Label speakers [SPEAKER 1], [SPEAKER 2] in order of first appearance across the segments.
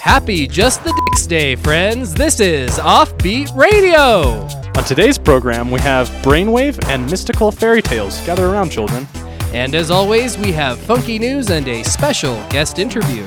[SPEAKER 1] Happy Just the Dicks Day, friends. This is Offbeat Radio.
[SPEAKER 2] On today's program, we have Brainwave and Mystical Fairy Tales. Gather around, children.
[SPEAKER 1] And as always, we have funky news and a special guest interview.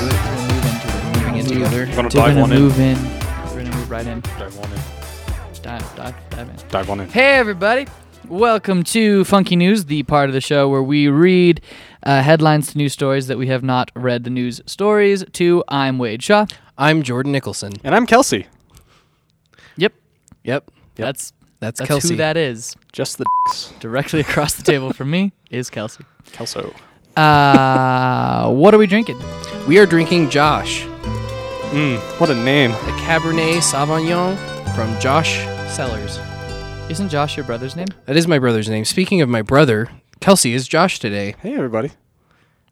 [SPEAKER 3] Moving in together.
[SPEAKER 2] We're gonna
[SPEAKER 3] We're
[SPEAKER 2] dive
[SPEAKER 3] gonna
[SPEAKER 2] on in.
[SPEAKER 3] move in. We're gonna move right in.
[SPEAKER 2] Dive on in.
[SPEAKER 3] Dive, dive, dive in.
[SPEAKER 2] Dive on in.
[SPEAKER 3] Hey everybody! Welcome to Funky News, the part of the show where we read uh, headlines to news stories that we have not read the news stories to. I'm Wade Shaw.
[SPEAKER 1] I'm Jordan Nicholson.
[SPEAKER 2] And I'm Kelsey.
[SPEAKER 3] Yep,
[SPEAKER 1] Yep,
[SPEAKER 3] that's
[SPEAKER 1] that's,
[SPEAKER 3] that's
[SPEAKER 1] Kelsey.
[SPEAKER 3] who that is.
[SPEAKER 2] Just the dicks.
[SPEAKER 3] Directly across the table from me is Kelsey.
[SPEAKER 2] Kelso.
[SPEAKER 3] Uh, what are we drinking?
[SPEAKER 1] We are drinking Josh,
[SPEAKER 2] Mmm, what a name.
[SPEAKER 1] the Cabernet Sauvignon from Josh Sellers.
[SPEAKER 3] Isn't Josh your brother's name?
[SPEAKER 1] That is my brother's name. Speaking of my brother, Kelsey is Josh today.
[SPEAKER 2] Hey, everybody.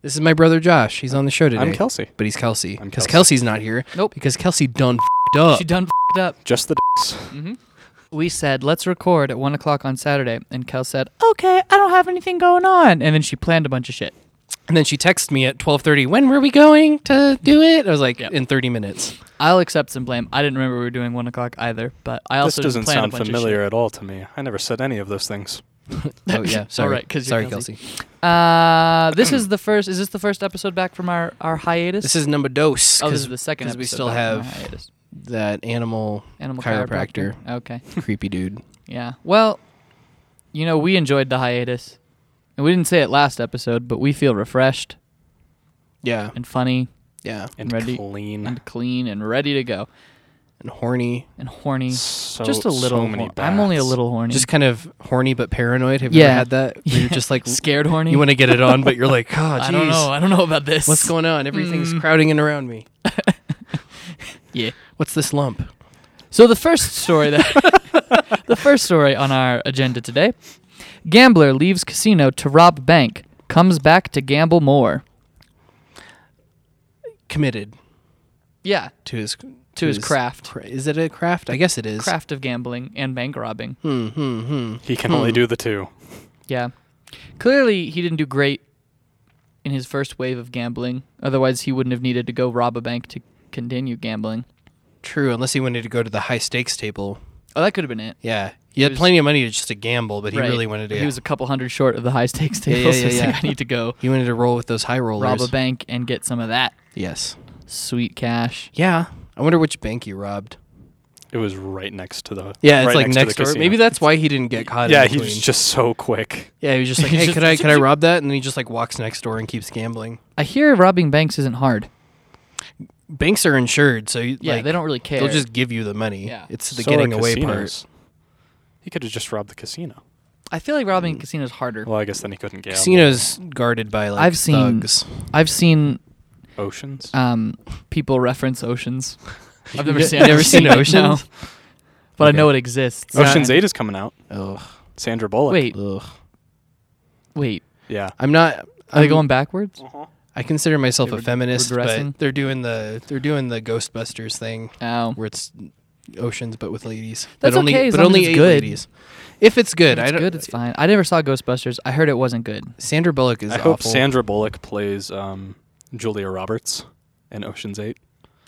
[SPEAKER 1] This is my brother Josh. He's on the show today.
[SPEAKER 2] I'm Kelsey.
[SPEAKER 1] But he's Kelsey.
[SPEAKER 2] I'm
[SPEAKER 1] Because
[SPEAKER 2] Kelsey.
[SPEAKER 1] Kelsey's not here.
[SPEAKER 3] Nope.
[SPEAKER 1] Because Kelsey done f***ed up.
[SPEAKER 3] She done f***ed up.
[SPEAKER 2] Just the dicks.
[SPEAKER 1] Mm-hmm.
[SPEAKER 3] we said let's record at one o'clock on Saturday, and Kel said, "Okay, I don't have anything going on," and then she planned a bunch of shit.
[SPEAKER 1] And then she texted me at 12:30, "When were we going to do it?" I was like,
[SPEAKER 3] Yep.
[SPEAKER 1] "In 30 minutes."
[SPEAKER 3] I'll accept some blame. I didn't remember we were doing one o'clock either, but I
[SPEAKER 2] This
[SPEAKER 3] also
[SPEAKER 2] doesn't
[SPEAKER 3] didn't plan
[SPEAKER 2] sound
[SPEAKER 3] a bunch
[SPEAKER 2] familiar at all to me. I never said any of those things.
[SPEAKER 1] Oh yeah, sorry.
[SPEAKER 3] right, 'cause you're
[SPEAKER 1] sorry, Kelsey.
[SPEAKER 3] Kelsey. Of shit. Uh, this is the first. Is this the first episode back from our our hiatus?
[SPEAKER 1] This is number dose.
[SPEAKER 3] oh, this
[SPEAKER 1] 'cause-
[SPEAKER 3] is the second.
[SPEAKER 1] 'cause we
[SPEAKER 3] episode
[SPEAKER 1] still
[SPEAKER 3] back from our
[SPEAKER 1] have
[SPEAKER 3] hiatus.
[SPEAKER 1] that animal,
[SPEAKER 3] animal
[SPEAKER 1] chiropractor,
[SPEAKER 3] chiropractor. Okay.
[SPEAKER 1] creepy dude.
[SPEAKER 3] Yeah. Well, you know, we enjoyed the hiatus, and we didn't say it last episode, but we feel refreshed
[SPEAKER 1] Yeah,
[SPEAKER 3] and funny
[SPEAKER 1] yeah,
[SPEAKER 2] And
[SPEAKER 3] Ready.
[SPEAKER 2] clean.
[SPEAKER 3] and clean and ready to go
[SPEAKER 1] and horny.
[SPEAKER 3] and horny.
[SPEAKER 2] so,
[SPEAKER 3] just a little.
[SPEAKER 2] So many
[SPEAKER 3] hor- I'm only a
[SPEAKER 2] baths.
[SPEAKER 3] little horny.
[SPEAKER 1] Just kind of horny but paranoid. Have you
[SPEAKER 3] Yeah.
[SPEAKER 1] ever had that? Where you're just like
[SPEAKER 3] scared horny.
[SPEAKER 1] You want to get it on, but you're like, "Oh, jeez.
[SPEAKER 3] I don't know. I don't know about this. Mm.
[SPEAKER 1] What's going on? Everything's crowding in around me.
[SPEAKER 3] Yeah.
[SPEAKER 1] What's this lump?"
[SPEAKER 3] So the first story that the first story on our agenda today: gambler leaves casino to rob bank, comes back to gamble more.
[SPEAKER 1] Committed
[SPEAKER 3] Yeah,
[SPEAKER 1] to his
[SPEAKER 3] to his craft,
[SPEAKER 1] cra- Is it a craft? I guess it is.
[SPEAKER 3] craft of gambling and bank robbing.
[SPEAKER 1] Hmm, hmm, hmm.
[SPEAKER 2] He can only do the two.
[SPEAKER 3] Yeah, clearly he didn't do great in his first wave of gambling. Otherwise, he wouldn't have needed to go rob a bank to continue gambling.
[SPEAKER 1] True, unless he wanted to go to the high stakes table.
[SPEAKER 3] Oh, that could have been it.
[SPEAKER 1] Yeah, he had
[SPEAKER 3] was-
[SPEAKER 1] plenty of money to just to gamble, but he
[SPEAKER 3] Right.
[SPEAKER 1] really wanted to.
[SPEAKER 3] He was a couple hundred short of the high stakes
[SPEAKER 1] Yeah, yeah,
[SPEAKER 3] table. so
[SPEAKER 1] yeah,
[SPEAKER 3] he's
[SPEAKER 1] yeah.
[SPEAKER 3] like, I need to go
[SPEAKER 1] he wanted to roll with those high rollers.
[SPEAKER 3] rob a bank and get some of that
[SPEAKER 1] Yes.
[SPEAKER 3] sweet cash.
[SPEAKER 1] Yeah. I wonder which bank he robbed.
[SPEAKER 2] It was right next to the.
[SPEAKER 1] Yeah, it's
[SPEAKER 2] right
[SPEAKER 1] like
[SPEAKER 2] next,
[SPEAKER 1] next
[SPEAKER 2] to the
[SPEAKER 1] door.
[SPEAKER 2] casino.
[SPEAKER 1] Maybe that's why he didn't get caught.
[SPEAKER 2] Yeah,
[SPEAKER 1] in
[SPEAKER 2] he
[SPEAKER 1] between.
[SPEAKER 2] was just so quick.
[SPEAKER 1] Yeah, he was just like,
[SPEAKER 3] He's
[SPEAKER 1] hey,
[SPEAKER 3] just-
[SPEAKER 1] could I could I rob that? And then he just like walks next door and keeps gambling.
[SPEAKER 3] I hear robbing banks isn't hard.
[SPEAKER 1] Banks are insured, so you,
[SPEAKER 3] Yeah,
[SPEAKER 1] like,
[SPEAKER 3] they don't really care.
[SPEAKER 1] They'll just give you the money.
[SPEAKER 3] Yeah.
[SPEAKER 1] It's the
[SPEAKER 2] So are
[SPEAKER 1] getting away part.
[SPEAKER 2] casinos. He could have just robbed the casino.
[SPEAKER 3] I feel like robbing a casino is harder.
[SPEAKER 2] Well, I guess then he couldn't gamble.
[SPEAKER 1] Hmm. Casinos guarded by like
[SPEAKER 3] I've seen-
[SPEAKER 1] thugs.
[SPEAKER 3] I've seen
[SPEAKER 2] Oceans.
[SPEAKER 3] um, people reference oceans. I've never
[SPEAKER 1] You
[SPEAKER 3] seen.
[SPEAKER 1] never seen
[SPEAKER 3] it, no.
[SPEAKER 1] Oceans?
[SPEAKER 3] but I
[SPEAKER 1] Okay.
[SPEAKER 3] know it exists.
[SPEAKER 2] Oceans
[SPEAKER 3] Uh,
[SPEAKER 2] Eight is coming out.
[SPEAKER 1] Ugh.
[SPEAKER 2] Sandra Bullock.
[SPEAKER 3] Wait,
[SPEAKER 1] Ugh.
[SPEAKER 3] wait.
[SPEAKER 2] Yeah.
[SPEAKER 1] I'm not.
[SPEAKER 3] Are they
[SPEAKER 1] I'm-
[SPEAKER 3] going backwards?
[SPEAKER 1] Um,
[SPEAKER 2] Mm-hmm.
[SPEAKER 1] I consider myself
[SPEAKER 3] They
[SPEAKER 1] a
[SPEAKER 3] were
[SPEAKER 1] feminist,
[SPEAKER 3] regressing?
[SPEAKER 1] but they're doing the they're doing the Ghostbusters thing
[SPEAKER 3] Oh,
[SPEAKER 1] where it's oceans but with ladies.
[SPEAKER 3] That's
[SPEAKER 1] but only,
[SPEAKER 3] okay, as
[SPEAKER 1] but
[SPEAKER 3] long as
[SPEAKER 1] only
[SPEAKER 3] it's
[SPEAKER 1] eight
[SPEAKER 3] good.
[SPEAKER 1] ladies. If it's good,
[SPEAKER 3] it's
[SPEAKER 1] I don't.
[SPEAKER 3] good. It's fine. I never saw Ghostbusters. I heard it wasn't good.
[SPEAKER 1] Sandra Bullock is
[SPEAKER 2] I hope
[SPEAKER 1] awful.
[SPEAKER 2] Sandra Bullock plays um, Julia Roberts in Oceans Eight.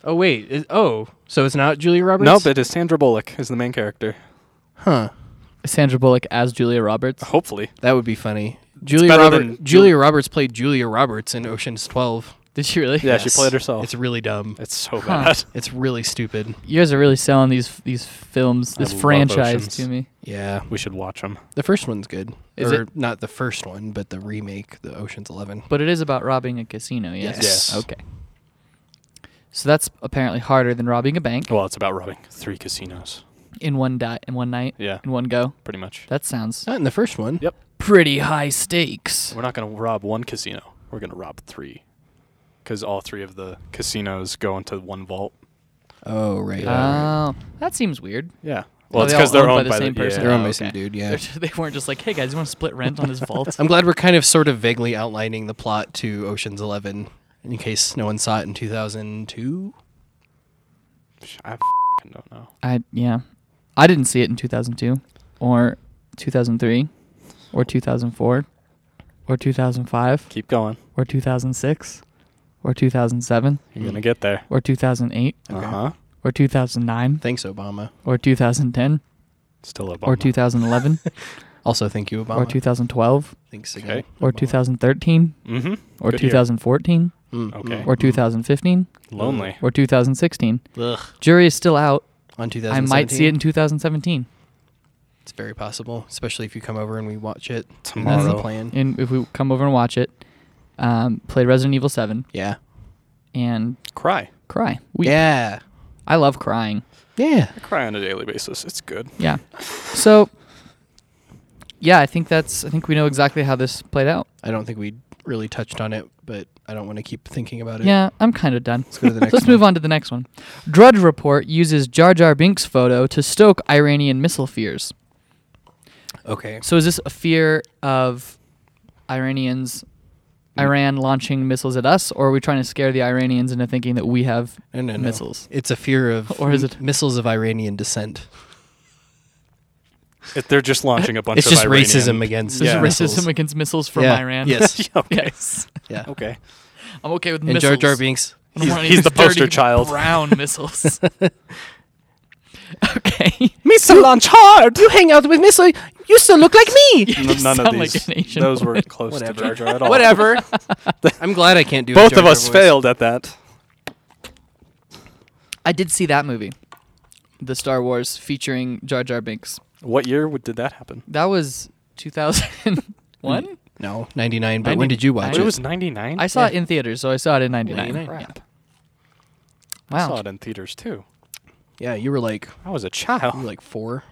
[SPEAKER 1] oh wait, is- oh, so it's not Julia Roberts?
[SPEAKER 2] No, but it is Sandra Bullock is the main character.
[SPEAKER 1] huh?
[SPEAKER 3] Sandra Bullock as Julia Roberts.
[SPEAKER 2] Hopefully,
[SPEAKER 1] That would be funny. Julia
[SPEAKER 2] better
[SPEAKER 1] Roberts.
[SPEAKER 2] than Ju-
[SPEAKER 1] Julia Roberts played Julia Roberts in Ocean's Twelve.
[SPEAKER 3] Did she really?
[SPEAKER 2] yeah, she
[SPEAKER 1] Yes.
[SPEAKER 2] played herself.
[SPEAKER 1] It's
[SPEAKER 2] It's,
[SPEAKER 1] really dumb.
[SPEAKER 2] so
[SPEAKER 3] Huh.
[SPEAKER 2] bad.
[SPEAKER 1] It's really stupid.
[SPEAKER 3] You guys are really selling these these films,
[SPEAKER 2] I
[SPEAKER 3] this
[SPEAKER 2] love
[SPEAKER 3] franchise
[SPEAKER 2] Oceans.
[SPEAKER 3] to me.
[SPEAKER 1] Yeah,
[SPEAKER 2] We should watch them.
[SPEAKER 1] the first one's good.
[SPEAKER 3] Is
[SPEAKER 1] or
[SPEAKER 3] it?
[SPEAKER 1] not the first one, but the remake, the Ocean's Eleven.
[SPEAKER 3] But it is about robbing a casino, yes?
[SPEAKER 1] Yes.
[SPEAKER 3] Okay. So that's apparently harder than robbing a bank
[SPEAKER 2] Well, it's about robbing three casinos.
[SPEAKER 3] in one di- in one night,
[SPEAKER 2] Yeah,
[SPEAKER 3] in one go.
[SPEAKER 2] pretty much.
[SPEAKER 3] That sounds
[SPEAKER 1] Not in the first one.
[SPEAKER 2] Yep.
[SPEAKER 3] pretty high stakes.
[SPEAKER 2] We're not going to rob one casino. We're going to rob three, because all three of the casinos go into one vault.
[SPEAKER 1] Oh right.
[SPEAKER 2] Yeah.
[SPEAKER 3] Oh, that seems weird.
[SPEAKER 2] Yeah. Well,
[SPEAKER 3] Are
[SPEAKER 2] it's
[SPEAKER 3] they all
[SPEAKER 2] because they're
[SPEAKER 3] owned by
[SPEAKER 2] owned,
[SPEAKER 3] the same person?
[SPEAKER 1] They're
[SPEAKER 2] yeah.
[SPEAKER 1] owned
[SPEAKER 3] Oh,
[SPEAKER 1] by some
[SPEAKER 3] okay.
[SPEAKER 1] dude. Yeah.
[SPEAKER 3] They're just- they weren't just like, "Hey guys, you want to split rent on this vault?"
[SPEAKER 1] I'm glad we're kind of sort of vaguely outlining the plot to Ocean's Eleven in case no one saw it in 2002.
[SPEAKER 2] I fing don't know.
[SPEAKER 3] I yeah, I didn't see it in 2002, or 2003, or 2004, or 2005
[SPEAKER 2] Keep going.
[SPEAKER 3] or 2006 or 2007
[SPEAKER 2] You're gonna get there.
[SPEAKER 3] or 2008
[SPEAKER 1] Okay.
[SPEAKER 2] Uh huh.
[SPEAKER 3] or 2009
[SPEAKER 1] Thanks, Uh-huh. Obama.
[SPEAKER 3] or 2010
[SPEAKER 2] Still Obama.
[SPEAKER 3] or 2011
[SPEAKER 1] Also, thank you, Obama.
[SPEAKER 3] or 2012
[SPEAKER 1] Thanks
[SPEAKER 2] Okay.
[SPEAKER 1] again.
[SPEAKER 3] or
[SPEAKER 1] Obama.
[SPEAKER 3] 2013
[SPEAKER 2] Mm-hmm.
[SPEAKER 3] or
[SPEAKER 2] Good year.
[SPEAKER 3] 2014
[SPEAKER 1] Mm,
[SPEAKER 2] Okay.
[SPEAKER 1] mm,
[SPEAKER 3] or
[SPEAKER 1] mm.
[SPEAKER 3] 2015
[SPEAKER 2] Lonely.
[SPEAKER 3] or 2016.
[SPEAKER 1] Ugh.
[SPEAKER 3] Jury is still out.
[SPEAKER 1] On 2017.
[SPEAKER 3] I might see it in 2017.
[SPEAKER 1] It's very possible, especially if you come over and we watch it. And That's the
[SPEAKER 2] Tomorrow.
[SPEAKER 1] plan.
[SPEAKER 3] And if we come over and watch it, um, play Resident Evil 7
[SPEAKER 1] Yeah.
[SPEAKER 3] and
[SPEAKER 2] Cry.
[SPEAKER 3] cry. Weep.
[SPEAKER 1] Yeah.
[SPEAKER 3] I love crying.
[SPEAKER 1] Yeah.
[SPEAKER 2] I cry on a daily basis. It's good.
[SPEAKER 3] Yeah. So yeah, I think that's I think we know exactly how this played out.
[SPEAKER 1] I don't think we really touched on it, but I don't want to keep thinking about it.
[SPEAKER 3] Yeah, I'm kind of done.
[SPEAKER 1] Let's go to the next
[SPEAKER 3] Let's move on to the next one. Drudge Report uses Jar Jar Binks photo to stoke Iranian missile fears.
[SPEAKER 1] Okay.
[SPEAKER 3] So is this a fear of Iranians
[SPEAKER 1] Mm.
[SPEAKER 3] Iran launching missiles at us or are we trying to scare the Iranians into thinking that we have
[SPEAKER 1] No, no, no.
[SPEAKER 3] missiles?
[SPEAKER 1] It's a fear of
[SPEAKER 3] Or is it-
[SPEAKER 1] missiles of Iranian descent.
[SPEAKER 2] If they're just launching a bunch
[SPEAKER 1] It's
[SPEAKER 2] of
[SPEAKER 1] just
[SPEAKER 2] Iranian-
[SPEAKER 1] racism against
[SPEAKER 3] This
[SPEAKER 2] Yeah.
[SPEAKER 3] is
[SPEAKER 1] missiles.
[SPEAKER 3] racism against missiles from
[SPEAKER 1] Yeah.
[SPEAKER 3] Iran.
[SPEAKER 1] Yes.
[SPEAKER 2] okay.
[SPEAKER 3] yes.
[SPEAKER 1] yeah.
[SPEAKER 2] Okay.
[SPEAKER 3] I'm okay with
[SPEAKER 1] And
[SPEAKER 3] missiles.
[SPEAKER 1] Jar Jar Binks.
[SPEAKER 3] I don't
[SPEAKER 2] He's-
[SPEAKER 3] want any
[SPEAKER 2] he's
[SPEAKER 3] of
[SPEAKER 2] the
[SPEAKER 3] these
[SPEAKER 2] poster
[SPEAKER 3] dirty
[SPEAKER 2] child.
[SPEAKER 3] Brown missiles. okay.
[SPEAKER 2] Missile launch hard.
[SPEAKER 1] You hang out with missile. You still look like me.
[SPEAKER 3] You
[SPEAKER 2] None
[SPEAKER 3] sound
[SPEAKER 2] of
[SPEAKER 3] like
[SPEAKER 2] these.
[SPEAKER 3] an Asian
[SPEAKER 2] those were
[SPEAKER 3] woman.
[SPEAKER 2] close
[SPEAKER 1] Whatever.
[SPEAKER 2] to Jar Jar at all.
[SPEAKER 1] Whatever. I'm glad I can't do. a
[SPEAKER 2] Both
[SPEAKER 1] Jar
[SPEAKER 2] of
[SPEAKER 1] Jar
[SPEAKER 2] us
[SPEAKER 1] voice.
[SPEAKER 2] failed at that.
[SPEAKER 3] I did see that movie, the Star Wars featuring Jar Jar Binks.
[SPEAKER 2] What year would- did that happen?
[SPEAKER 3] That was 2001.
[SPEAKER 1] No, 99. But
[SPEAKER 3] 90
[SPEAKER 1] when did you watch
[SPEAKER 3] I-
[SPEAKER 2] It
[SPEAKER 1] it?
[SPEAKER 2] was 99.
[SPEAKER 3] I saw it in theaters, so I saw it in '99.
[SPEAKER 1] 99.
[SPEAKER 3] Yeah.
[SPEAKER 2] I saw
[SPEAKER 3] Wow,
[SPEAKER 2] it in theaters too.
[SPEAKER 1] Yeah, you were like,
[SPEAKER 2] I was a
[SPEAKER 1] you were
[SPEAKER 2] child.
[SPEAKER 1] like four.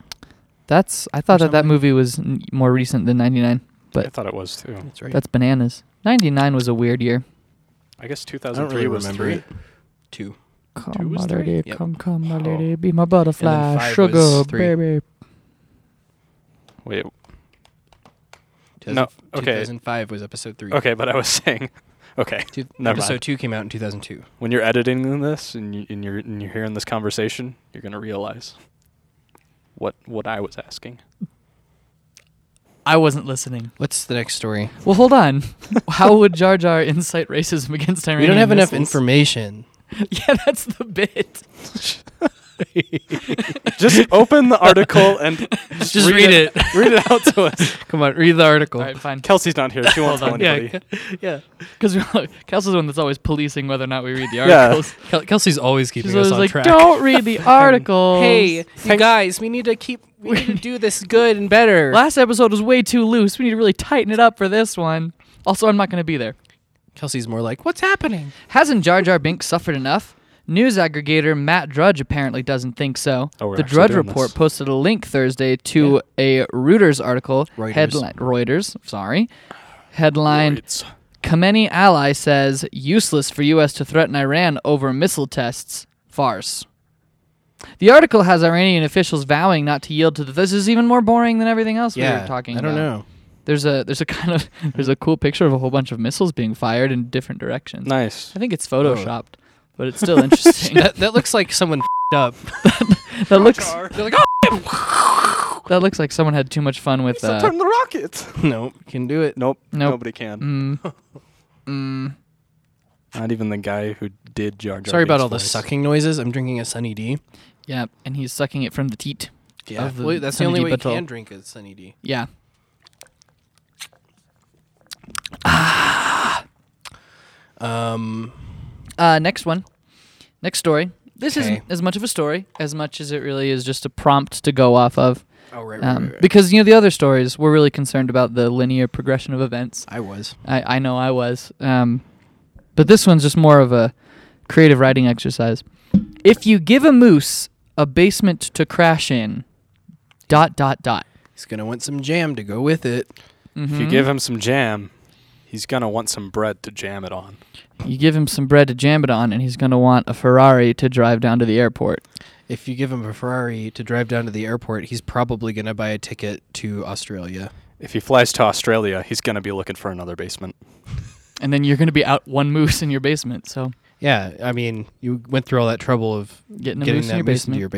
[SPEAKER 3] that's. I thought that that
[SPEAKER 1] something.
[SPEAKER 3] movie was n- more recent than '99,
[SPEAKER 2] I
[SPEAKER 3] but
[SPEAKER 2] thought it was too.
[SPEAKER 1] That's right.
[SPEAKER 3] that's bananas. '99 was a weird year.
[SPEAKER 2] I guess
[SPEAKER 1] I don't
[SPEAKER 2] 2003
[SPEAKER 1] really
[SPEAKER 2] was
[SPEAKER 1] remember
[SPEAKER 2] three.
[SPEAKER 1] it. Two.
[SPEAKER 3] Come,
[SPEAKER 2] Two
[SPEAKER 3] my
[SPEAKER 2] was three?
[SPEAKER 3] lady,
[SPEAKER 1] Yep.
[SPEAKER 3] come, come, my
[SPEAKER 2] Oh.
[SPEAKER 3] lady, be my butterfly,
[SPEAKER 1] five
[SPEAKER 3] sugar,
[SPEAKER 1] was three.
[SPEAKER 3] baby.
[SPEAKER 2] Wait.
[SPEAKER 1] 2000
[SPEAKER 2] No, okay.
[SPEAKER 1] 2005 was episode three.
[SPEAKER 2] Okay, but I was saying. Okay.
[SPEAKER 1] Two,
[SPEAKER 2] Never
[SPEAKER 1] episode
[SPEAKER 2] mind.
[SPEAKER 1] two came out in 2002.
[SPEAKER 2] When you're editing this and, you, and you're and you're hearing this conversation, you're gonna realize what what I was asking.
[SPEAKER 3] I wasn't listening.
[SPEAKER 1] What's the next story?
[SPEAKER 3] Well, hold on. How would Jar Jar incite racism against Iranian?
[SPEAKER 1] we don't have enough
[SPEAKER 3] missiles?
[SPEAKER 1] information.
[SPEAKER 3] Yeah, that's the bit.
[SPEAKER 2] Just open the article and just,
[SPEAKER 1] Just read
[SPEAKER 2] it. Read it out to us.
[SPEAKER 1] Come on, read the article.
[SPEAKER 3] All right, fine.
[SPEAKER 2] Kelsey's not here. She won't tell
[SPEAKER 3] Hold on.
[SPEAKER 2] anybody.
[SPEAKER 1] yeah.
[SPEAKER 3] Because Kelsey's the one that's always policing whether or not we read the
[SPEAKER 2] Yeah.
[SPEAKER 3] articles.
[SPEAKER 1] Kel- Kelsey's always keeping
[SPEAKER 3] She's
[SPEAKER 1] us
[SPEAKER 3] always
[SPEAKER 1] on
[SPEAKER 3] like,
[SPEAKER 1] track.
[SPEAKER 3] "Don't read the articles."
[SPEAKER 2] Thanks-
[SPEAKER 1] guys, we need to keep. We need to do this good and better.
[SPEAKER 3] last episode was way too loose. We need to really tighten it up for this one. Also, I'm not going to be there.
[SPEAKER 1] Kelsey's more like, what's happening?
[SPEAKER 3] Hasn't Jar Jar Binks suffered enough? News aggregator Matt Drudge apparently doesn't think so.
[SPEAKER 2] Oh, we're
[SPEAKER 3] the
[SPEAKER 2] actually
[SPEAKER 3] Drudge
[SPEAKER 2] doing
[SPEAKER 3] Report
[SPEAKER 2] this.
[SPEAKER 3] posted a link Thursday to a Reuters article.
[SPEAKER 1] Reuters.
[SPEAKER 3] Headline Reuters, sorry. Headline:
[SPEAKER 2] It's-
[SPEAKER 3] Khamenei ally says useless for U.S. to threaten Iran over missile tests. Farce. The article has Iranian officials vowing not to yield to the. This is even more boring than everything else we
[SPEAKER 1] yeah,
[SPEAKER 3] were talking
[SPEAKER 1] I don't
[SPEAKER 3] about.
[SPEAKER 1] know.
[SPEAKER 3] There's a there's a kind of there's a cool picture of a whole bunch of missiles being fired in different directions.
[SPEAKER 2] nice.
[SPEAKER 3] I think it's photoshopped, but it's still interesting.
[SPEAKER 1] that,
[SPEAKER 3] that,
[SPEAKER 1] that looks like someone fed up.
[SPEAKER 3] that looks
[SPEAKER 1] They're like, oh,
[SPEAKER 3] that looks like someone had too much fun with. Uh,
[SPEAKER 2] the rocket.
[SPEAKER 1] no, can do it.
[SPEAKER 2] Nope,
[SPEAKER 3] Nope.
[SPEAKER 2] Nobody can.
[SPEAKER 3] mm, mm,
[SPEAKER 2] Not even the guy who did Jar Jar.
[SPEAKER 1] Sorry about
[SPEAKER 2] Binks'
[SPEAKER 1] all the
[SPEAKER 2] voice.
[SPEAKER 1] sucking noises. I'm drinking a Sunny D.
[SPEAKER 3] yeah, and he's sucking it from the teat. Of the
[SPEAKER 1] Well, that's
[SPEAKER 3] Sunny
[SPEAKER 1] the only
[SPEAKER 3] D
[SPEAKER 1] way
[SPEAKER 3] bottle.
[SPEAKER 1] you can drink is Sunny D.
[SPEAKER 3] Yeah.
[SPEAKER 1] Ah. Um,
[SPEAKER 3] Uh, next one. Next story. This
[SPEAKER 1] Okay.
[SPEAKER 3] isn't as much of a story as much as it really is just a prompt to go off of.
[SPEAKER 1] oh, right, right,
[SPEAKER 3] Um,
[SPEAKER 1] right, right.
[SPEAKER 3] because, you know, the other stories, we're really concerned about the linear progression of events.
[SPEAKER 1] I was.
[SPEAKER 3] I, I know I was. Um, but this one's just more of a creative writing exercise. If you give a moose a basement to crash in, dot, dot, dot.
[SPEAKER 1] He's going to want some jam to go with it.
[SPEAKER 3] Mm-hmm.
[SPEAKER 2] If you give him some jam, he's gonna want some bread to jam it on.
[SPEAKER 3] You give him some bread to jam it on, and he's going to want a Ferrari to drive down to the airport.
[SPEAKER 1] If you give him a Ferrari to drive down to the airport, he's probably going to buy a ticket to Australia.
[SPEAKER 2] If he flies to Australia, he's gonna be looking for another basement.
[SPEAKER 3] And then you're going to be out one moose in your basement. So,
[SPEAKER 1] Yeah, I mean, you went through all that trouble of
[SPEAKER 3] Getting a
[SPEAKER 1] getting
[SPEAKER 3] moose in
[SPEAKER 1] that moose into
[SPEAKER 3] your basement.
[SPEAKER 1] your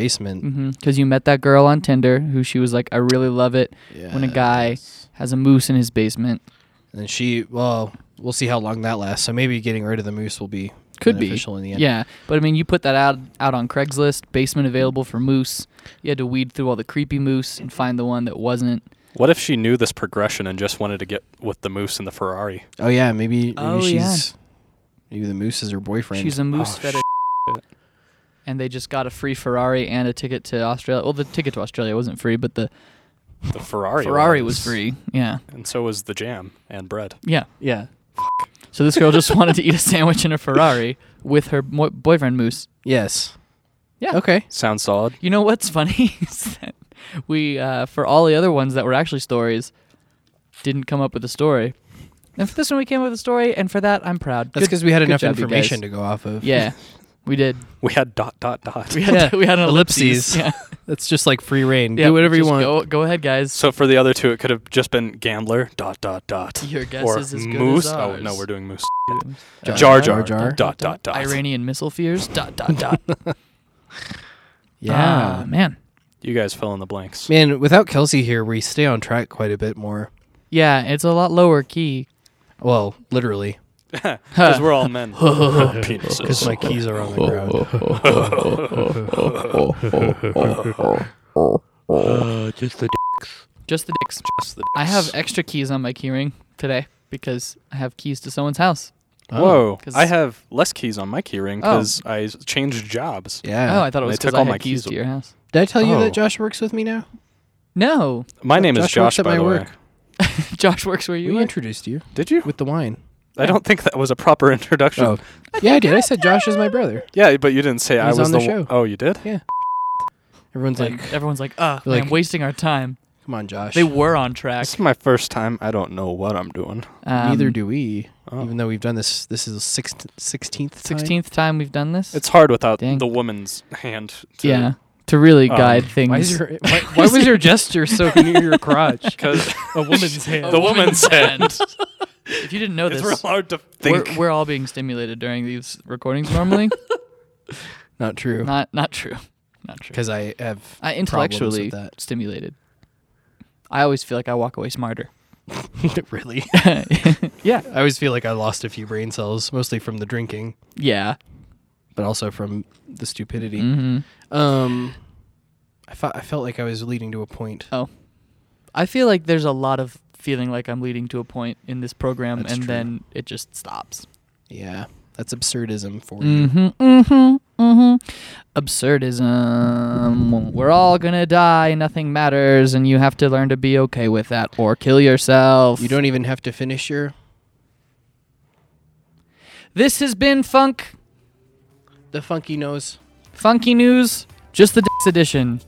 [SPEAKER 1] basement.
[SPEAKER 3] because you met that girl on Tinder who she was like, I really love it when a guy
[SPEAKER 1] Yes.
[SPEAKER 3] has a moose in his basement.
[SPEAKER 1] And she, well, we'll see how long that lasts. So maybe getting rid of the moose will be
[SPEAKER 3] Could be.
[SPEAKER 1] beneficial in the end.
[SPEAKER 3] Yeah, but I mean, you put that out out on Craigslist. Basement available for moose. You had to weed through all the creepy moose and find the one that wasn't.
[SPEAKER 2] What if she knew this progression and just wanted to get with the moose and the Ferrari?
[SPEAKER 1] Oh yeah, maybe maybe
[SPEAKER 3] Oh, yeah.
[SPEAKER 1] she's maybe the moose is her boyfriend.
[SPEAKER 3] She's a moose
[SPEAKER 2] Oh,
[SPEAKER 3] fetish. And they just got a free Ferrari and a ticket to Australia. Well, the ticket to Australia wasn't free, but the
[SPEAKER 2] The Ferrari.
[SPEAKER 3] Ferrari was free. Yeah.
[SPEAKER 2] And so was the jam and bread.
[SPEAKER 3] Yeah. Yeah. So this girl just wanted to eat a sandwich in a Ferrari with her mo- boyfriend Moose.
[SPEAKER 1] yes.
[SPEAKER 3] Yeah.
[SPEAKER 1] Okay.
[SPEAKER 2] Sounds solid.
[SPEAKER 3] You know what's funny is that we, uh, for all the other ones that were actually stories, didn't come up with a story. And for this one, we came up with a story, and for that, I'm proud.
[SPEAKER 1] That's
[SPEAKER 3] Good-
[SPEAKER 1] because we had
[SPEAKER 3] good
[SPEAKER 1] enough
[SPEAKER 3] job, you guys.
[SPEAKER 1] information to go off of.
[SPEAKER 3] Yeah, we did.
[SPEAKER 2] We had dot dot dot.
[SPEAKER 3] We had,
[SPEAKER 1] Yeah,
[SPEAKER 3] we had an
[SPEAKER 1] ellipses.
[SPEAKER 3] ellipses. Yeah.
[SPEAKER 1] That's just like free reign.
[SPEAKER 3] Yeah,
[SPEAKER 1] Do whatever you
[SPEAKER 3] just
[SPEAKER 1] want.
[SPEAKER 3] Go, go ahead, guys.
[SPEAKER 2] So for the other two, it could have just been gambler dot dot dot.
[SPEAKER 3] Your guess
[SPEAKER 2] or
[SPEAKER 3] is as good as
[SPEAKER 2] moose.
[SPEAKER 3] ours.
[SPEAKER 2] Oh no, we're doing moose.
[SPEAKER 3] Uh,
[SPEAKER 2] Jar Jar
[SPEAKER 1] Jar.
[SPEAKER 2] dot dot dot.
[SPEAKER 3] Iranian missile fears. Dot dot dot. Um,
[SPEAKER 1] Yeah.
[SPEAKER 3] Ah, man.
[SPEAKER 2] You guys fill in the blanks.
[SPEAKER 1] Man, without Kelsey here, we stay on track quite a bit more.
[SPEAKER 3] Yeah, it's a lot lower key.
[SPEAKER 1] Well, literally,
[SPEAKER 2] Because we're all men. Penises.
[SPEAKER 1] because my keys are on the ground.
[SPEAKER 4] Uh,
[SPEAKER 3] Just the dicks.
[SPEAKER 2] Just the
[SPEAKER 3] I have
[SPEAKER 2] dicks.
[SPEAKER 3] extra keys on my keyring today because I have keys to someone's house.
[SPEAKER 1] Oh,
[SPEAKER 2] Whoa!
[SPEAKER 3] 'Cause-
[SPEAKER 2] Oh. I have less keys on my keyring
[SPEAKER 3] Oh.
[SPEAKER 2] because I s- changed jobs.
[SPEAKER 1] Yeah.
[SPEAKER 3] oh, I thought
[SPEAKER 2] they
[SPEAKER 3] it was
[SPEAKER 2] took
[SPEAKER 3] because I
[SPEAKER 2] all
[SPEAKER 3] had
[SPEAKER 2] my
[SPEAKER 3] keys
[SPEAKER 2] keys
[SPEAKER 3] to your house.
[SPEAKER 1] Did I tell you
[SPEAKER 2] Oh.
[SPEAKER 1] that Josh works with me now?
[SPEAKER 3] No,
[SPEAKER 2] My name is
[SPEAKER 1] Josh works
[SPEAKER 2] Josh.
[SPEAKER 1] at
[SPEAKER 2] By
[SPEAKER 1] my
[SPEAKER 2] the way,
[SPEAKER 1] work.
[SPEAKER 3] Josh works where you
[SPEAKER 1] we
[SPEAKER 3] work.
[SPEAKER 1] introduced you
[SPEAKER 2] did you?
[SPEAKER 1] with the wine.
[SPEAKER 2] I don't think that was a proper introduction.
[SPEAKER 1] Oh, yeah, I did. I said Josh is my brother.
[SPEAKER 2] Yeah, but you didn't say I
[SPEAKER 1] was
[SPEAKER 2] was
[SPEAKER 1] on the
[SPEAKER 2] one-
[SPEAKER 1] show.
[SPEAKER 2] Oh, you did.
[SPEAKER 1] Everyone's
[SPEAKER 3] And
[SPEAKER 1] like,
[SPEAKER 3] everyone's like, "Ah,
[SPEAKER 1] Like-
[SPEAKER 3] man, wasting our time."
[SPEAKER 1] "Come on, Josh."
[SPEAKER 3] They were on track.
[SPEAKER 2] This is my first time. I don't know what I'm doing.
[SPEAKER 3] Um,
[SPEAKER 1] Neither do we.
[SPEAKER 2] Oh.
[SPEAKER 1] Even though we've done this, this is the sixth, sixteenth, time.
[SPEAKER 3] Sixteenth time we've done this.
[SPEAKER 2] It's hard without
[SPEAKER 3] Dang.
[SPEAKER 2] the woman's hand. To,
[SPEAKER 3] yeah, to really
[SPEAKER 2] Um,
[SPEAKER 3] guide things.
[SPEAKER 1] Why, is your, why, why was your gesture so near your crotch?
[SPEAKER 2] because
[SPEAKER 1] A woman's
[SPEAKER 3] A
[SPEAKER 1] hand.
[SPEAKER 2] the woman's hand.
[SPEAKER 3] if you didn't know
[SPEAKER 2] It's real
[SPEAKER 3] this,
[SPEAKER 2] hard to
[SPEAKER 3] we're,
[SPEAKER 2] think.
[SPEAKER 3] we're all being stimulated during these recordings normally.
[SPEAKER 1] Not true.
[SPEAKER 3] not not true. Not true.
[SPEAKER 1] Because I have
[SPEAKER 3] I
[SPEAKER 1] problems with
[SPEAKER 3] intellectually stimulated. I always feel like I walk away smarter.
[SPEAKER 1] that. really.
[SPEAKER 3] yeah.
[SPEAKER 1] I always feel like I lost a few brain cells, mostly from the drinking,
[SPEAKER 3] Yeah.
[SPEAKER 1] but also from the stupidity.
[SPEAKER 3] hmm
[SPEAKER 1] Um, I felt I felt like I was leading to a point.
[SPEAKER 3] Oh. I feel like there's a lot of feeling like I'm leading to a point in this program
[SPEAKER 1] That's
[SPEAKER 3] and
[SPEAKER 1] true.
[SPEAKER 3] then it just stops.
[SPEAKER 1] Yeah, that's absurdism for you.
[SPEAKER 3] Mm-hmm. Mm-hmm. Mm-hmm. Absurdism. We're all gonna die, nothing matters, and you have to learn to be okay with that or kill yourself.
[SPEAKER 1] You don't even have to finish your
[SPEAKER 3] This has been Funk
[SPEAKER 1] the funky nose.
[SPEAKER 3] Funky News, just the dicks edition.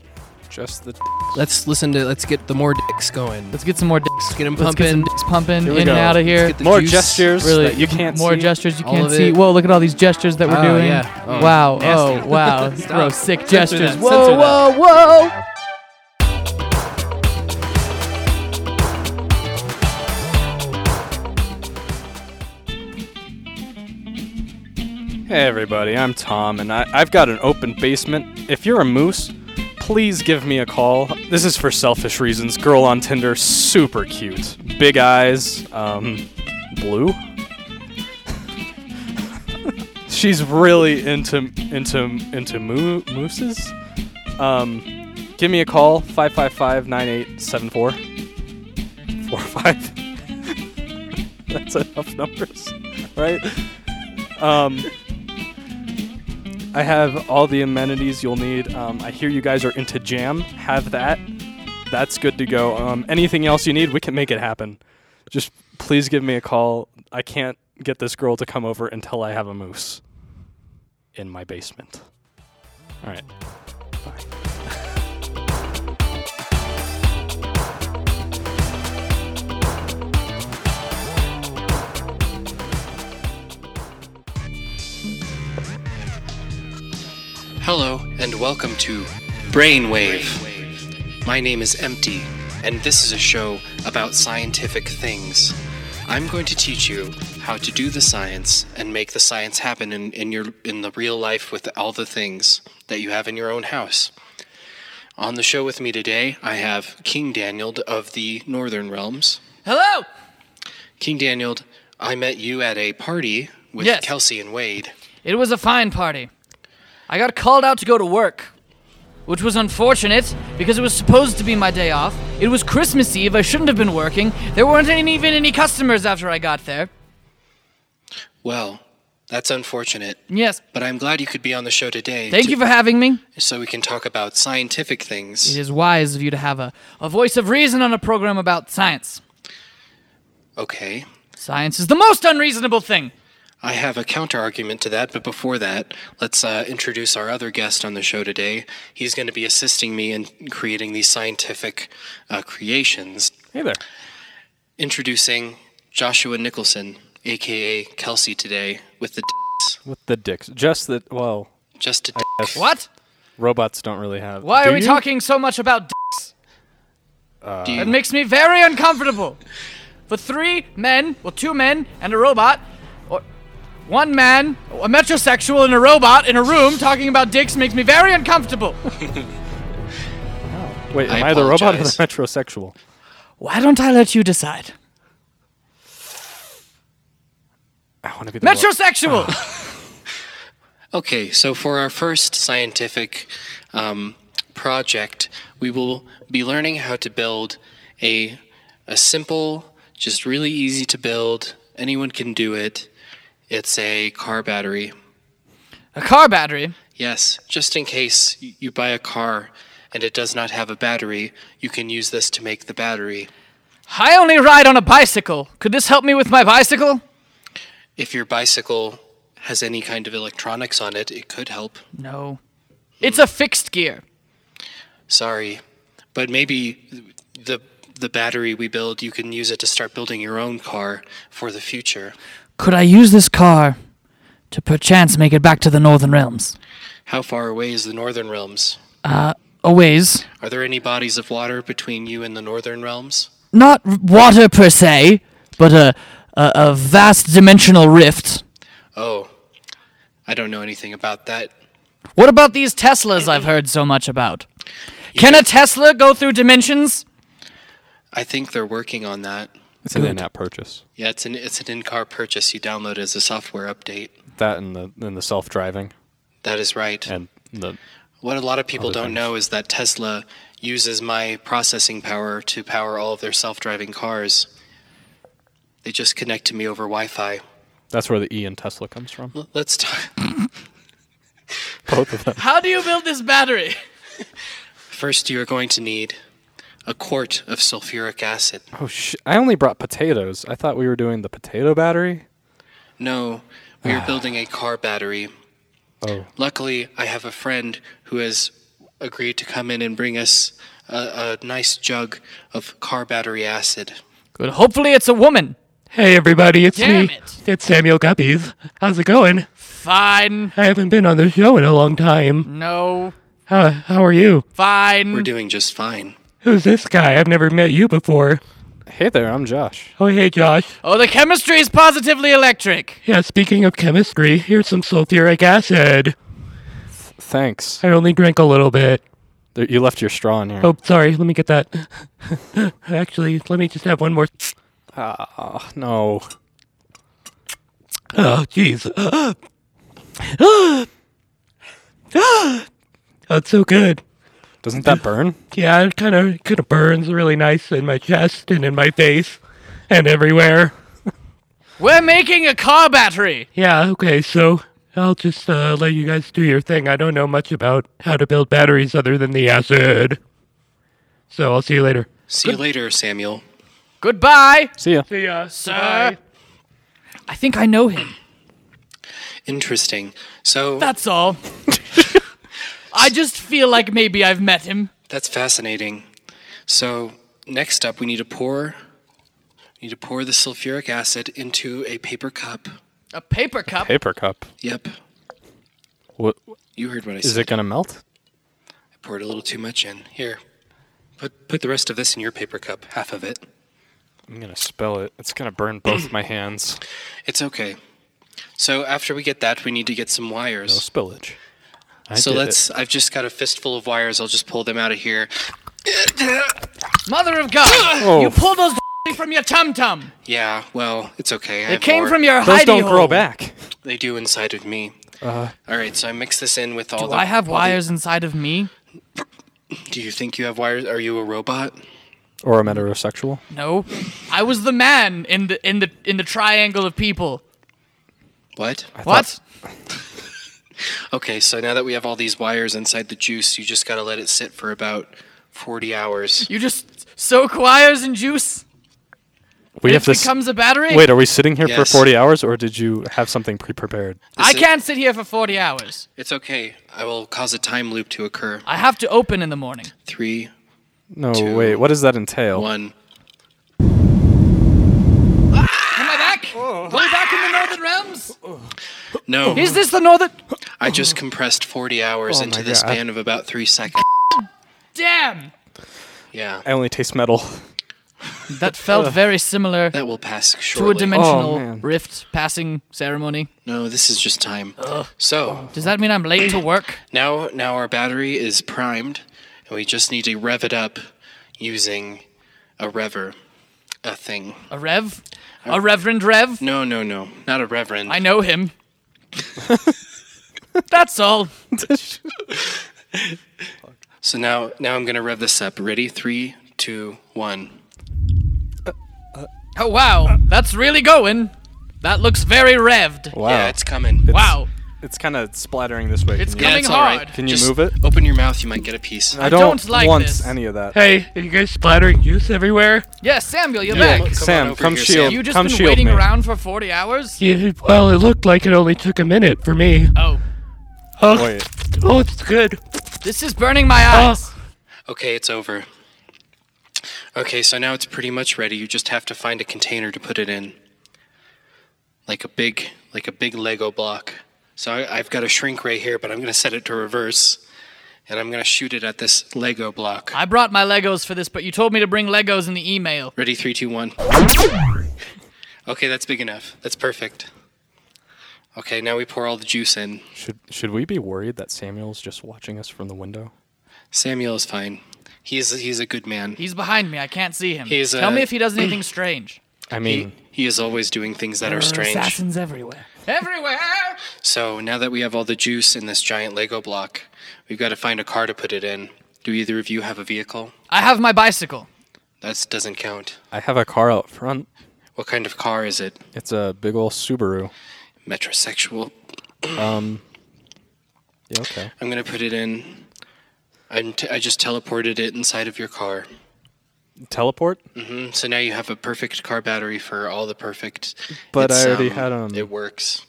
[SPEAKER 2] Just the.
[SPEAKER 1] Let's listen to. Let's get the more dicks going.
[SPEAKER 3] Let's get some more dicks.
[SPEAKER 1] Let's get 'em
[SPEAKER 3] Let's get some
[SPEAKER 1] pumping.
[SPEAKER 3] dicks pumping
[SPEAKER 1] Here
[SPEAKER 3] in
[SPEAKER 1] we
[SPEAKER 3] and
[SPEAKER 1] go.
[SPEAKER 3] out of here.
[SPEAKER 1] Let's get the
[SPEAKER 2] More
[SPEAKER 1] juice.
[SPEAKER 2] gestures
[SPEAKER 3] Really,
[SPEAKER 2] that you can't
[SPEAKER 3] more
[SPEAKER 2] see.
[SPEAKER 3] gestures you
[SPEAKER 1] All
[SPEAKER 3] can't
[SPEAKER 1] of
[SPEAKER 3] see.
[SPEAKER 1] it.
[SPEAKER 3] Whoa, look at all these gestures that we're
[SPEAKER 1] Oh,
[SPEAKER 3] doing.
[SPEAKER 1] yeah. Oh,
[SPEAKER 3] wow,
[SPEAKER 1] nasty.
[SPEAKER 3] oh, wow. Bro,
[SPEAKER 1] Stop.
[SPEAKER 3] sick
[SPEAKER 1] Censor
[SPEAKER 3] gestures.
[SPEAKER 1] that.
[SPEAKER 3] Whoa,
[SPEAKER 1] Censor
[SPEAKER 3] whoa,
[SPEAKER 1] that.
[SPEAKER 3] whoa.
[SPEAKER 2] Hey everybody, I'm Tom, and I, I've got an open basement. If you're a moose, please give me a call. This is for selfish reasons. Girl on Tinder, super cute, big eyes, um, blue. She's really into into into moo, mooses. Um, give me a call 555-9874. 45. That's enough numbers, right? Um, I have all the amenities you'll need. Um, I hear you guys are into jam. Have that. That's good to go. Um, anything else you need, we can make it happen. Just please give me a call. I can't get this girl to come over until I have a moose in my basement. All right. Bye.
[SPEAKER 1] Hello and welcome to Brainwave. My name is Empty, and this is a show about scientific things. I'm going to teach you how to do the science and make the science happen in, in your in the real life with all the things that you have in your own house. On the show with me today, I have King Daniel of the Northern Realms,
[SPEAKER 3] Hello.
[SPEAKER 1] King Daniel, I met you at a party with
[SPEAKER 3] Yes.
[SPEAKER 1] Kelsey and Wade.
[SPEAKER 3] It was a fine party. I got called out to go to work, which was unfortunate because it was supposed to be my day off. It was Christmas Eve. I shouldn't have been working. There weren't any, even any customers after I got there.
[SPEAKER 1] Well, that's unfortunate,
[SPEAKER 3] Yes.
[SPEAKER 1] but I'm glad you could be on the show today.
[SPEAKER 3] Thank
[SPEAKER 1] to-
[SPEAKER 3] you for having me.
[SPEAKER 1] So we can talk about scientific
[SPEAKER 3] It
[SPEAKER 1] things.
[SPEAKER 3] is wise of you to have a, a voice of reason on a program about science.
[SPEAKER 1] Okay.
[SPEAKER 3] Science is the most unreasonable thing.
[SPEAKER 1] I have a counter argument to that, but before that, let's uh, introduce our other guest on the show today. He's going to be assisting me in creating these scientific uh, creations.
[SPEAKER 2] Hey there.
[SPEAKER 1] Introducing Joshua Nicholson, aka Kelsey, today with the d-
[SPEAKER 2] With the dicks. Just that, well,
[SPEAKER 1] just a d-
[SPEAKER 2] yes,
[SPEAKER 3] What?
[SPEAKER 2] robots don't really have.
[SPEAKER 3] Why
[SPEAKER 2] Do
[SPEAKER 3] are we
[SPEAKER 2] you? Uh,
[SPEAKER 3] talking so much about dicks?
[SPEAKER 1] do you-
[SPEAKER 3] It makes me very uncomfortable. For three men, well, two men and a robot, or one man, a metrosexual and a robot in a room talking about dicks makes me very uncomfortable.
[SPEAKER 2] Wait, am
[SPEAKER 1] I
[SPEAKER 2] I, the robot or the
[SPEAKER 1] apologize.
[SPEAKER 2] metrosexual?
[SPEAKER 3] Why don't I let you decide?
[SPEAKER 2] I want to be the robot.
[SPEAKER 3] Metrosexual!
[SPEAKER 1] Okay, so for our first scientific um, project, we will be learning how to build a a simple, just really easy to build. Anyone can do it. It's a car battery.
[SPEAKER 3] a car battery.
[SPEAKER 1] Yes, just in case y- you buy a car and it does not have a battery, you can use this to make the battery.
[SPEAKER 3] I only ride on a bicycle. Could this help me with my bicycle?
[SPEAKER 1] If your bicycle has any kind of electronics on it, it could help.
[SPEAKER 3] No. It's a fixed gear.
[SPEAKER 1] Sorry, but maybe the the battery we build, you can use it to start building your own car for the future.
[SPEAKER 3] Could I use this car to perchance make it back to the Northern Realms? Uh,
[SPEAKER 1] How far away is the Northern Realms?
[SPEAKER 3] A ways.
[SPEAKER 1] Are there any bodies of water between you and the Northern Realms?
[SPEAKER 3] Not r- water per se, but a, a, a vast dimensional rift.
[SPEAKER 1] Oh, I don't know anything about that.
[SPEAKER 3] What about these Teslas I've heard so much about? Can a Tesla go through dimensions?
[SPEAKER 1] I think they're working on that.
[SPEAKER 2] It's an in-app purchase.
[SPEAKER 1] Yeah, it's an it's an in-car purchase. You download it as a software update.
[SPEAKER 2] That and the and the self-driving
[SPEAKER 1] That is right.
[SPEAKER 2] and the
[SPEAKER 1] What a lot of people
[SPEAKER 2] Other
[SPEAKER 1] don't
[SPEAKER 2] things.
[SPEAKER 1] know is that Tesla uses my processing power to power all of their self driving cars. They just connect to me over Wi Fi.
[SPEAKER 2] that's where the E in Tesla comes from.
[SPEAKER 1] Let's talk.
[SPEAKER 2] Both of them.
[SPEAKER 3] How do you build this battery?
[SPEAKER 1] First, you're going to need a quart of sulfuric acid.
[SPEAKER 2] Oh shit! I only brought potatoes. I thought we were doing the potato battery.
[SPEAKER 1] No, we are building a car battery.
[SPEAKER 2] Ah. Oh,
[SPEAKER 1] Luckily, I have a friend who has agreed to come in and bring us a, a nice jug of car battery acid.
[SPEAKER 3] Good. Hopefully, it's a woman.
[SPEAKER 5] Hey everybody, it's
[SPEAKER 3] Damn
[SPEAKER 5] me.
[SPEAKER 3] it.
[SPEAKER 5] It's Samuel Guppies. How's it going?
[SPEAKER 3] Fine.
[SPEAKER 5] I haven't been on the show in a long time.
[SPEAKER 3] No.
[SPEAKER 5] How, how are you?
[SPEAKER 3] Fine.
[SPEAKER 1] We're doing just fine.
[SPEAKER 5] Who's this guy? I've never met you before.
[SPEAKER 2] hey there. I'm Josh.
[SPEAKER 5] Oh, hey Josh.
[SPEAKER 3] oh, the chemistry is positively electric.
[SPEAKER 5] Yeah, speaking of chemistry, here's some sulfuric acid.
[SPEAKER 2] Thanks.
[SPEAKER 5] I only drank a little bit.
[SPEAKER 2] There- You left your straw in here.
[SPEAKER 5] Oh, sorry, let me get that. Actually, let me just have one more.
[SPEAKER 2] Ah. no.
[SPEAKER 5] Oh, jeez. That's so good.
[SPEAKER 2] Doesn't that burn?
[SPEAKER 5] Yeah, it kind of kind of burns really nice in my chest and in my face and everywhere.
[SPEAKER 3] We're making a car battery.
[SPEAKER 5] Yeah, okay, so I'll just uh, let you guys do your thing. I don't know much about how to build batteries other than the acid. So I'll see you later.
[SPEAKER 1] See you later, Samuel.
[SPEAKER 3] Goodbye,
[SPEAKER 2] See ya.
[SPEAKER 5] See ya.
[SPEAKER 3] sir. I think I know him.
[SPEAKER 1] Interesting. So.
[SPEAKER 3] That's all. I just feel like maybe I've met him.
[SPEAKER 1] That's fascinating. So next up, we need to pour. We need to pour the sulfuric acid into a paper cup.
[SPEAKER 3] A paper cup.
[SPEAKER 2] Paper cup.
[SPEAKER 1] Yep,
[SPEAKER 2] What
[SPEAKER 1] you heard what I
[SPEAKER 2] is
[SPEAKER 1] said.
[SPEAKER 2] it gonna melt?
[SPEAKER 1] I poured a little too much in. Here, put put the rest of this in your paper cup. Half of it.
[SPEAKER 2] I'm gonna spill it. It's gonna burn both my hands.
[SPEAKER 1] It's okay. So after we get that, we need to get some
[SPEAKER 2] No
[SPEAKER 1] wires.
[SPEAKER 2] spillage. I
[SPEAKER 1] so
[SPEAKER 2] did it.
[SPEAKER 1] let's. I've just got a fistful of wires. I'll just pull them out of here.
[SPEAKER 3] Mother of God!
[SPEAKER 2] Oh.
[SPEAKER 3] You pulled those from
[SPEAKER 6] from your tum tum.
[SPEAKER 1] Yeah, well, it's okay. I
[SPEAKER 6] It
[SPEAKER 1] have
[SPEAKER 6] came
[SPEAKER 1] more.
[SPEAKER 6] from your
[SPEAKER 2] Those
[SPEAKER 6] hidey
[SPEAKER 2] don't
[SPEAKER 6] hole.
[SPEAKER 2] grow back. Uh-huh.
[SPEAKER 1] They do inside of me. All right, so I mix this in with all
[SPEAKER 3] Do
[SPEAKER 1] the.
[SPEAKER 3] I have
[SPEAKER 1] all the-
[SPEAKER 3] wires inside of me?
[SPEAKER 1] Do you think you have wires? Are you a robot?
[SPEAKER 2] Or a heterosexual.
[SPEAKER 3] No.
[SPEAKER 6] I was the man in the in the in the triangle of people.
[SPEAKER 1] What?
[SPEAKER 6] What?
[SPEAKER 1] Okay, so now that we have all these wires inside the juice, you just gotta let it sit for about 40 hours.
[SPEAKER 6] You just soak wires in juice?
[SPEAKER 2] We have
[SPEAKER 6] It
[SPEAKER 2] to. s-
[SPEAKER 6] becomes a battery?
[SPEAKER 2] Wait, are we sitting here for
[SPEAKER 1] Yes.
[SPEAKER 2] 40 hours, or did you have something pre-prepared?
[SPEAKER 6] I
[SPEAKER 1] This is-
[SPEAKER 6] can't sit here for 40 hours.
[SPEAKER 1] It's okay. I will cause a time loop to occur.
[SPEAKER 6] I have to open in the morning.
[SPEAKER 1] Three,
[SPEAKER 2] No, wait. What does that entail?
[SPEAKER 1] one.
[SPEAKER 6] Am I back? Are we back in the Northern Realms?
[SPEAKER 1] No,
[SPEAKER 6] Is this the Northern?
[SPEAKER 1] I just compressed 40 hours
[SPEAKER 2] Oh
[SPEAKER 1] into
[SPEAKER 2] my
[SPEAKER 1] the
[SPEAKER 2] God.
[SPEAKER 1] span of about three seconds.
[SPEAKER 6] Damn!
[SPEAKER 1] Yeah,
[SPEAKER 2] I only taste metal.
[SPEAKER 3] That felt very similar
[SPEAKER 1] that will pass
[SPEAKER 3] to a
[SPEAKER 1] shortly.
[SPEAKER 3] dimensional
[SPEAKER 2] man.
[SPEAKER 3] rift passing ceremony.
[SPEAKER 1] no, this is just time. So
[SPEAKER 3] Does that mean I'm late to work?
[SPEAKER 1] now, now our battery is primed, and we just need to rev it up using a rever, a thing.
[SPEAKER 3] A rev? A reverend rev?
[SPEAKER 1] No, no, no, not a reverend.
[SPEAKER 3] I know him. That's all.
[SPEAKER 1] So now, now I'm gonna rev this up. Ready? Three, two, one.
[SPEAKER 3] Oh wow, that's really going. That looks very revved.
[SPEAKER 2] Wow.
[SPEAKER 1] Yeah, it's coming.
[SPEAKER 3] Wow.
[SPEAKER 2] It's kind of splattering this way.
[SPEAKER 6] It's
[SPEAKER 2] Can you,
[SPEAKER 1] yeah,
[SPEAKER 6] coming
[SPEAKER 1] it's all right.
[SPEAKER 6] hard.
[SPEAKER 2] can you
[SPEAKER 1] Just
[SPEAKER 2] move it?
[SPEAKER 1] Open your mouth. You might get a piece.
[SPEAKER 2] I
[SPEAKER 3] don't like
[SPEAKER 2] want
[SPEAKER 3] this.
[SPEAKER 2] any of that.
[SPEAKER 5] Hey, are you guys splattering juice everywhere?
[SPEAKER 3] Yes, Samuel, you're
[SPEAKER 1] Yeah,
[SPEAKER 3] back.
[SPEAKER 1] look- Come on
[SPEAKER 2] Sam,
[SPEAKER 1] over
[SPEAKER 2] come
[SPEAKER 1] here,
[SPEAKER 2] shield.
[SPEAKER 1] Sam.
[SPEAKER 3] You just
[SPEAKER 2] come
[SPEAKER 3] been
[SPEAKER 2] shield
[SPEAKER 3] waiting
[SPEAKER 2] me.
[SPEAKER 3] around for 40 hours?
[SPEAKER 5] Yeah, well, it looked like it only took a minute for me.
[SPEAKER 3] Oh,
[SPEAKER 5] Oh,
[SPEAKER 2] Wait.
[SPEAKER 5] oh it's good.
[SPEAKER 3] this is burning my eyes.
[SPEAKER 1] Okay, it's over. Okay, so now it's pretty much ready. You just have to find a container to put it in, like a big, like a big Lego block. So I, I've got a shrink ray here, but I'm gonna set it to reverse, and I'm gonna shoot it at this Lego block.
[SPEAKER 3] I brought my Legos for this, but you told me to bring Legos in the email.
[SPEAKER 1] Ready? Three, two, one. Okay, that's big enough. That's perfect. Okay, now we pour all the juice in.
[SPEAKER 2] Should should we be worried that Samuel's just watching us from the window?
[SPEAKER 1] Samuel is fine. He's he's a good man.
[SPEAKER 3] He's behind me. I can't see him.
[SPEAKER 1] He's,
[SPEAKER 3] Tell
[SPEAKER 1] uh,
[SPEAKER 3] me if he does anything strange.
[SPEAKER 2] I
[SPEAKER 1] He,
[SPEAKER 2] mean,
[SPEAKER 1] he is always doing things that are
[SPEAKER 6] Oh,
[SPEAKER 1] strange.
[SPEAKER 3] Assassins everywhere.
[SPEAKER 6] Everywhere!
[SPEAKER 1] So now that we have all the juice in this giant Lego block, we've got to find a car to put it in. Do either of you have a vehicle?
[SPEAKER 3] I have my bicycle.
[SPEAKER 1] That doesn't count.
[SPEAKER 2] I have a car out front.
[SPEAKER 1] What kind of car is it?
[SPEAKER 2] It's a big ol' Subaru. Um,
[SPEAKER 1] Metrosexual.
[SPEAKER 2] Yeah, okay.
[SPEAKER 1] I'm gonna put it in. I'm t- I just teleported it inside of your car.
[SPEAKER 2] Teleport?
[SPEAKER 1] Mm, So now you have a perfect car battery for all the perfect.
[SPEAKER 2] But I
[SPEAKER 1] It's,
[SPEAKER 2] already had, um,
[SPEAKER 1] It works.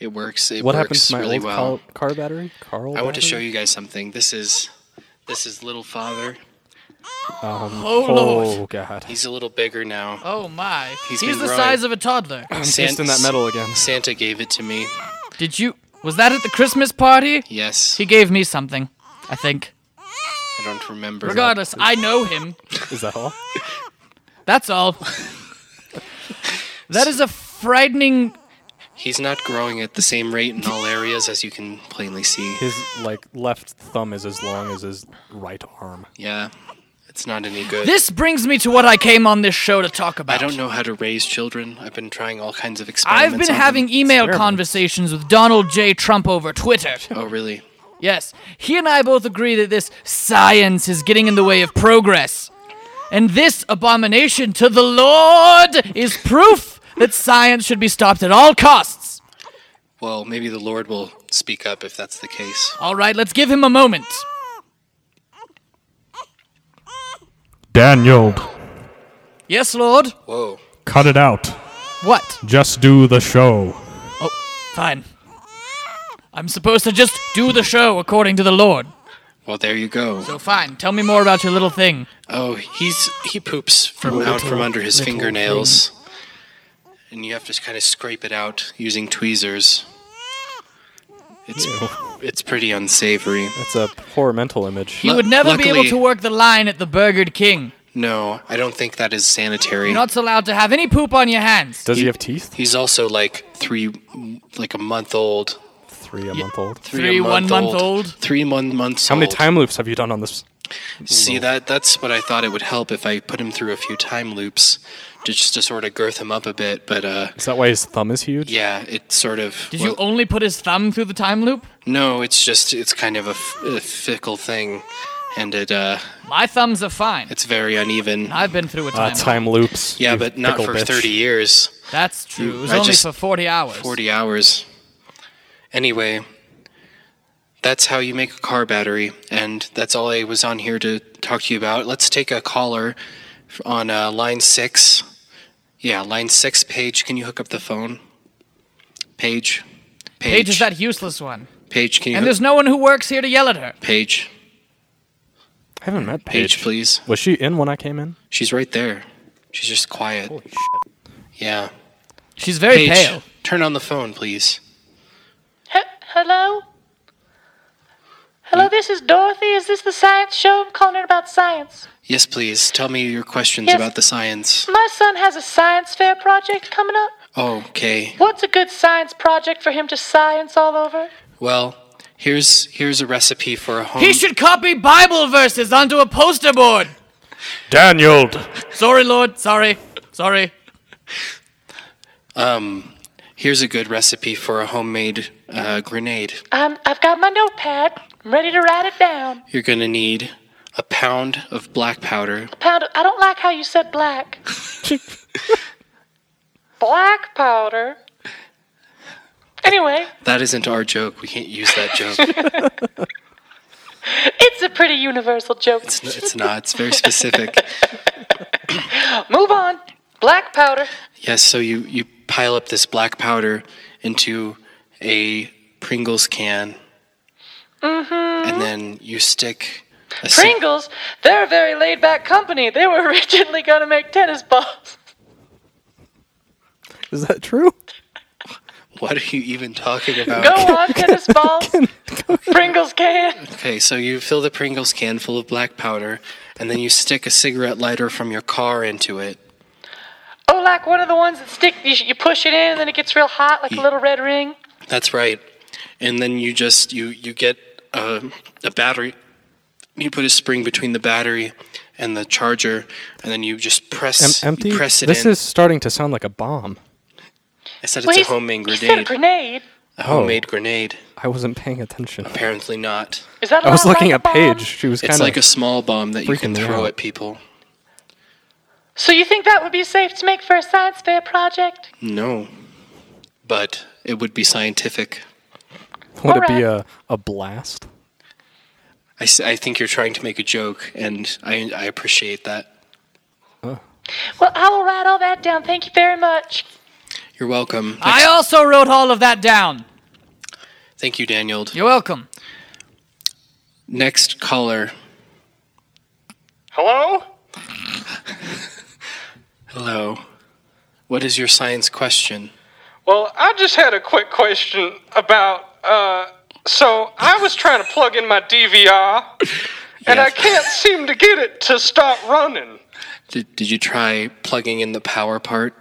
[SPEAKER 1] It works. It
[SPEAKER 2] What
[SPEAKER 1] works
[SPEAKER 2] happened to my
[SPEAKER 1] really
[SPEAKER 2] old
[SPEAKER 1] well.
[SPEAKER 2] car, car battery? Carl
[SPEAKER 1] I want to show
[SPEAKER 2] battery?
[SPEAKER 1] you guys something. This is this is little father.
[SPEAKER 2] Oh,
[SPEAKER 3] Lord.
[SPEAKER 2] God.
[SPEAKER 1] He's a little bigger now.
[SPEAKER 3] Oh my.
[SPEAKER 1] He's
[SPEAKER 3] He's,
[SPEAKER 1] been
[SPEAKER 3] the
[SPEAKER 1] growing.
[SPEAKER 3] size of a toddler.
[SPEAKER 1] San-
[SPEAKER 2] Tasting that metal again.
[SPEAKER 1] Santa gave it to me.
[SPEAKER 3] Did you. Was that at the Christmas party?
[SPEAKER 1] Yes.
[SPEAKER 3] He gave me something, I think.
[SPEAKER 1] I don't remember.
[SPEAKER 3] Regardless, I know him.
[SPEAKER 2] Is that all?
[SPEAKER 3] That's all. that is a frightening.
[SPEAKER 1] He's not growing at the same rate in all areas as you can plainly see.
[SPEAKER 2] His like left thumb is as long as his right arm.
[SPEAKER 1] Yeah. It's not any good.
[SPEAKER 3] This brings me to what I came on this show to talk about.
[SPEAKER 1] I don't know how to raise children. I've been trying all kinds of experiments.
[SPEAKER 3] I've been
[SPEAKER 1] on them.
[SPEAKER 3] having email
[SPEAKER 2] Experiments.
[SPEAKER 3] conversations with Donald J. Trump over Twitter.
[SPEAKER 1] Oh, really?
[SPEAKER 3] Yes, he and I both agree that this science is getting in the way of progress. And this abomination to the Lord is proof that science should be stopped at all costs.
[SPEAKER 1] Well, maybe the Lord will speak up if that's the case.
[SPEAKER 3] All right, let's give him a moment.
[SPEAKER 7] Daniel,
[SPEAKER 3] Yes, Lord?
[SPEAKER 1] Whoa.
[SPEAKER 7] cut it out.
[SPEAKER 3] What?
[SPEAKER 7] Just do the show.
[SPEAKER 3] Oh, fine. I'm supposed to just do the show according to the Lord.
[SPEAKER 1] Well, there you go.
[SPEAKER 3] So fine, tell me more about your little thing.
[SPEAKER 1] Oh, he's he poops from out from under his fingernails, and you have to kind of scrape it out using tweezers. It's it's pretty unsavory.
[SPEAKER 2] That's a poor mental image.
[SPEAKER 3] You
[SPEAKER 1] Lu-
[SPEAKER 3] would never be able
[SPEAKER 1] luckily-
[SPEAKER 3] to work the line at the Burgered King.
[SPEAKER 1] No, I don't think that is sanitary.
[SPEAKER 3] You're not allowed to have any poop on your hands.
[SPEAKER 2] Does he have teeth?
[SPEAKER 1] He's also like three, like a month old.
[SPEAKER 2] Three a month old.
[SPEAKER 1] Three, a
[SPEAKER 3] Three one month old?
[SPEAKER 1] Three one months.
[SPEAKER 2] How many
[SPEAKER 1] old.
[SPEAKER 2] time loops have you done on this
[SPEAKER 1] See that that's what I thought it would help if I put him through a few time loops, to, just to sort of girth him up a bit. But uh,
[SPEAKER 2] Is that why his thumb is huge?
[SPEAKER 1] yeah, it sort of.
[SPEAKER 6] Did you
[SPEAKER 1] well,
[SPEAKER 6] only put his thumb through the time loop?
[SPEAKER 1] no, it's just it's kind of a, f- a fickle thing, and it uh,
[SPEAKER 6] My thumbs are fine.
[SPEAKER 1] it's very uneven.
[SPEAKER 6] I've been through a
[SPEAKER 2] Uh,
[SPEAKER 6] time. loop.
[SPEAKER 2] time loops.
[SPEAKER 1] Yeah,
[SPEAKER 2] you
[SPEAKER 1] but not
[SPEAKER 2] fickle
[SPEAKER 1] for
[SPEAKER 2] bitch.
[SPEAKER 1] thirty years.
[SPEAKER 6] That's true. It was
[SPEAKER 1] I
[SPEAKER 6] only
[SPEAKER 1] just-
[SPEAKER 6] for 40 hours.
[SPEAKER 1] 40 hours. Anyway, that's how you make a car battery, and that's all I was on here to talk to you about. Let's take a caller f- on uh, line six. Yeah, line six, Paige. Can you hook up the phone? Paige. Paige.
[SPEAKER 6] Paige is that useless one.
[SPEAKER 1] Paige, can you
[SPEAKER 6] And
[SPEAKER 1] hook
[SPEAKER 6] there's no one who works here to yell at her.
[SPEAKER 1] Paige.
[SPEAKER 2] I haven't met Paige.
[SPEAKER 1] Paige, please.
[SPEAKER 2] Was she in when I came in?
[SPEAKER 1] She's right there. She's just quiet. Holy shit. Yeah.
[SPEAKER 6] She's very
[SPEAKER 1] Paige,
[SPEAKER 6] pale.
[SPEAKER 1] turn on the phone, please.
[SPEAKER 8] He- hello? Hello, this is Dorothy. Is this the science show? I'm calling in about science.
[SPEAKER 1] Yes, please. Tell me your questions
[SPEAKER 8] Yes.
[SPEAKER 1] about the science.
[SPEAKER 8] My son has a science fair project coming up.
[SPEAKER 1] Okay.
[SPEAKER 8] What's a good science project for him to science all over?
[SPEAKER 1] Well, here's here's a recipe for a home.
[SPEAKER 6] He should copy Bible verses onto a poster board.
[SPEAKER 2] Daniel.
[SPEAKER 6] Sorry, Lord. Sorry. Sorry.
[SPEAKER 1] Um, Here's a good recipe for a homemade uh, grenade.
[SPEAKER 8] Um, I've got my notepad. I'm ready to write it down.
[SPEAKER 1] You're gonna need a pound of black powder.
[SPEAKER 8] Pound. I don't like how you said black. black powder. Anyway,
[SPEAKER 1] That isn't our joke. We can't use that joke.
[SPEAKER 8] it's a pretty universal joke.
[SPEAKER 1] it's not. It's very specific.
[SPEAKER 8] Move on. Black powder.
[SPEAKER 1] Yes. So you you pile up this black powder into a Pringles can, and then you stick. A si-
[SPEAKER 8] Mm-hmm. Pringles, they're a very laid back company. They were originally going to make tennis balls.
[SPEAKER 2] Is that true?
[SPEAKER 1] what are you even talking about?
[SPEAKER 8] Go on, tennis balls. Pringles can.
[SPEAKER 1] Okay, so you fill the Pringles can full of black powder, and then you stick a cigarette lighter from your car into it.
[SPEAKER 8] Oh, like one of the ones that stick, you, you push it in and then it gets real hot, like a little red ring.
[SPEAKER 1] That's right. And then you just you you get uh, a battery. You put a spring between the battery and the charger, and then you just press.
[SPEAKER 2] Em- empty.
[SPEAKER 1] You press it
[SPEAKER 2] this
[SPEAKER 1] in.
[SPEAKER 2] is starting to sound like a bomb.
[SPEAKER 1] I said
[SPEAKER 8] Well,
[SPEAKER 1] it's a
[SPEAKER 8] he's-
[SPEAKER 1] homemade
[SPEAKER 8] he said a
[SPEAKER 1] grenade.
[SPEAKER 8] grenade.
[SPEAKER 1] a homemade grenade.
[SPEAKER 2] Oh. I wasn't paying attention.
[SPEAKER 1] Apparently not.
[SPEAKER 8] Is that a
[SPEAKER 2] I was
[SPEAKER 8] lot
[SPEAKER 2] looking
[SPEAKER 8] like
[SPEAKER 2] at
[SPEAKER 8] a bomb?
[SPEAKER 2] Paige. She was kind
[SPEAKER 1] It's
[SPEAKER 2] of
[SPEAKER 1] like a small bomb that you
[SPEAKER 2] freaking
[SPEAKER 1] can
[SPEAKER 2] me
[SPEAKER 1] throw
[SPEAKER 2] out.
[SPEAKER 1] at people.
[SPEAKER 8] So you think that would be safe to make for a science fair project?
[SPEAKER 1] No, but it would be scientific.
[SPEAKER 2] would it be
[SPEAKER 8] Alright.
[SPEAKER 2] a, a blast?
[SPEAKER 1] I, s- I think you're trying to make a joke, and I, I appreciate that.
[SPEAKER 8] Well, I will write all that down. Thank you very much.
[SPEAKER 1] You're welcome.
[SPEAKER 6] I also wrote all of that down.
[SPEAKER 1] Thank you, Daniel.
[SPEAKER 6] You're welcome.
[SPEAKER 1] Next caller.
[SPEAKER 9] Hello?
[SPEAKER 1] Hello. What is your science question?
[SPEAKER 9] Well, I just had a quick question about. Uh, so I was trying to plug in my DVR, and I
[SPEAKER 1] Yes.
[SPEAKER 9] can't seem to get it to stop running.
[SPEAKER 1] Did, did you try plugging in the power part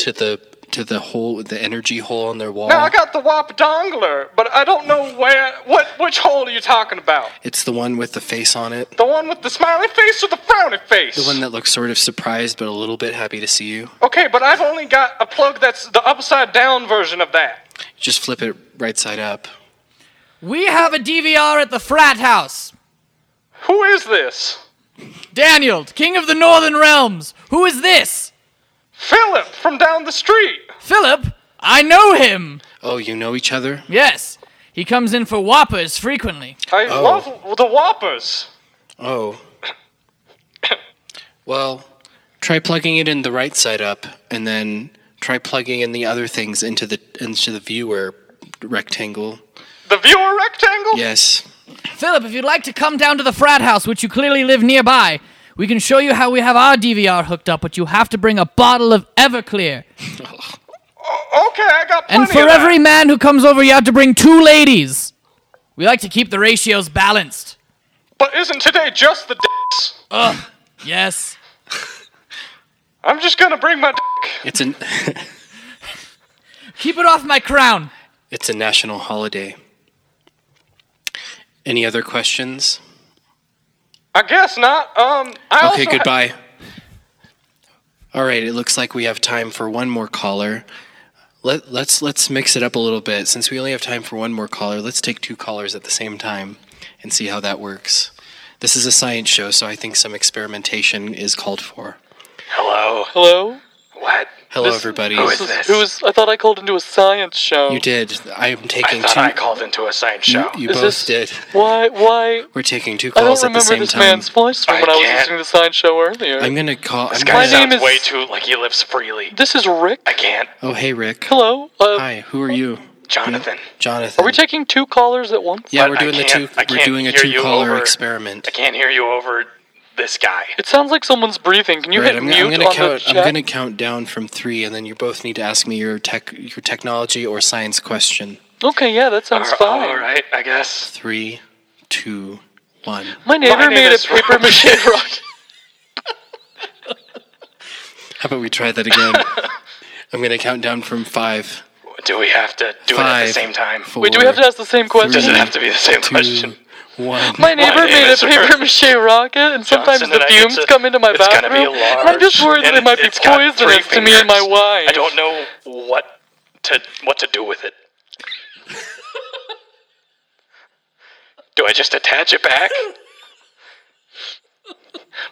[SPEAKER 1] to the to the hole the energy hole on their wall?
[SPEAKER 9] Now I got the WAP dongler, but I don't know where. What? Which hole are you talking about?
[SPEAKER 1] it's the one with the face on it.
[SPEAKER 9] The one with the smiley face or the frowny face?
[SPEAKER 1] The one that looks sort of surprised but a little bit happy to see you.
[SPEAKER 9] okay, but I've only got a plug that's the upside down version of that.
[SPEAKER 1] Just flip it right side up.
[SPEAKER 6] We have a DVR at the frat house.
[SPEAKER 9] Who is this?
[SPEAKER 6] Daniel, King of the Northern Realms. Who is this?
[SPEAKER 9] Philip from down the street.
[SPEAKER 6] Philip? I know him.
[SPEAKER 1] Oh, you know each other?
[SPEAKER 6] Yes. He comes in for whoppers frequently.
[SPEAKER 9] I love the Whoppers.
[SPEAKER 1] Oh. well, try plugging it in the right side up and then try plugging in the other things into the into the viewer rectangle.
[SPEAKER 9] The viewer rectangle.
[SPEAKER 1] Yes.
[SPEAKER 6] Philip, if you'd like to come down to the frat house, which you clearly live nearby, we can show you how we have our DVR hooked up, but you have to bring a bottle of Everclear.
[SPEAKER 9] Okay, I got plenty
[SPEAKER 6] And for
[SPEAKER 9] of that.
[SPEAKER 6] every man who comes over, you have to bring two ladies. We like to keep the ratios balanced.
[SPEAKER 9] But isn't today just the dicks?
[SPEAKER 6] Yes.
[SPEAKER 9] I'm just gonna bring my dick.
[SPEAKER 1] It's an
[SPEAKER 6] Keep it off my crown.
[SPEAKER 1] It's a national holiday. Any other questions?
[SPEAKER 9] I guess not. Um, I
[SPEAKER 1] Okay,
[SPEAKER 9] also ha-
[SPEAKER 1] goodbye. All right, it looks like we have time for one more caller. Let, let's let's mix it up a little bit. Since we only have time for one more caller, let's take two callers at the same time and see how that works. This is a science show, so I think some experimentation is called for.
[SPEAKER 10] Hello.
[SPEAKER 4] Hello?
[SPEAKER 10] What?
[SPEAKER 1] Hello,
[SPEAKER 4] This-
[SPEAKER 1] everybody.
[SPEAKER 10] Who is this?
[SPEAKER 4] It was. I thought I called into a science show.
[SPEAKER 1] You did. I am
[SPEAKER 10] I
[SPEAKER 1] taking
[SPEAKER 10] thought I
[SPEAKER 1] two.
[SPEAKER 10] called into a science show.
[SPEAKER 1] You, you
[SPEAKER 4] Is
[SPEAKER 1] both
[SPEAKER 4] this-
[SPEAKER 1] did.
[SPEAKER 4] Why? Why?
[SPEAKER 1] We're taking two
[SPEAKER 4] I don't
[SPEAKER 1] calls at the
[SPEAKER 4] remember
[SPEAKER 1] same
[SPEAKER 4] this
[SPEAKER 1] time.
[SPEAKER 4] man's voice from
[SPEAKER 10] I
[SPEAKER 4] when I was
[SPEAKER 10] can't-
[SPEAKER 4] listening to the science show earlier.
[SPEAKER 1] I'm gonna call.
[SPEAKER 10] This
[SPEAKER 1] I'm
[SPEAKER 10] guy
[SPEAKER 4] My
[SPEAKER 1] gonna,
[SPEAKER 4] name
[SPEAKER 10] sounds
[SPEAKER 4] is-
[SPEAKER 10] way too like he lives freely.
[SPEAKER 4] this is Rick.
[SPEAKER 10] I can't.
[SPEAKER 1] oh, hey, Rick.
[SPEAKER 4] Hello. Uh,
[SPEAKER 1] Hi. Who are you,
[SPEAKER 10] Jonathan.
[SPEAKER 1] Jonathan?
[SPEAKER 4] Are we taking two callers at once?
[SPEAKER 1] yeah,
[SPEAKER 10] But
[SPEAKER 1] we're
[SPEAKER 10] I
[SPEAKER 1] doing the two.
[SPEAKER 10] can't- I
[SPEAKER 1] We're
[SPEAKER 10] can't
[SPEAKER 1] doing a
[SPEAKER 10] hear you
[SPEAKER 1] two-caller
[SPEAKER 10] over-
[SPEAKER 1] experiment.
[SPEAKER 10] I can't hear you over this guy.
[SPEAKER 4] It sounds like someone's breathing. Can you
[SPEAKER 1] Right,
[SPEAKER 4] hit
[SPEAKER 1] I'm,
[SPEAKER 4] mute
[SPEAKER 1] I'm gonna
[SPEAKER 4] on the
[SPEAKER 1] count.
[SPEAKER 4] chat?
[SPEAKER 1] I'm gonna count down from three, and then you both need to ask me your tech, your technology or science question.
[SPEAKER 4] Okay, yeah, that sounds
[SPEAKER 10] All-
[SPEAKER 4] fine.
[SPEAKER 10] All right, I guess.
[SPEAKER 1] Three, two, one.
[SPEAKER 4] My neighbor
[SPEAKER 10] name
[SPEAKER 4] made a
[SPEAKER 10] is
[SPEAKER 4] paper mache rocket.
[SPEAKER 1] How about we try that again? I'm gonna count down from five.
[SPEAKER 10] Do we have to do it at
[SPEAKER 1] Five.
[SPEAKER 10] the same time?
[SPEAKER 1] Four,
[SPEAKER 4] Wait, do we have to ask the same question?
[SPEAKER 10] Does it have to be the same
[SPEAKER 1] two,
[SPEAKER 10] question?
[SPEAKER 1] One.
[SPEAKER 4] My neighbor
[SPEAKER 10] name
[SPEAKER 4] made a
[SPEAKER 10] is
[SPEAKER 4] paper mache rocket, and sometimes
[SPEAKER 10] Johnson,
[SPEAKER 4] the
[SPEAKER 10] and I-
[SPEAKER 4] fumes
[SPEAKER 10] it's a-
[SPEAKER 4] come into my
[SPEAKER 10] it's gonna be
[SPEAKER 4] bathroom.
[SPEAKER 10] large,
[SPEAKER 4] I'm just worried that
[SPEAKER 10] and
[SPEAKER 4] it might be
[SPEAKER 10] it's got three
[SPEAKER 4] poisonous to me and my
[SPEAKER 10] fingers.
[SPEAKER 4] wine.
[SPEAKER 10] I don't know what to what to do with it. do I just attach it back?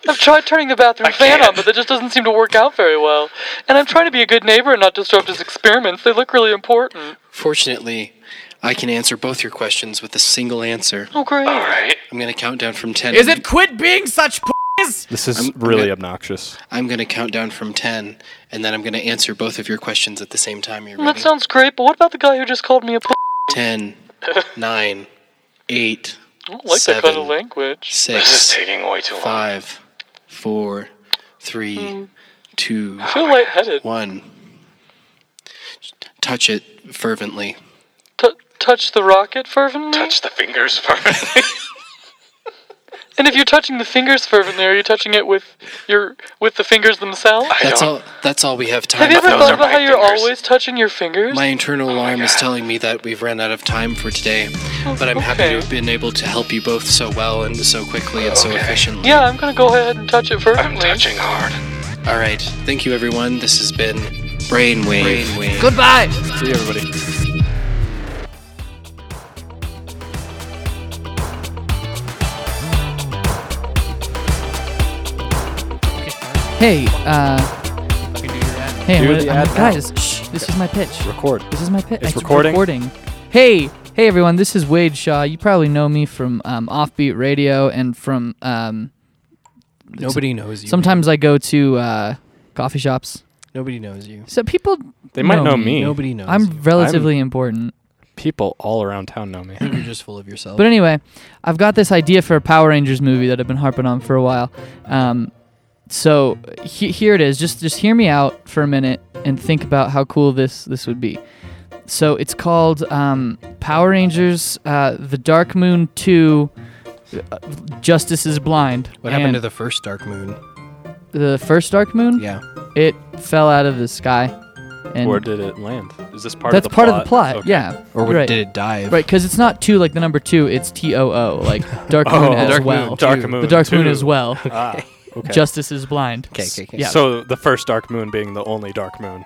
[SPEAKER 4] I've tried turning the bathroom
[SPEAKER 10] I
[SPEAKER 4] fan
[SPEAKER 10] can't.
[SPEAKER 4] on, but that just doesn't seem to work out very well. And I'm trying to be a good neighbor and not disrupt his experiments. They look really important.
[SPEAKER 1] Fortunately, I can answer both your questions with a single answer.
[SPEAKER 4] Oh, great.
[SPEAKER 10] All right.
[SPEAKER 1] I'm gonna count down from ten.
[SPEAKER 6] Is it quit being such p***s?
[SPEAKER 2] This is
[SPEAKER 1] I'm- I'm
[SPEAKER 2] really
[SPEAKER 1] good.
[SPEAKER 2] obnoxious.
[SPEAKER 1] I'm gonna count down from ten, and then I'm gonna answer both of your questions at the same time. You're
[SPEAKER 4] That
[SPEAKER 1] ready.
[SPEAKER 4] sounds great, but what about the guy who just called me a p-
[SPEAKER 1] Ten, nine, eight,
[SPEAKER 4] I don't like that kind
[SPEAKER 1] Seven.
[SPEAKER 4] of language.
[SPEAKER 1] six.
[SPEAKER 10] This is taking way too long.
[SPEAKER 1] Five, four, three, two,
[SPEAKER 4] Hmm. I feel lightheaded.
[SPEAKER 1] one. Touch it fervently.
[SPEAKER 4] T- touch the rocket fervently?
[SPEAKER 10] Touch the fingers first.
[SPEAKER 4] And if you're touching the fingers fervently, are you touching it with your with the fingers themselves?
[SPEAKER 10] I
[SPEAKER 1] That's
[SPEAKER 10] don't-
[SPEAKER 1] all. That's all we have time
[SPEAKER 4] Have you
[SPEAKER 1] for.
[SPEAKER 4] ever
[SPEAKER 10] those
[SPEAKER 4] thought
[SPEAKER 10] are
[SPEAKER 4] about
[SPEAKER 10] my
[SPEAKER 4] how you're
[SPEAKER 10] fingers.
[SPEAKER 4] always touching your fingers?
[SPEAKER 1] My internal alarm is
[SPEAKER 10] Oh God.
[SPEAKER 1] telling me that we've run out of time for today, but I'm happy to
[SPEAKER 4] okay.
[SPEAKER 1] have been able to help you both so well and so quickly and so
[SPEAKER 10] Okay.
[SPEAKER 1] efficiently.
[SPEAKER 4] yeah, I'm gonna go ahead and touch it
[SPEAKER 10] I'm
[SPEAKER 4] fervently.
[SPEAKER 10] touching hard.
[SPEAKER 1] All right. Thank you, everyone. This has been Brainwave. Brainwave.
[SPEAKER 6] Goodbye.
[SPEAKER 2] See everybody.
[SPEAKER 3] Hey, uh, hey, I'm
[SPEAKER 2] Do
[SPEAKER 3] gonna-
[SPEAKER 2] the
[SPEAKER 3] I'm
[SPEAKER 2] ad
[SPEAKER 3] gonna-
[SPEAKER 2] now.
[SPEAKER 3] guys, shh, this is my pitch.
[SPEAKER 2] Record.
[SPEAKER 3] This is my pitch.
[SPEAKER 2] It's recording?
[SPEAKER 3] Hey, hey everyone, this is Wade Shaw. You probably know me from um, Offbeat Radio and from um,
[SPEAKER 1] Nobody knows you.
[SPEAKER 3] sometimes I go to uh, coffee shops.
[SPEAKER 1] Nobody knows you.
[SPEAKER 3] So people,
[SPEAKER 2] They might
[SPEAKER 3] know
[SPEAKER 2] know
[SPEAKER 3] me.
[SPEAKER 2] me.
[SPEAKER 1] Nobody knows.
[SPEAKER 3] I'm
[SPEAKER 1] you.
[SPEAKER 3] relatively important.
[SPEAKER 2] People all around town know me.
[SPEAKER 1] You're just full of yourself.
[SPEAKER 3] But anyway, I've got this idea for a Power Rangers movie that I've been harping on for a while. Um, so he- here it is. Just just hear me out for a minute and think about how cool this this would be. So it's called um, Power Rangers: uh, The Dark Moon Two. uh, Justice is blind.
[SPEAKER 1] what happened to
[SPEAKER 3] And
[SPEAKER 1] the first Dark Moon?
[SPEAKER 3] the first Dark Moon?
[SPEAKER 1] Yeah.
[SPEAKER 3] It fell out of the sky, and
[SPEAKER 2] Where did it land? Is this part
[SPEAKER 3] that's
[SPEAKER 2] of the
[SPEAKER 3] part
[SPEAKER 2] plot?
[SPEAKER 3] of the plot.
[SPEAKER 2] Okay.
[SPEAKER 3] Yeah.
[SPEAKER 1] Or what
[SPEAKER 3] right.
[SPEAKER 1] did it dive?
[SPEAKER 3] Right, because it's not two like the number two. It's T O O, like Dark Moon
[SPEAKER 2] Oh,
[SPEAKER 3] as
[SPEAKER 2] Dark
[SPEAKER 3] well.
[SPEAKER 2] Moon, Dark
[SPEAKER 3] the
[SPEAKER 2] Moon
[SPEAKER 3] Dark Moon
[SPEAKER 2] too.
[SPEAKER 3] as well.
[SPEAKER 2] Ah, okay.
[SPEAKER 3] Justice is blind.
[SPEAKER 1] Okay, okay, okay.
[SPEAKER 3] Yeah.
[SPEAKER 2] So the first dark moon being the only dark moon.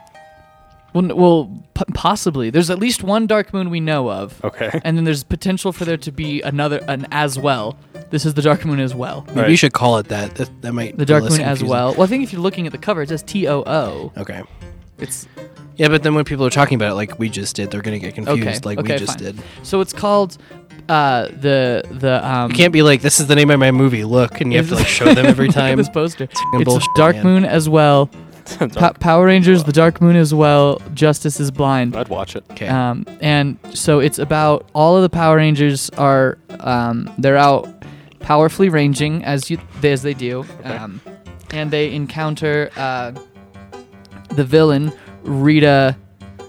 [SPEAKER 3] well, n- well, p- possibly. There's at least one Dark Moon we know of,
[SPEAKER 2] Okay.
[SPEAKER 3] and then there's potential for there to be another an as well. This is the Dark Moon as well.
[SPEAKER 1] Maybe you
[SPEAKER 2] Right.
[SPEAKER 1] should call it that. That, that might be
[SPEAKER 3] The Dark
[SPEAKER 1] less
[SPEAKER 3] Moon as
[SPEAKER 1] confusing.
[SPEAKER 3] well. Well, I think if you're looking at the cover, it says T O O.
[SPEAKER 1] Okay.
[SPEAKER 3] It's
[SPEAKER 1] Yeah, but then when people are talking about it, like we just did, they're gonna get confused,
[SPEAKER 3] okay.
[SPEAKER 1] like
[SPEAKER 3] okay,
[SPEAKER 1] we just
[SPEAKER 3] fine.
[SPEAKER 1] did.
[SPEAKER 3] So it's called uh, the the um.
[SPEAKER 1] You can't be like, "This is the name of my movie." Look, and you have to like show them every
[SPEAKER 3] look at
[SPEAKER 1] time.
[SPEAKER 3] this poster.
[SPEAKER 1] f***ing
[SPEAKER 3] It's
[SPEAKER 1] bullshit,
[SPEAKER 3] Dark
[SPEAKER 1] man.
[SPEAKER 3] Moon as well.
[SPEAKER 2] Dark-
[SPEAKER 3] Pa- Power Rangers, The Dark Moon as well. Justice is blind.
[SPEAKER 2] I'd watch it.
[SPEAKER 1] Okay.
[SPEAKER 3] Um, and so it's about all of the Power Rangers are um, they're out powerfully ranging as you as they do, um, and they encounter uh, the villain Rita R-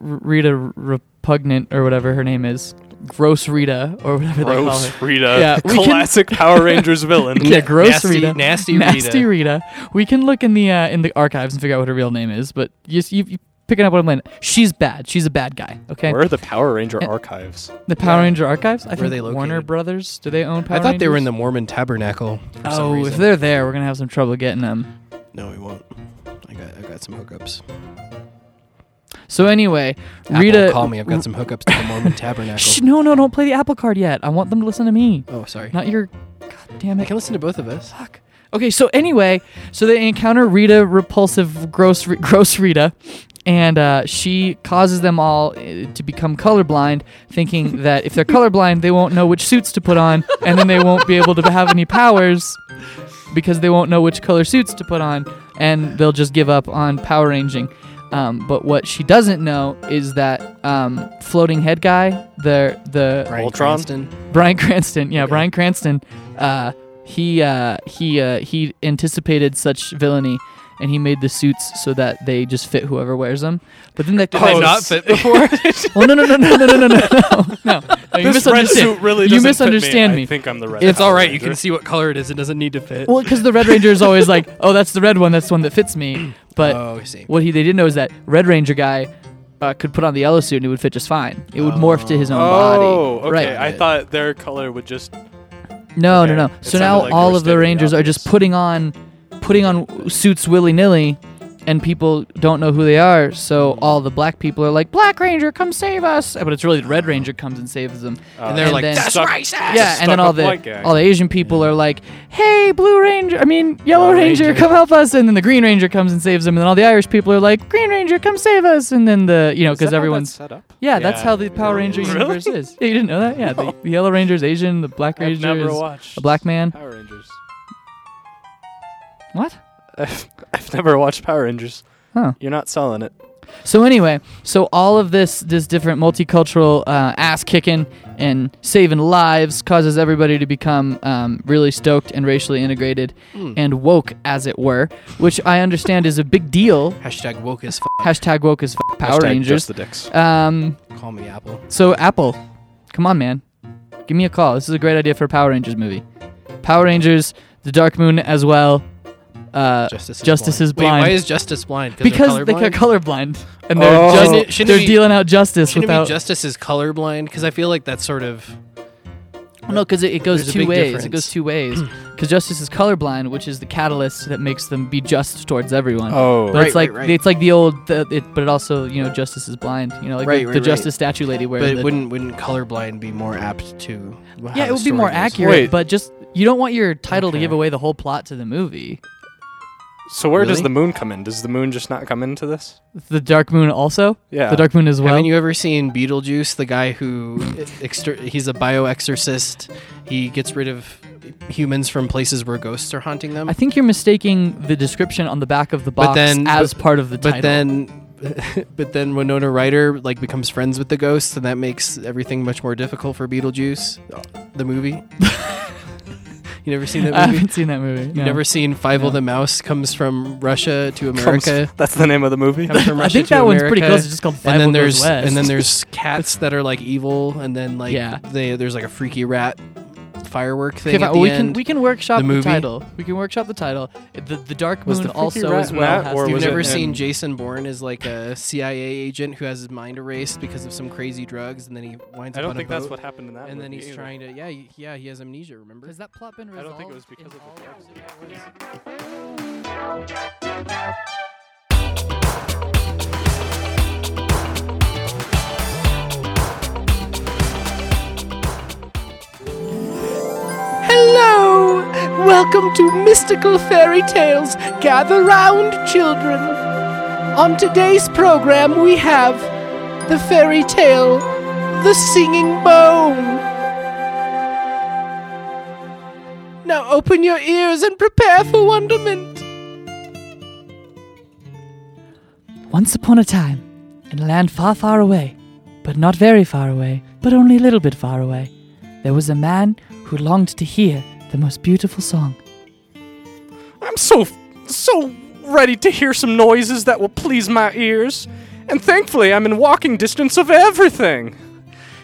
[SPEAKER 3] Rita Repugnant or whatever her name is, Gross Rita or whatever they call her.
[SPEAKER 2] Gross Rita,
[SPEAKER 3] Yeah, we can-
[SPEAKER 2] classic Power Rangers villain.
[SPEAKER 3] Yeah, gross
[SPEAKER 1] Nasty-
[SPEAKER 3] Rita,
[SPEAKER 1] nasty
[SPEAKER 3] nasty Rita. We can look in the uh, in the archives and figure out what her real name is, but you, you, you picking up what I'm laying. She's bad. She's a bad guy. Okay.
[SPEAKER 2] Where are the Power Ranger
[SPEAKER 3] Yeah.
[SPEAKER 2] archives?
[SPEAKER 3] The Power Ranger archives? I
[SPEAKER 1] Where are
[SPEAKER 3] think
[SPEAKER 1] they
[SPEAKER 3] Warner
[SPEAKER 1] located?
[SPEAKER 3] Brothers. Do they own Power
[SPEAKER 1] I thought they were in the
[SPEAKER 3] Rangers?
[SPEAKER 1] Mormon Tabernacle. For some
[SPEAKER 3] Oh, if
[SPEAKER 1] reason.
[SPEAKER 3] they're there, we're gonna have some trouble getting them.
[SPEAKER 1] no, we won't. I got I got some hookups.
[SPEAKER 3] So anyway,
[SPEAKER 1] Apple,
[SPEAKER 3] Rita,
[SPEAKER 1] call me. I've got some hookups to the Mormon Tabernacle.
[SPEAKER 3] Shh, no, no, don't play the Apple Card yet. I want them to listen to me,
[SPEAKER 1] Oh, sorry.
[SPEAKER 3] not your. God damn
[SPEAKER 1] I
[SPEAKER 3] it.
[SPEAKER 1] can listen to both of us.
[SPEAKER 3] Fuck. Okay, so anyway, so they encounter Rita, repulsive, gross, gross Rita, and uh, she causes them all uh, to become colorblind, thinking that if they're colorblind, they won't know which suits to put on, and then they won't be able to have any powers because they won't know which color suits to put on, and they'll just give up on power ranging. Um, but what she doesn't know is that um, floating head guy, the the
[SPEAKER 1] Bryan
[SPEAKER 2] Voltron?
[SPEAKER 1] Cranston.
[SPEAKER 3] Brian Cranston. Yeah, Brian Cranston. Uh, he uh, he uh, he anticipated such villainy, and he made the suits so that they just fit whoever wears them. But then that
[SPEAKER 2] they
[SPEAKER 3] caused-
[SPEAKER 2] not fit
[SPEAKER 3] before? well, no, no, no, no, no, no, no, no, no. no you
[SPEAKER 2] this red
[SPEAKER 3] misunderstand.
[SPEAKER 2] suit really
[SPEAKER 3] you
[SPEAKER 2] doesn't fit
[SPEAKER 3] misunderstand
[SPEAKER 2] me. I
[SPEAKER 3] me.
[SPEAKER 2] think I'm the red.
[SPEAKER 3] It's
[SPEAKER 1] It's
[SPEAKER 2] Power
[SPEAKER 1] all right. You
[SPEAKER 2] Ranger.
[SPEAKER 1] can see what color it is. It doesn't need to fit.
[SPEAKER 3] Well, because the Red Ranger is always like, oh, that's the red one. That's the one that fits me. But
[SPEAKER 1] oh, I see.
[SPEAKER 3] what he they didn't know is that Red Ranger guy. Uh, could put on the yellow suit and it would fit just fine. It would morph to his own
[SPEAKER 2] Oh, okay.
[SPEAKER 3] body. Right.
[SPEAKER 2] I thought their color would just.
[SPEAKER 3] No,
[SPEAKER 2] Okay.
[SPEAKER 3] no, no.
[SPEAKER 2] It
[SPEAKER 3] So
[SPEAKER 2] sounded
[SPEAKER 3] now
[SPEAKER 2] like you
[SPEAKER 3] all
[SPEAKER 2] were
[SPEAKER 3] of the
[SPEAKER 2] stating the
[SPEAKER 3] Rangers are just
[SPEAKER 2] obvious.
[SPEAKER 3] putting on, putting on suits willy nilly, and people don't know who they are. So all the black people are like, "Black Ranger, come save us!" But it's really the Red Ranger comes and saves them.
[SPEAKER 2] Uh,
[SPEAKER 1] and they're
[SPEAKER 3] and
[SPEAKER 1] like,
[SPEAKER 3] then-
[SPEAKER 1] that's
[SPEAKER 2] Suck-
[SPEAKER 1] racist.
[SPEAKER 3] yeah, and then
[SPEAKER 2] stuck
[SPEAKER 3] all
[SPEAKER 2] up
[SPEAKER 3] the
[SPEAKER 2] white guy.
[SPEAKER 3] all the Asian people are like, "Hey, Blue Ranger! I mean, Yellow
[SPEAKER 2] Yellow
[SPEAKER 3] Ranger,
[SPEAKER 2] Ranger.
[SPEAKER 3] come help us!" And then the Green Ranger comes and saves them. And then all the Irish people are like, "Green Ranger, come save us!" And then the you know because everyone's
[SPEAKER 2] set up.
[SPEAKER 3] yeah, that's
[SPEAKER 2] Yeah.
[SPEAKER 3] how the Power Ranger
[SPEAKER 2] Really?
[SPEAKER 3] universe is. Yeah, you didn't know that? Yeah, the, the Yellow Ranger's Asian, the Black
[SPEAKER 2] I've
[SPEAKER 3] Ranger
[SPEAKER 2] never
[SPEAKER 3] is
[SPEAKER 2] watched
[SPEAKER 3] a black man.
[SPEAKER 2] Power Rangers.
[SPEAKER 3] What?
[SPEAKER 2] I've, I've never watched Power Rangers.
[SPEAKER 3] Huh.
[SPEAKER 2] You're not selling it.
[SPEAKER 3] So anyway, so all of this this different multicultural uh, ass kicking and saving lives causes everybody to become um, really stoked and racially integrated
[SPEAKER 1] Hmm.
[SPEAKER 3] and woke, as it were, which I understand is a big deal.
[SPEAKER 1] Hashtag woke as
[SPEAKER 3] Hashtag woke as f- Power
[SPEAKER 2] Hashtag
[SPEAKER 3] Rangers.
[SPEAKER 2] Just the dicks.
[SPEAKER 3] Um,
[SPEAKER 1] f- Call me Apple.
[SPEAKER 3] so Apple, come on, man, give me a call. This is a great idea for a Power Rangers movie. Power Rangers, The Dark Moon, as well. Uh,
[SPEAKER 1] Justice is
[SPEAKER 3] Justice
[SPEAKER 1] blind.
[SPEAKER 3] is blind.
[SPEAKER 1] Wait, why is justice blind?
[SPEAKER 3] because
[SPEAKER 1] they're
[SPEAKER 3] they are
[SPEAKER 1] colorblind?
[SPEAKER 3] colorblind and they're
[SPEAKER 2] Oh.
[SPEAKER 3] just-
[SPEAKER 1] Shouldn't it- shouldn't it
[SPEAKER 3] they're
[SPEAKER 1] be-
[SPEAKER 3] dealing out justice
[SPEAKER 1] Shouldn't it
[SPEAKER 3] without
[SPEAKER 1] be justice is colorblind? Because I feel like that's sort of
[SPEAKER 3] No, because it, it goes
[SPEAKER 1] There's a
[SPEAKER 3] two
[SPEAKER 1] big
[SPEAKER 3] ways. It
[SPEAKER 1] difference.
[SPEAKER 3] goes two ways. Because justice is colorblind, which is the catalyst that makes them be just towards everyone.
[SPEAKER 2] Oh,
[SPEAKER 3] but
[SPEAKER 1] Right,
[SPEAKER 3] it's like
[SPEAKER 1] right, right.
[SPEAKER 3] it's like the old, the, it, but it also you know justice is blind. You know, like
[SPEAKER 1] Right,
[SPEAKER 3] the,
[SPEAKER 1] right,
[SPEAKER 3] the
[SPEAKER 1] right.
[SPEAKER 3] justice statue lady where.
[SPEAKER 1] But
[SPEAKER 3] the-
[SPEAKER 1] wouldn't wouldn't colorblind be more apt to? how
[SPEAKER 3] yeah, it
[SPEAKER 1] the
[SPEAKER 3] would be more
[SPEAKER 1] story goes?
[SPEAKER 3] accurate.
[SPEAKER 2] Wait.
[SPEAKER 3] But just you don't want your title to
[SPEAKER 1] Okay.
[SPEAKER 3] give away the whole plot to the movie.
[SPEAKER 2] so where does
[SPEAKER 1] Really?
[SPEAKER 2] the moon come in? Does the moon just not uh, come into this?
[SPEAKER 3] The dark moon also.
[SPEAKER 2] Yeah.
[SPEAKER 3] The dark moon as well.
[SPEAKER 1] Haven't you ever seen Beetlejuice? The guy who exter- he's a bioexorcist. He gets rid of humans from places where ghosts are haunting them.
[SPEAKER 3] I think you're mistaking the description on the back of the
[SPEAKER 1] But
[SPEAKER 3] box
[SPEAKER 1] then-
[SPEAKER 3] as
[SPEAKER 1] but-
[SPEAKER 3] part of the
[SPEAKER 1] but
[SPEAKER 3] title.
[SPEAKER 1] then, but then Winona Ryder like becomes friends with the ghosts, and that makes everything much more difficult for Beetlejuice, the movie. you never seen
[SPEAKER 3] I
[SPEAKER 1] that movie?
[SPEAKER 3] haven't seen that movie.
[SPEAKER 1] You
[SPEAKER 3] no.
[SPEAKER 1] never seen Five
[SPEAKER 3] No.
[SPEAKER 1] the Mouse comes from Russia to
[SPEAKER 2] Comes-
[SPEAKER 1] America?
[SPEAKER 2] that's the name of the movie.
[SPEAKER 1] Comes from
[SPEAKER 3] I
[SPEAKER 1] Russia
[SPEAKER 3] think
[SPEAKER 1] to
[SPEAKER 3] that one's pretty
[SPEAKER 1] America.
[SPEAKER 3] close. It's just called
[SPEAKER 1] and
[SPEAKER 3] Five
[SPEAKER 1] then
[SPEAKER 3] Will Goes
[SPEAKER 1] there's
[SPEAKER 3] West.
[SPEAKER 1] and then there's cats that are like evil, and then like
[SPEAKER 3] Yeah.
[SPEAKER 1] they, there's like a freaky rat firework thing.
[SPEAKER 3] Okay,
[SPEAKER 1] at
[SPEAKER 3] fine.
[SPEAKER 1] the
[SPEAKER 3] we
[SPEAKER 1] end.
[SPEAKER 3] can we can workshop
[SPEAKER 1] The
[SPEAKER 3] the,
[SPEAKER 1] movie.
[SPEAKER 3] title. We can workshop the title. The the Dark
[SPEAKER 2] Was
[SPEAKER 3] Moon
[SPEAKER 2] the Freaky
[SPEAKER 3] also
[SPEAKER 2] Rat
[SPEAKER 3] as
[SPEAKER 2] in
[SPEAKER 3] well.
[SPEAKER 2] that,
[SPEAKER 3] has
[SPEAKER 2] or
[SPEAKER 3] to-
[SPEAKER 1] You've
[SPEAKER 2] was it
[SPEAKER 1] never
[SPEAKER 2] in-
[SPEAKER 1] seen Jason Bourne as like a CIA agent who has his mind erased because of some crazy drugs, and then he winds
[SPEAKER 2] I don't
[SPEAKER 1] up on
[SPEAKER 2] think
[SPEAKER 1] a boat,
[SPEAKER 2] that's what happened in that.
[SPEAKER 1] and then
[SPEAKER 2] movie
[SPEAKER 1] he's
[SPEAKER 2] either.
[SPEAKER 1] trying to yeah he- yeah he has amnesia. Remember?
[SPEAKER 3] Has that plot been
[SPEAKER 2] I
[SPEAKER 3] resolved?
[SPEAKER 2] don't think it was because
[SPEAKER 3] in
[SPEAKER 2] of
[SPEAKER 3] all
[SPEAKER 2] the drugs.
[SPEAKER 3] of the-
[SPEAKER 1] Hello! Welcome to Mystical Fairy Tales. Gather round, children. On today's program, we have the fairy tale, The Singing Bone. Now open your ears and prepare for wonderment.
[SPEAKER 3] Once upon a time, in a land far, far away, but not very far away, but only a little bit far away, there was a man who longed to hear the most beautiful song.
[SPEAKER 2] I'm so so ready to hear some noises that will please my ears, and thankfully I'm in walking distance of everything.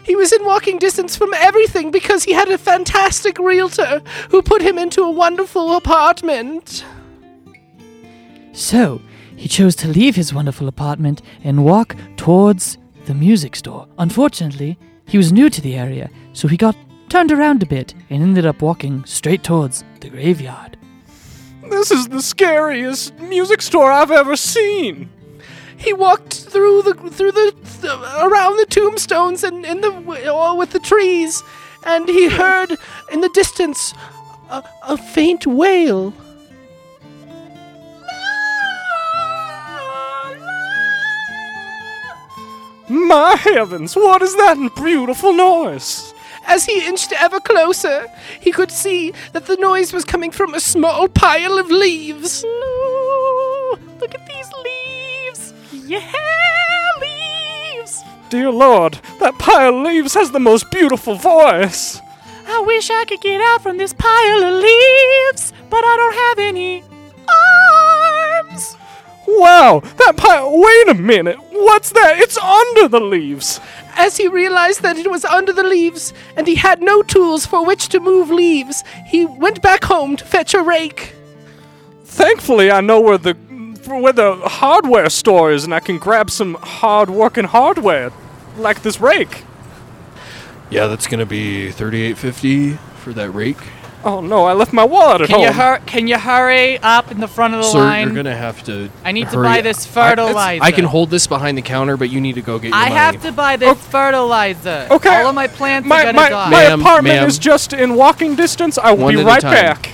[SPEAKER 1] He was in walking distance from everything because he had a fantastic realtor who put him into a wonderful apartment.
[SPEAKER 3] So,
[SPEAKER 6] He chose to leave his wonderful apartment and walk towards the music store. Unfortunately, he was new to the area, so he got turned around a bit and ended up walking straight towards the graveyard.
[SPEAKER 9] This is the scariest music store I've ever seen. He walked through the through the th- around the tombstones and in the w- with the trees, and he heard in the distance a, a faint wail. My heavens, what is that beautiful noise?
[SPEAKER 11] As he inched ever closer, he could see that the noise was coming from a small pile of leaves. No! Look at these leaves! Yeah, leaves!
[SPEAKER 9] Dear Lord, that pile of leaves has the most beautiful voice.
[SPEAKER 11] I wish I could get out from this pile of leaves, but I don't have any arms!
[SPEAKER 9] Wow, that pile. Wait a minute. What's that? It's under the leaves.
[SPEAKER 11] As he realized that it was under the leaves and he had no tools for which to move leaves, he went back home to fetch a rake.
[SPEAKER 9] Thankfully, I know where the where the hardware store is and I can grab some hard working hardware like this rake.
[SPEAKER 1] Yeah, that's gonna be thirty-eight fifty for that rake.
[SPEAKER 9] Oh no, I left my wallet at
[SPEAKER 8] can
[SPEAKER 9] home.
[SPEAKER 8] You hur- can you hurry up in the front of the
[SPEAKER 1] Sir,
[SPEAKER 8] line?
[SPEAKER 1] you're gonna have to.
[SPEAKER 8] I need to
[SPEAKER 1] hurry
[SPEAKER 8] buy
[SPEAKER 1] up.
[SPEAKER 8] this
[SPEAKER 1] I- it's-
[SPEAKER 8] fertilizer.
[SPEAKER 1] I, can hold this behind the counter, but you need to go get your
[SPEAKER 8] I
[SPEAKER 1] money.
[SPEAKER 8] have to buy this fertilizer.
[SPEAKER 9] Okay.
[SPEAKER 8] All of my plants
[SPEAKER 9] my
[SPEAKER 8] are gonna
[SPEAKER 9] my,
[SPEAKER 8] die.
[SPEAKER 9] my
[SPEAKER 1] Ma'am,
[SPEAKER 9] apartment
[SPEAKER 1] ma'am.
[SPEAKER 9] is just in walking distance. I will
[SPEAKER 1] One
[SPEAKER 9] be
[SPEAKER 1] at a
[SPEAKER 9] right
[SPEAKER 1] time.
[SPEAKER 9] back.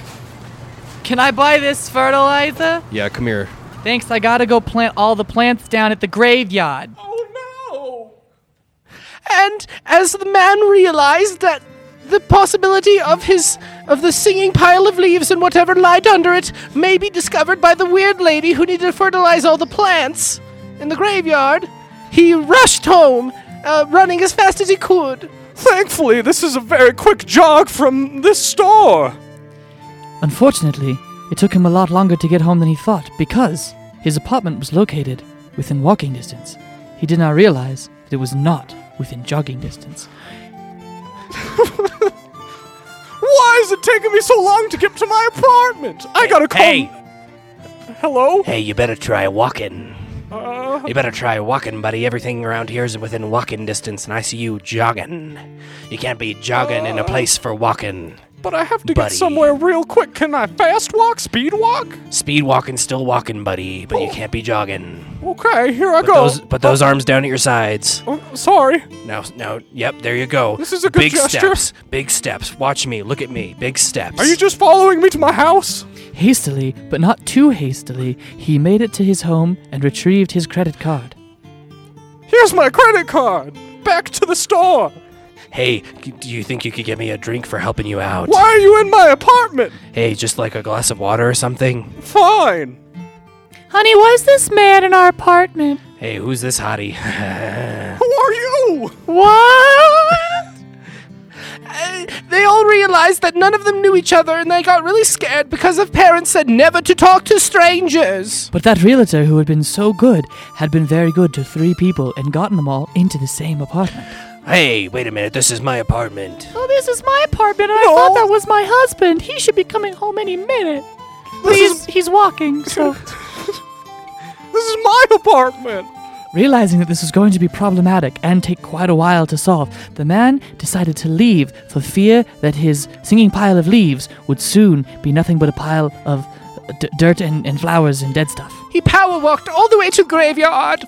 [SPEAKER 8] Can I buy this fertilizer?
[SPEAKER 1] Yeah, come here.
[SPEAKER 8] Thanks. I gotta go plant all the plants down at the graveyard.
[SPEAKER 11] Oh, And as the man realized that the possibility of his of the singing pile of leaves and whatever lied under it may be discovered by the weird lady who needed to fertilize all the plants in the graveyard, he rushed home, uh, running as fast as he could.
[SPEAKER 9] Thankfully, this is a very quick jog from this store.
[SPEAKER 6] Unfortunately, it took him a lot longer to get home than he thought because his apartment was located within walking distance. He did not realize that it was not within jogging distance.
[SPEAKER 9] Why is it taking me so long to get to my apartment? I gotta call.
[SPEAKER 12] Hey.
[SPEAKER 9] Hello?
[SPEAKER 12] Hey, you better try walking.
[SPEAKER 9] Uh,
[SPEAKER 12] You better try walking, buddy. Everything around here is within walking distance, and I see you jogging. You can't be jogging in a place for walking.
[SPEAKER 9] Uh, but I have to
[SPEAKER 12] buddy.
[SPEAKER 9] get somewhere real quick. Can I fast walk, speed walk?
[SPEAKER 12] Speed walking, still walking, buddy, but you can't be jogging.
[SPEAKER 9] Okay, here I
[SPEAKER 12] Put
[SPEAKER 9] go.
[SPEAKER 12] those, put those arms down at your sides.
[SPEAKER 9] Oh, sorry.
[SPEAKER 12] Now, now, yep, there you go.
[SPEAKER 9] This is a good
[SPEAKER 12] big
[SPEAKER 9] gesture.
[SPEAKER 12] steps. Big steps. Watch me. Look at me. Big steps.
[SPEAKER 9] Are you just following me to my house?
[SPEAKER 6] Hastily, but not too hastily, he made it to his home and retrieved his credit card.
[SPEAKER 9] Here's my credit card. Back to the store.
[SPEAKER 12] Hey, c- do you think you could get me a drink for helping you out?
[SPEAKER 9] Why are you in my apartment?
[SPEAKER 12] Hey, just like a glass of water or something.
[SPEAKER 9] Fine.
[SPEAKER 11] Honey, why is this man in our apartment?
[SPEAKER 12] Hey, who's this hottie?
[SPEAKER 9] Who are you?
[SPEAKER 11] What? Uh, they all realized that none of them knew each other and they got really scared because their parents said never to talk to strangers.
[SPEAKER 6] But that realtor who had been so good had been very good to three people and gotten them all into the same apartment.
[SPEAKER 12] hey, wait a minute. This is my apartment.
[SPEAKER 11] Oh, this is my apartment and I thought that was my husband. He should be coming home any minute. Please, he's walking, so.
[SPEAKER 9] This is my apartment.
[SPEAKER 6] Realizing that this was going to be problematic and take quite a while to solve, the man decided to leave for fear that his singing pile of leaves would soon be nothing but a pile of uh, d- dirt and, and flowers and dead stuff.
[SPEAKER 11] He power walked all the way to the graveyard.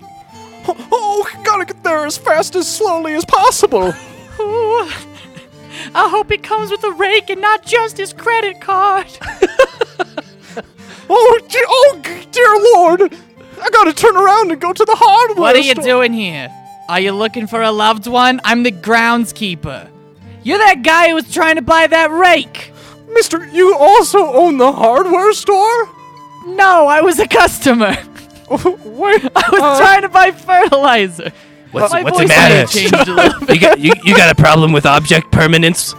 [SPEAKER 9] Oh, oh, gotta get there as fast as slowly as possible.
[SPEAKER 8] I hope it comes with a rake and not just his credit card.
[SPEAKER 9] Oh, de- oh, g- dear Lord. I gotta turn around and go to the hardware
[SPEAKER 8] What are you
[SPEAKER 9] store.
[SPEAKER 8] doing here? Are you looking for a loved one? I'm the groundskeeper. You're that guy who was trying to buy that rake.
[SPEAKER 9] Mister, you also own the hardware store?
[SPEAKER 8] No, I was a customer.
[SPEAKER 9] Wait. uh,
[SPEAKER 8] I was trying to buy fertilizer.
[SPEAKER 12] What's,
[SPEAKER 8] My
[SPEAKER 12] what's the
[SPEAKER 8] voice might have
[SPEAKER 12] matter?
[SPEAKER 8] changed a little
[SPEAKER 12] you, got, you, you got a problem with object permanence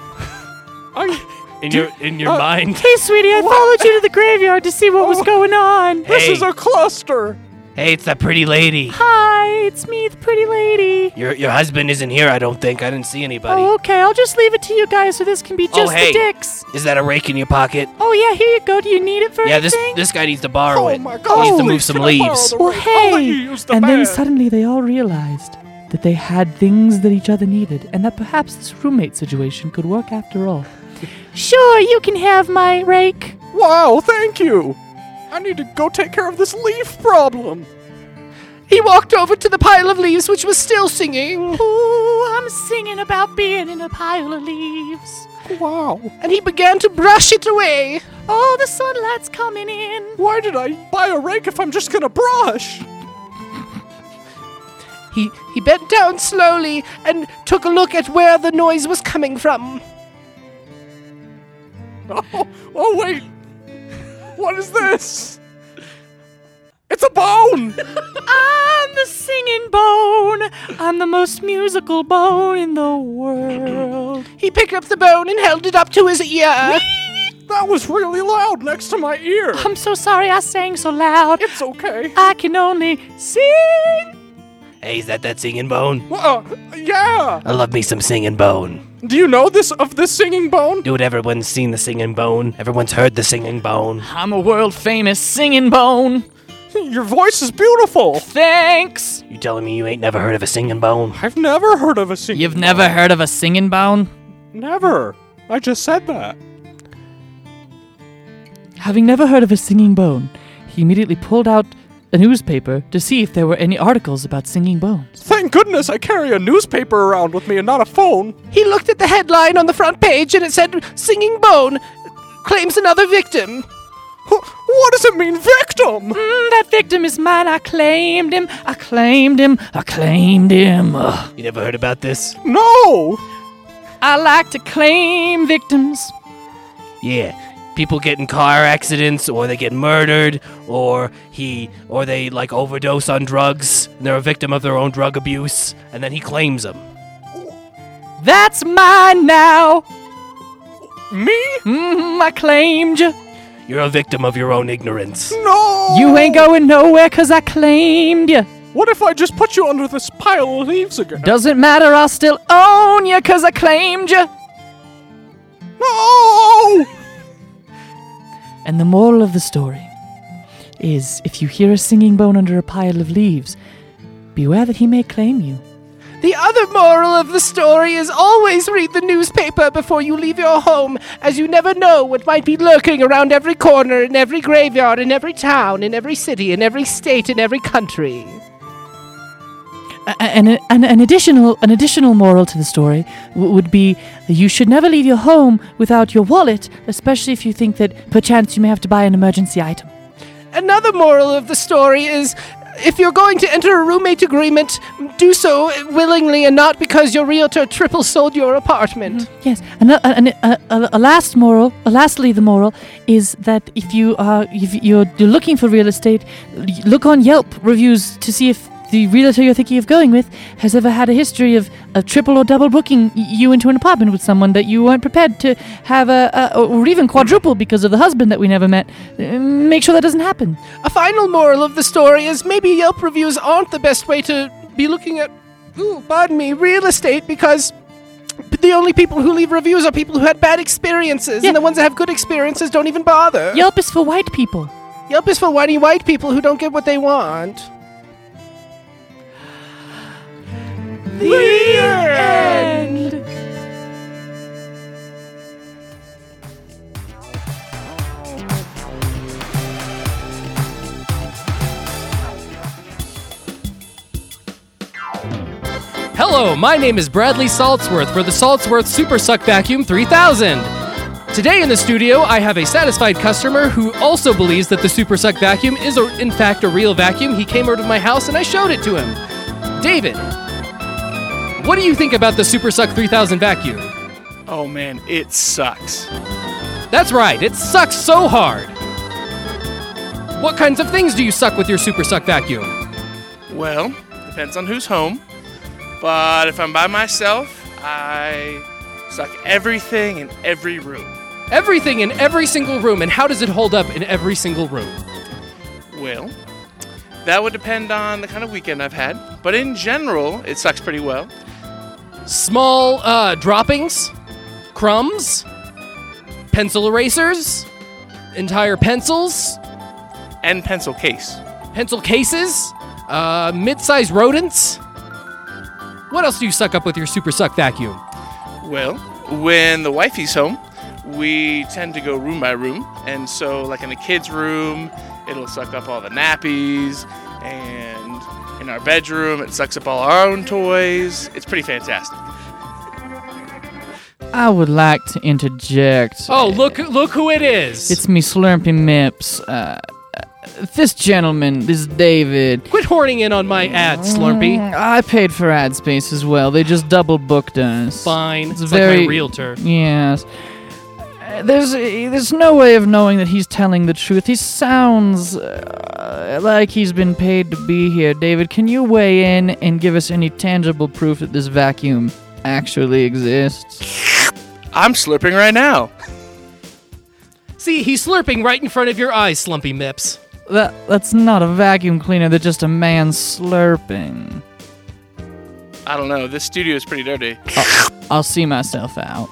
[SPEAKER 12] Oh. in
[SPEAKER 9] Do-
[SPEAKER 12] your in your
[SPEAKER 9] uh,
[SPEAKER 12] mind?
[SPEAKER 8] Hey, sweetie, I followed you to the graveyard to see what was going on.
[SPEAKER 9] This
[SPEAKER 12] Hey.
[SPEAKER 9] is a cluster.
[SPEAKER 12] Hey, it's that pretty lady.
[SPEAKER 8] Hi, it's me, the pretty lady.
[SPEAKER 12] Your your husband isn't here, I don't think. I didn't see anybody.
[SPEAKER 8] Oh, okay. I'll just leave it to you guys, so this can be just
[SPEAKER 12] Oh, hey.
[SPEAKER 8] the dicks.
[SPEAKER 12] Is that a rake in your pocket?
[SPEAKER 8] Oh yeah, here you go. Do you need it for
[SPEAKER 12] yeah, this
[SPEAKER 8] anything?
[SPEAKER 12] this guy needs to borrow it.
[SPEAKER 8] God.
[SPEAKER 12] He needs to
[SPEAKER 8] Oh,
[SPEAKER 12] move some leaves.
[SPEAKER 8] Well,
[SPEAKER 6] Oh,
[SPEAKER 8] hey!
[SPEAKER 6] and then suddenly they all realized that they had things that each other needed, and that perhaps this roommate situation could work after all.
[SPEAKER 8] Sure, you can have my rake.
[SPEAKER 11] Wow, thank you. I need to go take care of this leaf problem. He walked over to the pile of leaves, which was still singing.
[SPEAKER 8] Ooh, I'm singing about being in a pile of leaves.
[SPEAKER 11] Wow. And he began to brush it away.
[SPEAKER 8] Oh, the sunlight's coming in.
[SPEAKER 11] Why did I buy a rake if I'm just gonna brush? he he bent down slowly and took a look at where the noise was coming from. Oh, oh wait. What is this? It's a bone.
[SPEAKER 8] I'm the singing bone. I'm the most musical bone in the world.
[SPEAKER 11] He picked up the bone and held it up to his ear. That was really loud next to my ear.
[SPEAKER 8] I'm so sorry I sang so loud.
[SPEAKER 11] It's okay.
[SPEAKER 8] I can only sing.
[SPEAKER 12] Hey, is that that singing bone?
[SPEAKER 11] Well, uh, yeah.
[SPEAKER 12] I love me some singing bone.
[SPEAKER 11] Do you know this of this singing bone?
[SPEAKER 12] Dude, everyone's seen the singing bone. Everyone's heard the singing bone.
[SPEAKER 3] I'm a world famous singing bone.
[SPEAKER 11] Your voice is beautiful.
[SPEAKER 3] Thanks.
[SPEAKER 12] You telling me you ain't never heard of a singing bone?
[SPEAKER 11] I've never heard of a singing.
[SPEAKER 3] You've never heard of a singing bone?
[SPEAKER 11] Never. I just said that.
[SPEAKER 6] Having never heard of a singing bone, he immediately pulled out a newspaper to see if there were any articles about singing bones.
[SPEAKER 11] Thank goodness I carry a newspaper around with me and not a phone.
[SPEAKER 13] He looked at the headline on the front page and it said, Singing Bone claims another victim.
[SPEAKER 11] What does it mean, victim?
[SPEAKER 6] Mm, that victim is mine. I claimed him. I claimed him. I claimed him. Ugh.
[SPEAKER 12] You never heard about this?
[SPEAKER 11] No.
[SPEAKER 6] I like to claim victims.
[SPEAKER 12] Yeah. People get in car accidents or they get murdered or he or they like overdose on drugs and they're a victim of their own drug abuse and then he claims them.
[SPEAKER 6] That's mine now.
[SPEAKER 11] Me?
[SPEAKER 6] Mm, I claimed you.
[SPEAKER 12] You're a victim of your own ignorance.
[SPEAKER 11] No.
[SPEAKER 6] You ain't going nowhere 'cause I claimed you.
[SPEAKER 11] What if I just put you under this pile of leaves again?
[SPEAKER 6] Doesn't matter, I still own you 'cause I claimed you.
[SPEAKER 11] No.
[SPEAKER 6] And the moral of the story is if you hear a singing bone under a pile of leaves, beware that he may claim you.
[SPEAKER 11] The other moral of the story is always read the newspaper before you leave your home, as you never know what might be lurking around every corner, in every graveyard, in every town, in every city, in every state, in every country.
[SPEAKER 6] A- And a- an, an additional an additional moral to the story w- would be that you should never leave your home without your wallet, especially if you think that perchance you may have to buy an emergency item.
[SPEAKER 11] Another moral of the story is if you're going to enter a roommate agreement, do so willingly and not because your realtor triple sold your apartment.
[SPEAKER 6] Yes, and a, and a, a, a- a last moral, a lastly, the moral is that if you are if you're, you're looking for real estate, l- look on Yelp reviews to see if the realtor you're thinking of going with has ever had a history of a triple or double booking y- you into an apartment with someone that you weren't prepared to have a, a or even quadruple because of the husband that we never met. Uh, Make sure that doesn't happen.
[SPEAKER 11] A final moral of the story is maybe Yelp reviews aren't the best way to be looking at, ooh, pardon me, real estate because the only people who leave reviews are people who had bad experiences, and the ones that have good experiences don't even bother.
[SPEAKER 6] Yelp is for white people.
[SPEAKER 11] Yelp is for whiny white people who don't get what they want. The end.
[SPEAKER 1] Hello, my name is Bradley Saltsworth for the Saltsworth Super Suck Vacuum 3000. Today in the studio, I have a satisfied customer who also believes that the Super Suck Vacuum is, a, in fact, a real vacuum. He came over to my house and I showed it to him. David, what do you think about the Super Suck 3000 vacuum?
[SPEAKER 14] Oh man, it sucks.
[SPEAKER 1] That's right, it sucks so hard. What kinds of things do you suck with your Super Suck vacuum?
[SPEAKER 14] Well, depends on who's home. But if I'm by myself, I suck everything in every room.
[SPEAKER 1] Everything in every single room, and how does it hold up in every single room?
[SPEAKER 14] Well, That would depend on the kind of weekend I've had, but in general, it sucks pretty well.
[SPEAKER 1] Small uh, droppings, crumbs, pencil erasers, entire pencils,
[SPEAKER 14] and pencil case.
[SPEAKER 1] Pencil cases, uh, mid-sized rodents. What else do you suck up with your super suck vacuum?
[SPEAKER 14] Well, when the wifey's home, we tend to go room by room, and so like in the kids' room, it'll suck up all the nappies, and in our bedroom, it sucks up all our own toys. It's pretty fantastic.
[SPEAKER 3] I would like to interject.
[SPEAKER 1] Oh, look! Look who it is!
[SPEAKER 3] It's me, Slurpy Mips. Uh, this gentleman, this David. Mm,
[SPEAKER 1] Quit horning in on my ad, Slurpy.
[SPEAKER 3] I paid for ad space as well. They just double booked us.
[SPEAKER 1] Fine. It's, very, like my realtor.
[SPEAKER 3] Yes. Uh, There's there's no way of knowing that he's telling the truth. He sounds uh, like he's been paid to be here. David, can you weigh in and give us any tangible proof that this vacuum actually exists?
[SPEAKER 14] I'm slurping right now.
[SPEAKER 1] See, he's slurping right in front of your eyes, Slumpy Mips.
[SPEAKER 3] That that's not a vacuum cleaner. That's just a man slurping.
[SPEAKER 14] I don't know. This studio is pretty dirty.
[SPEAKER 3] I'll see myself out.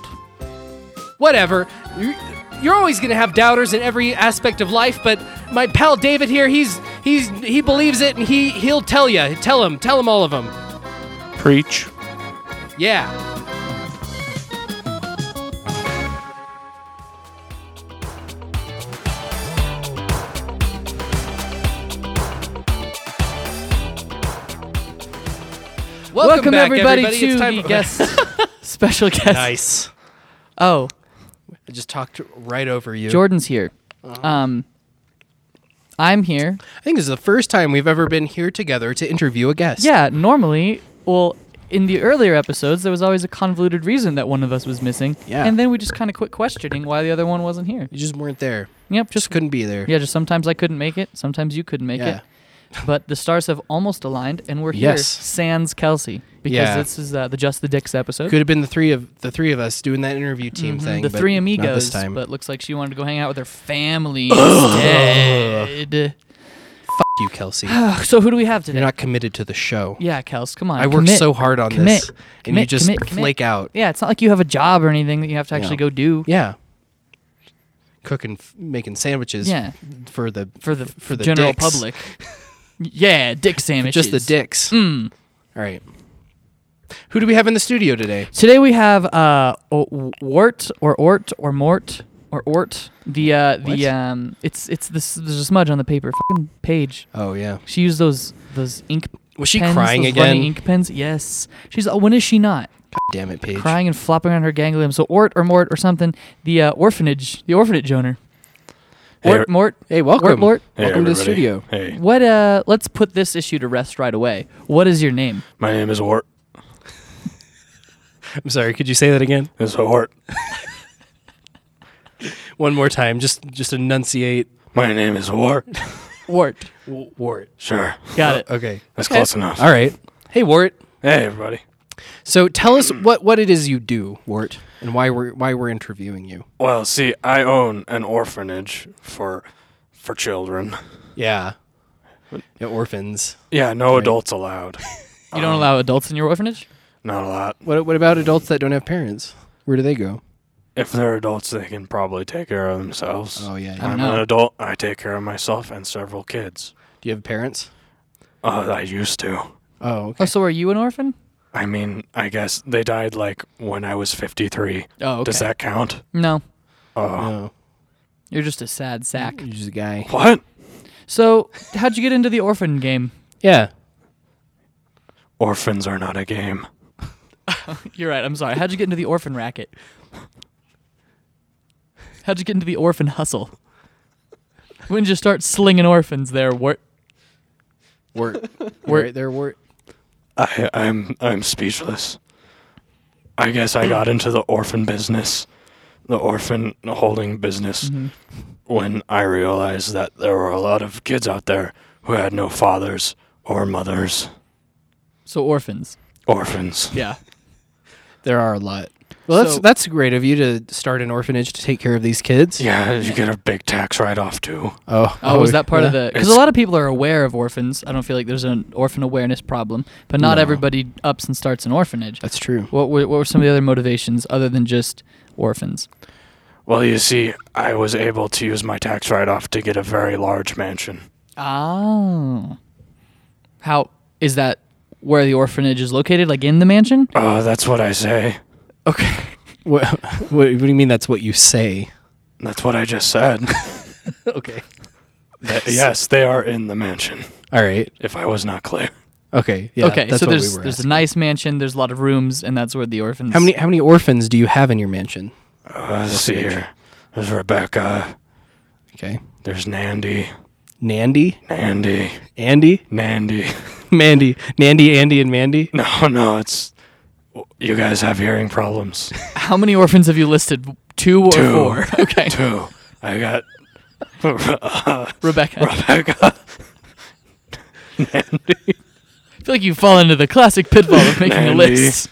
[SPEAKER 1] Whatever. You- You're always gonna have doubters in every aspect of life, but my pal David here, he's he's he believes it, and he he'll tell you. Tell him. Tell him all of them.
[SPEAKER 14] Preach.
[SPEAKER 1] Yeah. Welcome,
[SPEAKER 3] Welcome,
[SPEAKER 1] back,
[SPEAKER 3] everybody,
[SPEAKER 1] everybody.
[SPEAKER 3] to
[SPEAKER 1] It's time
[SPEAKER 3] the
[SPEAKER 1] for-
[SPEAKER 3] guest special guest.
[SPEAKER 1] Nice.
[SPEAKER 3] Oh,
[SPEAKER 1] I just talked right over you.
[SPEAKER 3] Jordan's here. Um, I'm here.
[SPEAKER 1] I think this is the first time we've ever been here together to interview a guest.
[SPEAKER 3] Yeah, normally, well, in the earlier episodes, there was always a convoluted reason that one of us was missing.
[SPEAKER 1] Yeah.
[SPEAKER 3] And then we just kind of quit questioning why the other one wasn't here.
[SPEAKER 1] You just weren't there.
[SPEAKER 3] Yep.
[SPEAKER 1] Just couldn't be there.
[SPEAKER 3] Yeah, just sometimes I couldn't make it, sometimes you couldn't make
[SPEAKER 1] Yeah.
[SPEAKER 3] it. But the stars have almost aligned, and we're here.
[SPEAKER 1] Yes.
[SPEAKER 3] Sans Kelsey, because
[SPEAKER 1] Yeah.
[SPEAKER 3] this is uh, the Just the Dicks episode.
[SPEAKER 1] Could have been the three of the three of us doing that interview team
[SPEAKER 3] Mhm,
[SPEAKER 1] thing.
[SPEAKER 3] The
[SPEAKER 1] but
[SPEAKER 3] three
[SPEAKER 1] not
[SPEAKER 3] amigos,
[SPEAKER 1] this time.
[SPEAKER 3] but looks like she wanted to go hang out with her family instead.
[SPEAKER 1] F- you, Kelsey.
[SPEAKER 3] so who do we have today?
[SPEAKER 1] You're not committed to the show.
[SPEAKER 3] Yeah, Kels, come on.
[SPEAKER 1] I worked
[SPEAKER 3] commit,
[SPEAKER 1] so hard on
[SPEAKER 3] commit,
[SPEAKER 1] this, and you
[SPEAKER 3] commit,
[SPEAKER 1] just
[SPEAKER 3] commit, commit.
[SPEAKER 1] flake out.
[SPEAKER 3] Yeah, it's not like you have a job or anything that you have to actually
[SPEAKER 1] Yeah.
[SPEAKER 3] go do.
[SPEAKER 1] Yeah. Cooking, f- making sandwiches.
[SPEAKER 3] Yeah.
[SPEAKER 1] For the
[SPEAKER 3] for the
[SPEAKER 1] for the
[SPEAKER 3] general
[SPEAKER 1] dicks.
[SPEAKER 3] public. yeah, dick sandwiches.
[SPEAKER 1] Just the dicks.
[SPEAKER 3] Mm.
[SPEAKER 1] All right. Who do we have in the studio today?
[SPEAKER 3] Today we have uh, O- Wart or Ort or Mort or Ort. The uh,
[SPEAKER 1] What?
[SPEAKER 3] the um, it's it's this. There's a smudge on the paper fucking page.
[SPEAKER 1] Oh yeah.
[SPEAKER 3] She used those those ink.
[SPEAKER 1] Was she
[SPEAKER 3] pens,
[SPEAKER 1] crying
[SPEAKER 3] those running
[SPEAKER 1] again?
[SPEAKER 3] Ink pens. Yes. She's. Oh, when is she not?
[SPEAKER 1] Damn it, Paige.
[SPEAKER 3] Crying and flopping around her ganglion. So Ort or Mort or something. The uh, orphanage. The orphanage owner.
[SPEAKER 1] Hey,
[SPEAKER 3] Ort
[SPEAKER 1] er-
[SPEAKER 3] Mort.
[SPEAKER 1] Hey, welcome.
[SPEAKER 3] Ort, Mort.
[SPEAKER 7] Hey,
[SPEAKER 1] welcome to the
[SPEAKER 7] everybody.
[SPEAKER 1] studio.
[SPEAKER 7] Hey.
[SPEAKER 3] What? Uh, let's put this issue to rest right away. What is your name?
[SPEAKER 7] My name is Wart.
[SPEAKER 1] I'm sorry. Could you say that again?
[SPEAKER 7] It's Wart.
[SPEAKER 1] One more time. Just just enunciate.
[SPEAKER 7] My name is Wart.
[SPEAKER 3] Wart.
[SPEAKER 1] W- Wart.
[SPEAKER 7] Sure.
[SPEAKER 3] Got it.
[SPEAKER 1] Okay.
[SPEAKER 7] That's close enough.
[SPEAKER 1] All right. Hey, Wart.
[SPEAKER 7] Hey, everybody.
[SPEAKER 1] So tell us what, what it is you do, Wart, and why we're why we're interviewing you.
[SPEAKER 7] Well, see, I own an orphanage for for children.
[SPEAKER 1] Yeah. orphans.
[SPEAKER 7] Yeah, no adults allowed.
[SPEAKER 3] You don't allow adults in your orphanage.
[SPEAKER 7] Not a lot.
[SPEAKER 1] What what about adults that don't have parents? Where do they go?
[SPEAKER 7] If they're adults, they can probably take care of themselves.
[SPEAKER 1] Oh, yeah, yeah. I
[SPEAKER 7] I'm
[SPEAKER 1] know.
[SPEAKER 7] an adult. I take care of myself and several kids.
[SPEAKER 1] Do you have parents?
[SPEAKER 7] Uh, I used to.
[SPEAKER 1] Oh, okay.
[SPEAKER 3] Oh, so are you an orphan?
[SPEAKER 7] I mean, I guess they died like when I was 53.
[SPEAKER 3] Oh,
[SPEAKER 7] Does
[SPEAKER 3] okay.
[SPEAKER 7] that count?
[SPEAKER 3] No.
[SPEAKER 7] Oh.
[SPEAKER 1] No.
[SPEAKER 3] You're just a sad sack.
[SPEAKER 1] You're just a guy.
[SPEAKER 7] What?
[SPEAKER 3] So, how'd you get into the orphan game?
[SPEAKER 1] Yeah.
[SPEAKER 7] Orphans are not a game.
[SPEAKER 3] You're right. I'm sorry. How'd you get into the orphan racket? How'd you get into the orphan hustle? When did you start slinging orphans there? Wart?
[SPEAKER 1] Wart.
[SPEAKER 3] Wart.
[SPEAKER 1] Right there, Wart.
[SPEAKER 7] I, I'm I'm speechless. I guess I got into the orphan business, the orphan holding business,
[SPEAKER 3] Mhm.
[SPEAKER 7] when I realized that there were a lot of kids out there who had no fathers or mothers,
[SPEAKER 3] So orphans.
[SPEAKER 7] orphans.
[SPEAKER 3] Yeah.
[SPEAKER 1] There are a lot. Well, that's
[SPEAKER 15] So-
[SPEAKER 1] that's great of you to start an orphanage to take care of these kids.
[SPEAKER 7] Yeah, you get a big tax write off too.
[SPEAKER 1] Oh,
[SPEAKER 3] Oh, was that part of
[SPEAKER 1] yeah.
[SPEAKER 3] the? Because a lot of people are aware of orphans. I don't feel like there's an orphan awareness problem, but not
[SPEAKER 1] No.
[SPEAKER 3] everybody ups and starts an orphanage.
[SPEAKER 1] That's true.
[SPEAKER 3] What were, what were some of the other motivations other than just orphans?
[SPEAKER 7] Well, you see, I was able to use my tax write off to get a very large mansion.
[SPEAKER 3] Oh, how is that? Where the orphanage is located, like in the mansion?
[SPEAKER 7] Oh, that's what I say.
[SPEAKER 1] What, what, what do you mean? That's what you say?
[SPEAKER 7] That's what I just said.
[SPEAKER 1] okay.
[SPEAKER 7] Th- yes, they are in the mansion.
[SPEAKER 1] All right.
[SPEAKER 7] If I was not clear.
[SPEAKER 1] Okay. Yeah.
[SPEAKER 3] okay,
[SPEAKER 1] That's
[SPEAKER 3] so
[SPEAKER 1] what
[SPEAKER 3] there's
[SPEAKER 1] we were
[SPEAKER 3] there's
[SPEAKER 1] asking.
[SPEAKER 3] a nice mansion. There's a lot of rooms, and that's where the orphans.
[SPEAKER 1] How many how many orphans do you have in your mansion?
[SPEAKER 7] Uh, let's see here. There's Rebecca.
[SPEAKER 1] Okay.
[SPEAKER 7] There's Nandy.
[SPEAKER 1] Nandy,
[SPEAKER 7] Nandy.
[SPEAKER 1] Andy,
[SPEAKER 7] Nandy.
[SPEAKER 1] Mandy, Nandy, Andy, and Mandy.
[SPEAKER 7] No, no, it's. You guys have hearing problems.
[SPEAKER 3] How many orphans have you listed? Two or
[SPEAKER 7] Two.
[SPEAKER 3] four? Okay.
[SPEAKER 7] Two. I got. uh,
[SPEAKER 3] Rebecca.
[SPEAKER 7] Rebecca. Nandy.
[SPEAKER 3] I feel like you fall into the classic pitfall of making a
[SPEAKER 7] Nandy.
[SPEAKER 3] list.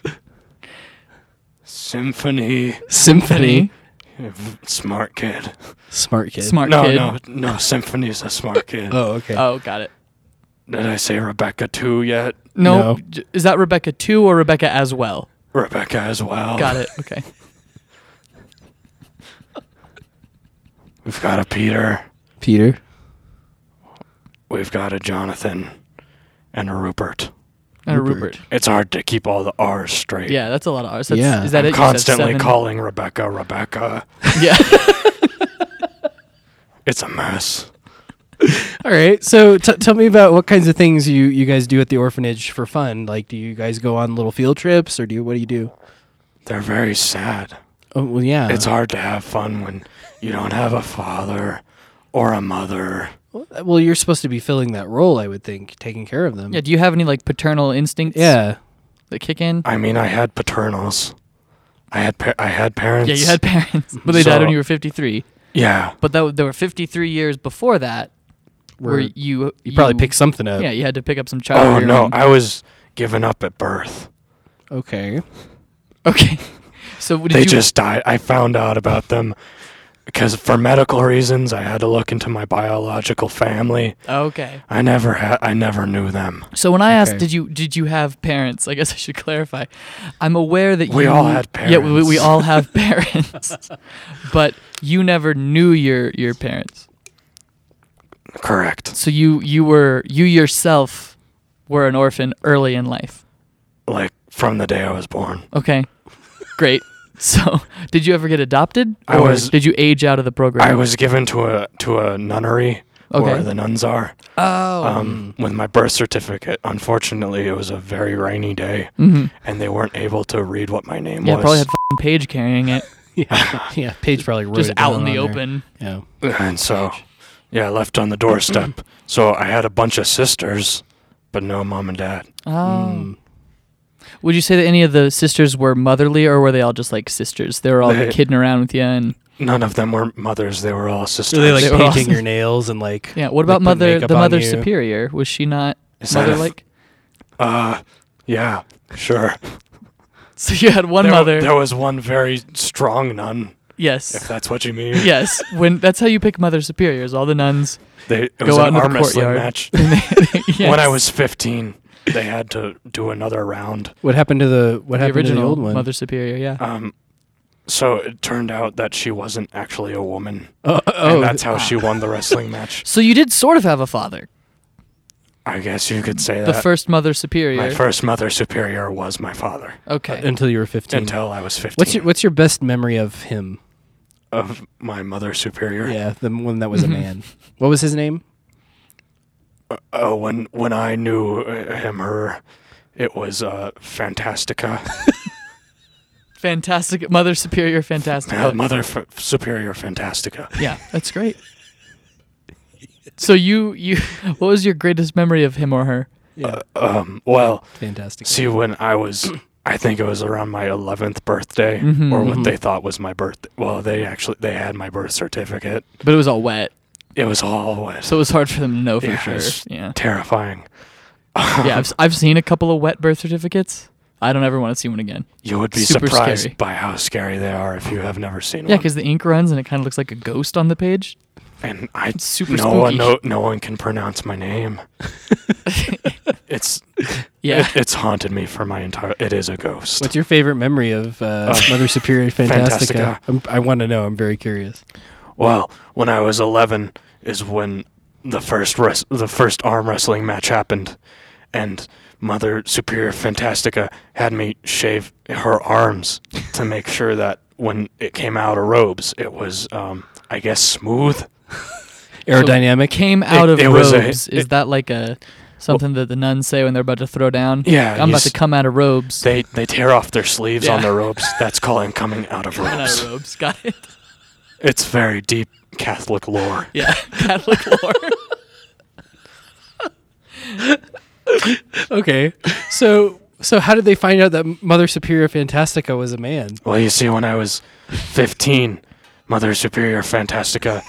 [SPEAKER 7] Symphony.
[SPEAKER 1] Symphony.
[SPEAKER 7] Smart kid.
[SPEAKER 1] Smart kid.
[SPEAKER 3] Smart
[SPEAKER 7] no,
[SPEAKER 3] kid.
[SPEAKER 7] No, no, Symphony is a smart kid.
[SPEAKER 1] Oh, okay.
[SPEAKER 3] Oh, got it.
[SPEAKER 7] Did I say Rebecca too yet?
[SPEAKER 3] No,
[SPEAKER 1] No.
[SPEAKER 3] j- is that Rebecca two or Rebecca as well?
[SPEAKER 7] Rebecca as well.
[SPEAKER 3] Got it. Okay.
[SPEAKER 7] We've got a Peter.
[SPEAKER 1] Peter.
[SPEAKER 7] We've got a Jonathan and a Rupert.
[SPEAKER 3] And a Rupert.
[SPEAKER 7] It's hard to keep all the R's straight.
[SPEAKER 3] Yeah, that's a lot of R's. That's,
[SPEAKER 1] Yeah.
[SPEAKER 3] Is that
[SPEAKER 7] I'm
[SPEAKER 3] it? You said
[SPEAKER 7] constantly
[SPEAKER 3] seven?
[SPEAKER 7] calling Rebecca Rebecca.
[SPEAKER 3] Yeah.
[SPEAKER 7] It's a mess.
[SPEAKER 1] All right. So t- tell me about what kinds of things you you guys do at the orphanage for fun. Like, do you guys go on little field trips, or do you, what do you do?
[SPEAKER 7] They're very sad.
[SPEAKER 1] Oh well, yeah.
[SPEAKER 7] It's hard to have fun when you don't have a father or a mother.
[SPEAKER 1] well, you're supposed to be filling that role, I would think, taking care of them.
[SPEAKER 3] Yeah. Do you have any like paternal instincts?
[SPEAKER 1] Yeah.
[SPEAKER 3] That kick in.
[SPEAKER 7] I mean, I had paternals. I had pa- I had parents.
[SPEAKER 3] Yeah, you had parents, but they died when
[SPEAKER 7] So-
[SPEAKER 3] you were 53.
[SPEAKER 7] Yeah.
[SPEAKER 3] But that, there were 53 years before that where,
[SPEAKER 1] Where
[SPEAKER 3] you, uh, you
[SPEAKER 1] probably picked something up.
[SPEAKER 3] Yeah, you had to pick up some child.
[SPEAKER 7] Oh
[SPEAKER 3] of your
[SPEAKER 7] no,
[SPEAKER 3] own.
[SPEAKER 7] I was given up at birth.
[SPEAKER 1] Okay.
[SPEAKER 3] okay. So what did
[SPEAKER 7] they
[SPEAKER 3] you,
[SPEAKER 7] just died. I found out about them because for medical reasons, I had to look into my biological family.
[SPEAKER 3] Oh, Okay.
[SPEAKER 7] I never had. I never knew them.
[SPEAKER 3] So when I asked,
[SPEAKER 7] Okay.
[SPEAKER 3] did you did you have parents? I guess I should clarify. I'm aware that
[SPEAKER 7] We
[SPEAKER 3] you,
[SPEAKER 7] all had
[SPEAKER 3] Yeah, we, we
[SPEAKER 7] parents.
[SPEAKER 3] all have parents, but you never knew your your parents.
[SPEAKER 7] Correct.
[SPEAKER 3] So you you were you yourself were an orphan early in life.
[SPEAKER 7] Like from the day I was born.
[SPEAKER 3] Okay, great. So did you ever get adopted?
[SPEAKER 7] I
[SPEAKER 3] or
[SPEAKER 7] was-
[SPEAKER 3] Did you age out of the program?
[SPEAKER 7] I was given to a to a nunnery where
[SPEAKER 3] Okay.
[SPEAKER 7] the nuns are.
[SPEAKER 3] Oh.
[SPEAKER 7] Um, with my birth certificate. Unfortunately, it was a very rainy day,
[SPEAKER 3] Mhm.
[SPEAKER 7] and they weren't able to read what my name
[SPEAKER 3] yeah,
[SPEAKER 7] was.
[SPEAKER 3] probably had fing Paige carrying it.
[SPEAKER 1] yeah. Yeah. Paige probably wrote
[SPEAKER 3] Just
[SPEAKER 1] it
[SPEAKER 3] out
[SPEAKER 1] down
[SPEAKER 3] in the
[SPEAKER 1] on there.
[SPEAKER 3] open.
[SPEAKER 1] Yeah.
[SPEAKER 7] And so, yeah, left on the doorstep. so I had a bunch of sisters, but no mom and dad.
[SPEAKER 1] Mm.
[SPEAKER 3] Oh. Would you say that any of the sisters were motherly, or were they all just like sisters? They were all
[SPEAKER 7] They-
[SPEAKER 3] kidding around with you, and
[SPEAKER 7] None of them were mothers. They were all sisters.
[SPEAKER 1] Really like
[SPEAKER 3] They were
[SPEAKER 1] painting
[SPEAKER 3] awesome.
[SPEAKER 1] your nails and like.
[SPEAKER 3] yeah.
[SPEAKER 1] like,
[SPEAKER 3] What about
[SPEAKER 1] putting
[SPEAKER 3] mother?
[SPEAKER 1] makeup
[SPEAKER 3] The
[SPEAKER 1] on
[SPEAKER 3] mother
[SPEAKER 1] you.
[SPEAKER 3] superior was she not
[SPEAKER 7] Is that a-
[SPEAKER 3] mother like?
[SPEAKER 7] Uh, yeah, sure.
[SPEAKER 3] So you had one
[SPEAKER 7] there, wa-
[SPEAKER 3] mother.
[SPEAKER 7] There was one very strong nun, if
[SPEAKER 3] yes.
[SPEAKER 7] that's what you mean.
[SPEAKER 3] yes. When that's how you pick mother superiors. All the nuns
[SPEAKER 7] They, it
[SPEAKER 3] go
[SPEAKER 7] was
[SPEAKER 3] out
[SPEAKER 7] an
[SPEAKER 3] into
[SPEAKER 7] arm
[SPEAKER 3] the
[SPEAKER 7] wrestling
[SPEAKER 3] courtyard.
[SPEAKER 7] match.
[SPEAKER 3] And they- yes.
[SPEAKER 7] When I was 15, they had to do another round.
[SPEAKER 1] What happened to the what
[SPEAKER 3] the
[SPEAKER 1] happened
[SPEAKER 3] original
[SPEAKER 1] to the old one?
[SPEAKER 3] mother superior, yeah.
[SPEAKER 7] Um, so it turned out that she wasn't actually a woman.
[SPEAKER 1] Oh, oh,
[SPEAKER 7] and that's how she won the wrestling match.
[SPEAKER 3] so you did sort of have a father.
[SPEAKER 7] I guess you could say
[SPEAKER 3] The
[SPEAKER 7] that.
[SPEAKER 3] first mother superior.
[SPEAKER 7] My first mother superior was my father
[SPEAKER 3] okay.
[SPEAKER 1] Uh, until you were 15.
[SPEAKER 7] until I was Oh. 15.
[SPEAKER 1] What's your what's your best memory of him?
[SPEAKER 7] of my mother superior?
[SPEAKER 1] Yeah, the one that was a man. What was his name?
[SPEAKER 7] Oh, when when I knew uh, him, her, it was uh, Fantastica,
[SPEAKER 3] fantastic mother superior, fantastic.
[SPEAKER 7] Uh, mother f- superior Fantastica.
[SPEAKER 3] Yeah, that's great. so you you what was your greatest memory of him or her?
[SPEAKER 1] Yeah,
[SPEAKER 7] Um, well,
[SPEAKER 1] fantastic.
[SPEAKER 7] see, when I was, I think it was around my eleventh birthday,
[SPEAKER 3] Mhm,
[SPEAKER 7] or what
[SPEAKER 1] mhm.
[SPEAKER 7] they thought was my birth. Well, they actually they had my birth certificate.
[SPEAKER 3] But it was all wet,
[SPEAKER 7] It was all wet.
[SPEAKER 3] so it was hard for them to know for
[SPEAKER 7] Yeah,
[SPEAKER 3] sure.
[SPEAKER 7] it's
[SPEAKER 3] Yeah.
[SPEAKER 7] terrifying.
[SPEAKER 3] yeah, I've, I've seen a couple of wet birth certificates. I don't ever want to see one again.
[SPEAKER 7] You would be
[SPEAKER 3] Super
[SPEAKER 7] surprised
[SPEAKER 3] Scary.
[SPEAKER 7] by how scary they are if you have never seen
[SPEAKER 3] Yeah,
[SPEAKER 7] one.
[SPEAKER 3] because the ink runs and it kind of looks like a ghost on the page.
[SPEAKER 7] And I
[SPEAKER 3] it's super
[SPEAKER 7] no
[SPEAKER 3] spooky.
[SPEAKER 7] one, no, no one can pronounce my name. it's
[SPEAKER 1] Yeah.
[SPEAKER 7] it- it's haunted me for my entire. It is a ghost.
[SPEAKER 1] What's your favorite memory of uh,
[SPEAKER 7] Uh,
[SPEAKER 1] Mother Superior
[SPEAKER 7] Fantastica.
[SPEAKER 1] Fantastica? I'm, I want to know. I'm very curious.
[SPEAKER 7] Well, when I was 11 is when the first res- the first arm wrestling match happened, and Mother Superior Fantastica had me shave her arms to make sure that when it came out of robes, it was um, I guess smooth.
[SPEAKER 3] Aerodynamic came out of
[SPEAKER 7] it was
[SPEAKER 3] robes.
[SPEAKER 7] a-
[SPEAKER 3] Is
[SPEAKER 7] it-
[SPEAKER 3] that like a something that the nuns say when they're about to throw down?
[SPEAKER 7] Yeah,
[SPEAKER 3] I'm
[SPEAKER 7] you
[SPEAKER 3] about to
[SPEAKER 7] s-
[SPEAKER 3] come out of robes.
[SPEAKER 7] They they tear off their sleeves on
[SPEAKER 3] Yeah.
[SPEAKER 7] their robes. That's calling coming out of
[SPEAKER 3] Coming out
[SPEAKER 7] robes.
[SPEAKER 3] of robes. Got it.
[SPEAKER 7] It's very deep Catholic lore.
[SPEAKER 3] Yeah, Catholic lore.
[SPEAKER 1] Okay, so so how did they find out that Mother Superior Fantastica was a man?
[SPEAKER 7] Well, you see, when I was 15, Mother Superior Fantastica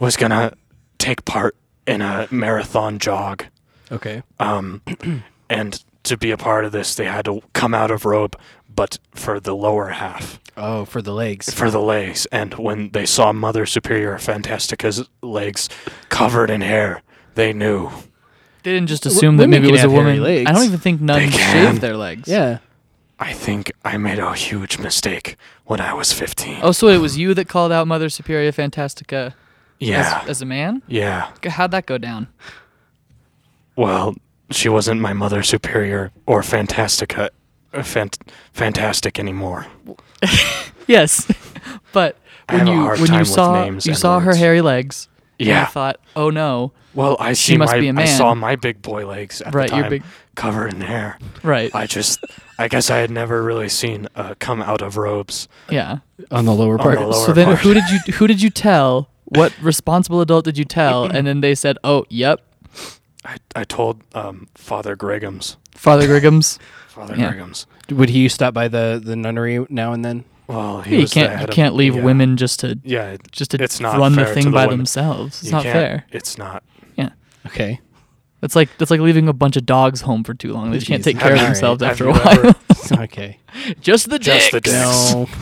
[SPEAKER 7] was gonna take part in a marathon jog.
[SPEAKER 1] Okay.
[SPEAKER 7] Um, and to be a part of this, they had to come out of robe, but for the lower half,
[SPEAKER 1] Oh, for the legs.
[SPEAKER 7] for the legs. And when they saw Mother Superior Fantastica's legs covered in hair, they knew.
[SPEAKER 3] They didn't just
[SPEAKER 1] W-
[SPEAKER 3] assume that
[SPEAKER 1] women
[SPEAKER 3] maybe
[SPEAKER 1] can
[SPEAKER 3] it was a
[SPEAKER 1] have hairy
[SPEAKER 3] woman.
[SPEAKER 1] legs.
[SPEAKER 3] I don't even think nuns
[SPEAKER 7] can.
[SPEAKER 3] shave their legs.
[SPEAKER 1] Yeah.
[SPEAKER 7] I think I made a huge mistake when I was 15.
[SPEAKER 3] Oh, so it was you that called out Mother Superior Fantastica.
[SPEAKER 7] Yeah.
[SPEAKER 3] As, as a man.
[SPEAKER 7] Yeah.
[SPEAKER 3] G- How'd that go down?
[SPEAKER 7] Well, she wasn't my mother superior or fantastica, uh, fant- fantastic anymore.
[SPEAKER 3] Yes, but
[SPEAKER 7] I
[SPEAKER 3] when
[SPEAKER 7] have a
[SPEAKER 3] you
[SPEAKER 7] hard
[SPEAKER 3] when
[SPEAKER 7] time
[SPEAKER 3] you
[SPEAKER 7] with
[SPEAKER 3] saw
[SPEAKER 7] names
[SPEAKER 3] you
[SPEAKER 7] and
[SPEAKER 3] saw her
[SPEAKER 7] words.
[SPEAKER 3] hairy legs, and
[SPEAKER 7] Yeah.
[SPEAKER 3] I thought, oh no.
[SPEAKER 7] Well, I
[SPEAKER 3] she
[SPEAKER 7] see
[SPEAKER 3] must
[SPEAKER 7] my,
[SPEAKER 3] be a man.
[SPEAKER 7] I saw my big boy legs at
[SPEAKER 3] Right,
[SPEAKER 7] the
[SPEAKER 3] your
[SPEAKER 7] time,
[SPEAKER 3] big-
[SPEAKER 7] covered in hair.
[SPEAKER 3] Right.
[SPEAKER 7] I just, I guess I had never really seen uh, come out of robes.
[SPEAKER 3] Yeah.
[SPEAKER 1] On the
[SPEAKER 7] On
[SPEAKER 1] lower part.
[SPEAKER 7] the lower
[SPEAKER 3] so then,
[SPEAKER 7] part.
[SPEAKER 3] who did you who did you tell? What responsible adult did you tell? And then they said, oh, yep,
[SPEAKER 7] I, I told um, Father Gregums.
[SPEAKER 3] Father Grigams.
[SPEAKER 7] Father
[SPEAKER 3] Yeah.
[SPEAKER 7] Gregums.
[SPEAKER 1] Would he stop by the, the nunnery now and then?
[SPEAKER 7] Well, he
[SPEAKER 3] You
[SPEAKER 7] was the
[SPEAKER 3] can't you
[SPEAKER 7] head of-
[SPEAKER 3] can't leave
[SPEAKER 7] yeah.
[SPEAKER 3] women just to
[SPEAKER 7] Yeah, it-
[SPEAKER 3] just to
[SPEAKER 7] it's not
[SPEAKER 3] run the
[SPEAKER 7] fair
[SPEAKER 3] thing
[SPEAKER 7] to the
[SPEAKER 3] by
[SPEAKER 7] women.
[SPEAKER 3] themselves. It's
[SPEAKER 7] You
[SPEAKER 3] not
[SPEAKER 7] can't-
[SPEAKER 3] fair.
[SPEAKER 7] It's not.
[SPEAKER 3] Yeah.
[SPEAKER 1] Okay.
[SPEAKER 3] That's like that's like leaving a bunch of dogs home for too long. They can't
[SPEAKER 1] Jeez.
[SPEAKER 3] take care of
[SPEAKER 1] All right.
[SPEAKER 3] themselves
[SPEAKER 1] Have
[SPEAKER 3] after
[SPEAKER 1] you
[SPEAKER 3] a while.
[SPEAKER 1] ever- Okay.
[SPEAKER 3] Just the
[SPEAKER 7] Just the
[SPEAKER 3] dicks.
[SPEAKER 7] dicks.
[SPEAKER 1] No.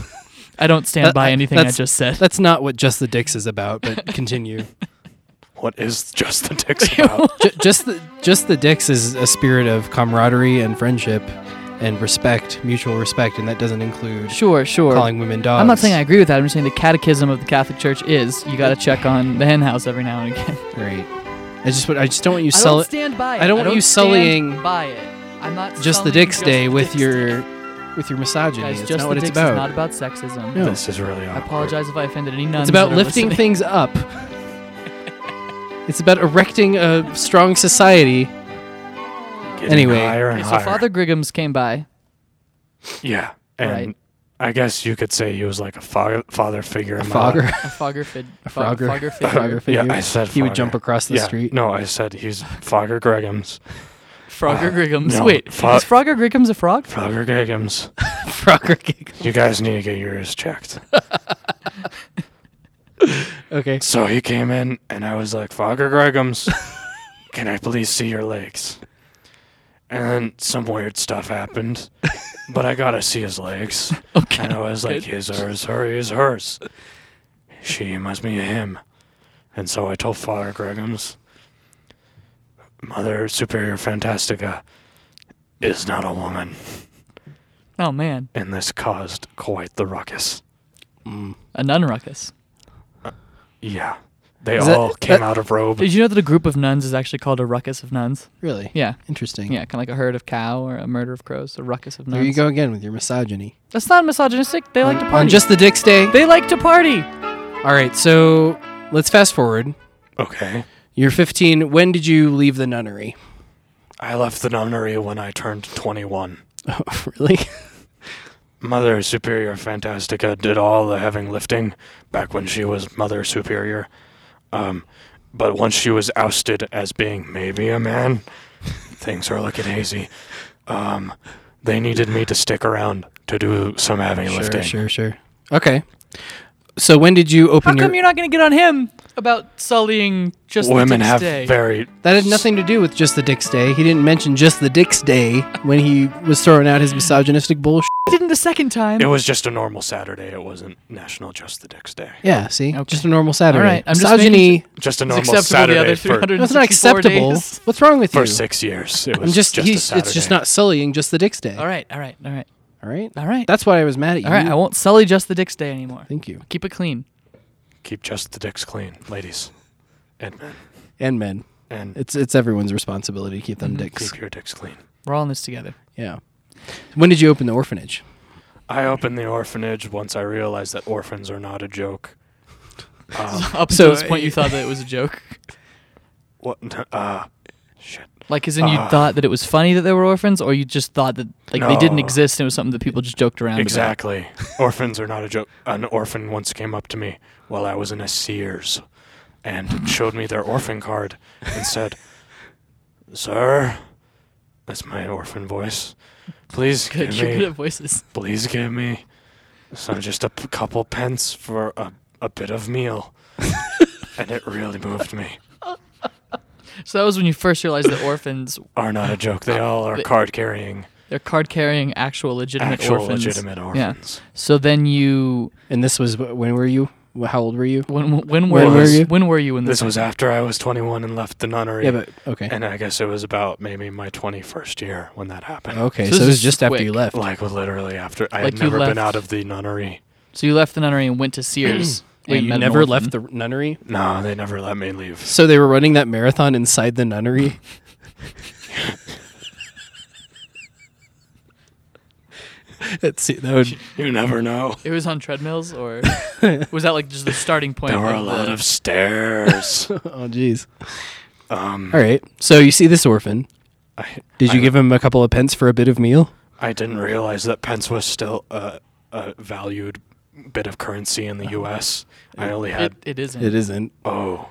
[SPEAKER 3] I don't stand
[SPEAKER 1] That-
[SPEAKER 3] by anything I
[SPEAKER 1] that's-
[SPEAKER 3] just said.
[SPEAKER 1] That's not what Just the Dicks is about, but continue.
[SPEAKER 7] What is just the dicks about?
[SPEAKER 1] Ju- just the just the dicks is a spirit of camaraderie and friendship and respect, mutual respect, and that doesn't include
[SPEAKER 3] Sure, sure.
[SPEAKER 1] calling women dogs.
[SPEAKER 3] I'm not saying I agree with that. I'm just saying the catechism of the Catholic Church is you got to check on the hen house every now and again.
[SPEAKER 1] Right. I just want- I just don't want you
[SPEAKER 3] I
[SPEAKER 1] sully.
[SPEAKER 3] don't stand by it.
[SPEAKER 1] I don't want you
[SPEAKER 3] stand
[SPEAKER 1] sullying
[SPEAKER 3] by it. I'm not
[SPEAKER 1] just the
[SPEAKER 3] sullying
[SPEAKER 1] dicks
[SPEAKER 3] just
[SPEAKER 1] day
[SPEAKER 3] the
[SPEAKER 1] with
[SPEAKER 3] dicks
[SPEAKER 1] your
[SPEAKER 3] day.
[SPEAKER 1] with your misogyny.
[SPEAKER 3] Guys,
[SPEAKER 1] That's
[SPEAKER 3] just
[SPEAKER 1] not
[SPEAKER 3] the
[SPEAKER 1] what it's
[SPEAKER 3] dicks
[SPEAKER 1] about.
[SPEAKER 3] is not about sexism.
[SPEAKER 1] No.
[SPEAKER 7] This is really
[SPEAKER 3] I
[SPEAKER 7] awkward.
[SPEAKER 3] apologize if I offended any nuns.
[SPEAKER 1] it's about
[SPEAKER 3] that are
[SPEAKER 1] lifting
[SPEAKER 3] listening.
[SPEAKER 1] things up. it's about erecting a strong society.
[SPEAKER 7] Getting
[SPEAKER 1] anyway,
[SPEAKER 7] higher and
[SPEAKER 3] Okay, so
[SPEAKER 7] higher.
[SPEAKER 3] Father Grigams came by.
[SPEAKER 7] Yeah, and
[SPEAKER 3] Right.
[SPEAKER 7] I guess you could say he was like a fog- father figure. in my
[SPEAKER 1] fogger.
[SPEAKER 7] life.
[SPEAKER 3] A fogger fid.
[SPEAKER 1] A
[SPEAKER 3] fog-
[SPEAKER 1] frogger.
[SPEAKER 3] fogger
[SPEAKER 1] A
[SPEAKER 3] figure.
[SPEAKER 1] frogger figure.
[SPEAKER 7] Yeah, I said
[SPEAKER 1] He would
[SPEAKER 7] fogger.
[SPEAKER 1] jump across the
[SPEAKER 7] Yeah,
[SPEAKER 1] street.
[SPEAKER 7] No, I said he's Fogger Gregums. Uh,
[SPEAKER 3] Frogger Grigams.
[SPEAKER 7] no,
[SPEAKER 3] Wait,
[SPEAKER 7] fo-
[SPEAKER 3] is Frogger Grigams a frog?
[SPEAKER 7] Fogger Gregums.
[SPEAKER 1] Frogger giggle.
[SPEAKER 7] You guys need to get yours checked.
[SPEAKER 1] Okay.
[SPEAKER 7] so he came in, and I was like, Fogger Gregums, can I please see your legs? And then some weird stuff happened, but I gotta see his legs. Okay. And I was like, his, hers, her, his, hers. She must be him. And so I told Father Gregums, Mother Superior Fantastica is not a woman.
[SPEAKER 3] Oh man,
[SPEAKER 7] And this caused quite the ruckus. Mm.
[SPEAKER 3] a nun ruckus.
[SPEAKER 7] Yeah. They
[SPEAKER 1] Is that-
[SPEAKER 7] all came
[SPEAKER 1] that-
[SPEAKER 7] out of robe.
[SPEAKER 3] Did you know that a group of nuns is actually called a ruckus of nuns?
[SPEAKER 1] Really?
[SPEAKER 3] Yeah.
[SPEAKER 1] Interesting.
[SPEAKER 3] Yeah, kind of like a herd of cow or a murder of crows, a ruckus of nuns.
[SPEAKER 1] There you go again with your misogyny.
[SPEAKER 3] That's not misogynistic. They like to party.
[SPEAKER 1] On Uh, just the dicks day.
[SPEAKER 3] they like to party.
[SPEAKER 1] All right, so let's fast forward.
[SPEAKER 7] Okay.
[SPEAKER 1] You're 15. When did you leave the nunnery?
[SPEAKER 7] I left the nunnery when I turned 21.
[SPEAKER 1] Oh, really?
[SPEAKER 7] Mother Superior Fantastica did all the heavy lifting back when she was Mother Superior. Um, but once she was ousted as being maybe a man, things are looking hazy. Um, they needed me to stick around to do some heavy
[SPEAKER 1] Sure,
[SPEAKER 7] lifting.
[SPEAKER 1] sure, sure. Okay. So when did you open
[SPEAKER 3] How
[SPEAKER 1] your?
[SPEAKER 3] come you're not going to get on him about sullying just the
[SPEAKER 1] Women
[SPEAKER 3] dick's
[SPEAKER 1] have
[SPEAKER 3] day?
[SPEAKER 7] very-
[SPEAKER 1] That had nothing to do with just the Dick's Day. He didn't mention just the Dick's Day when he was throwing out his misogynistic bullshit.
[SPEAKER 3] Didn't the second time.
[SPEAKER 7] It was just a normal Saturday. It wasn't National Just the Dicks Day.
[SPEAKER 1] Yeah, see, just a normal
[SPEAKER 7] All
[SPEAKER 1] Saturday.
[SPEAKER 7] right, I'm just
[SPEAKER 1] misogyny.
[SPEAKER 7] making- Just a It's normal acceptable the Saturday other for-
[SPEAKER 1] No, it's not
[SPEAKER 7] 364
[SPEAKER 1] acceptable.
[SPEAKER 7] days.
[SPEAKER 1] What's wrong with
[SPEAKER 7] For
[SPEAKER 1] you?
[SPEAKER 7] six years, it
[SPEAKER 1] I'm
[SPEAKER 7] was
[SPEAKER 1] just.
[SPEAKER 7] just a
[SPEAKER 1] he's- it's just
[SPEAKER 7] Saturday.
[SPEAKER 1] not sullying just the Dick's Day.
[SPEAKER 3] All right, all right, all right.
[SPEAKER 1] All right.
[SPEAKER 3] All right.
[SPEAKER 1] That's why I was mad at you.
[SPEAKER 3] All right, I won't sully just the Dick's Day anymore.
[SPEAKER 1] Thank you.
[SPEAKER 3] Keep it clean.
[SPEAKER 7] Keep just the dicks clean, ladies and men.
[SPEAKER 1] And men.
[SPEAKER 7] And-
[SPEAKER 1] it's it's everyone's responsibility to keep them dicks.
[SPEAKER 7] Keep your dicks clean.
[SPEAKER 3] Mm-hmm. We're all in this together.
[SPEAKER 1] Yeah. When did you open the orphanage?
[SPEAKER 7] I opened the orphanage once I realized that orphans are not a joke. Um,
[SPEAKER 3] Up until this point, you thought that it was a joke.
[SPEAKER 7] What? Uh, shit.
[SPEAKER 3] Like, as in you
[SPEAKER 7] Ah.
[SPEAKER 3] thought that it was funny that they were orphans, or you just thought that like they didn't
[SPEAKER 7] No.
[SPEAKER 3] exist and it was something that people just joked around
[SPEAKER 7] Exactly. Orphans are not a joke. An orphan once came up to me while I was in a Sears and showed me their orphan card and said, Sir, that's my orphan voice. Please
[SPEAKER 3] Good,
[SPEAKER 7] give
[SPEAKER 3] you're
[SPEAKER 7] me.
[SPEAKER 3] good at voices.
[SPEAKER 7] Please give me some, just a p- couple pence for a, a bit of meal. and it really moved me.
[SPEAKER 3] about. So that was when you first realized that orphans
[SPEAKER 7] Are not a joke. They all are
[SPEAKER 3] Uh, But-
[SPEAKER 7] card carrying.
[SPEAKER 3] They're card carrying actual legitimate
[SPEAKER 7] Actual
[SPEAKER 3] orphans.
[SPEAKER 7] legitimate orphans.
[SPEAKER 3] Yeah. So then you
[SPEAKER 1] And this was when were you? How old were you?
[SPEAKER 3] When when were,
[SPEAKER 1] were you?
[SPEAKER 3] when were you in this?
[SPEAKER 7] This was after I was 21 and left the nunnery.
[SPEAKER 1] Yeah, but- okay.
[SPEAKER 7] And I guess it was about maybe my 21st year when that happened.
[SPEAKER 1] Okay, So so this it was is just after you quick. left.
[SPEAKER 7] Like literally after I
[SPEAKER 3] Like
[SPEAKER 7] had
[SPEAKER 3] you
[SPEAKER 7] never been
[SPEAKER 3] left-
[SPEAKER 7] out of the nunnery.
[SPEAKER 3] So you left the nunnery and went to Sears.
[SPEAKER 1] Wait,
[SPEAKER 3] and
[SPEAKER 1] you
[SPEAKER 3] met an
[SPEAKER 1] never
[SPEAKER 3] orphan.
[SPEAKER 1] left the nunnery?
[SPEAKER 7] No, they never let me leave.
[SPEAKER 1] So they were running that marathon inside the nunnery. That's it. That would
[SPEAKER 7] You never know.
[SPEAKER 3] It was on treadmills, or was that like just the starting point?
[SPEAKER 7] There were a lot
[SPEAKER 3] the-
[SPEAKER 7] of stairs.
[SPEAKER 1] oh jeez.
[SPEAKER 7] Um,
[SPEAKER 1] All right. So you see this orphan. Did you give him a couple of pence for a bit of meal?
[SPEAKER 7] I didn't realize that pence was still a, a valued bit of currency in the U.S. I only had.
[SPEAKER 3] Uh-huh. it isn't.
[SPEAKER 1] It isn't.
[SPEAKER 7] Oh,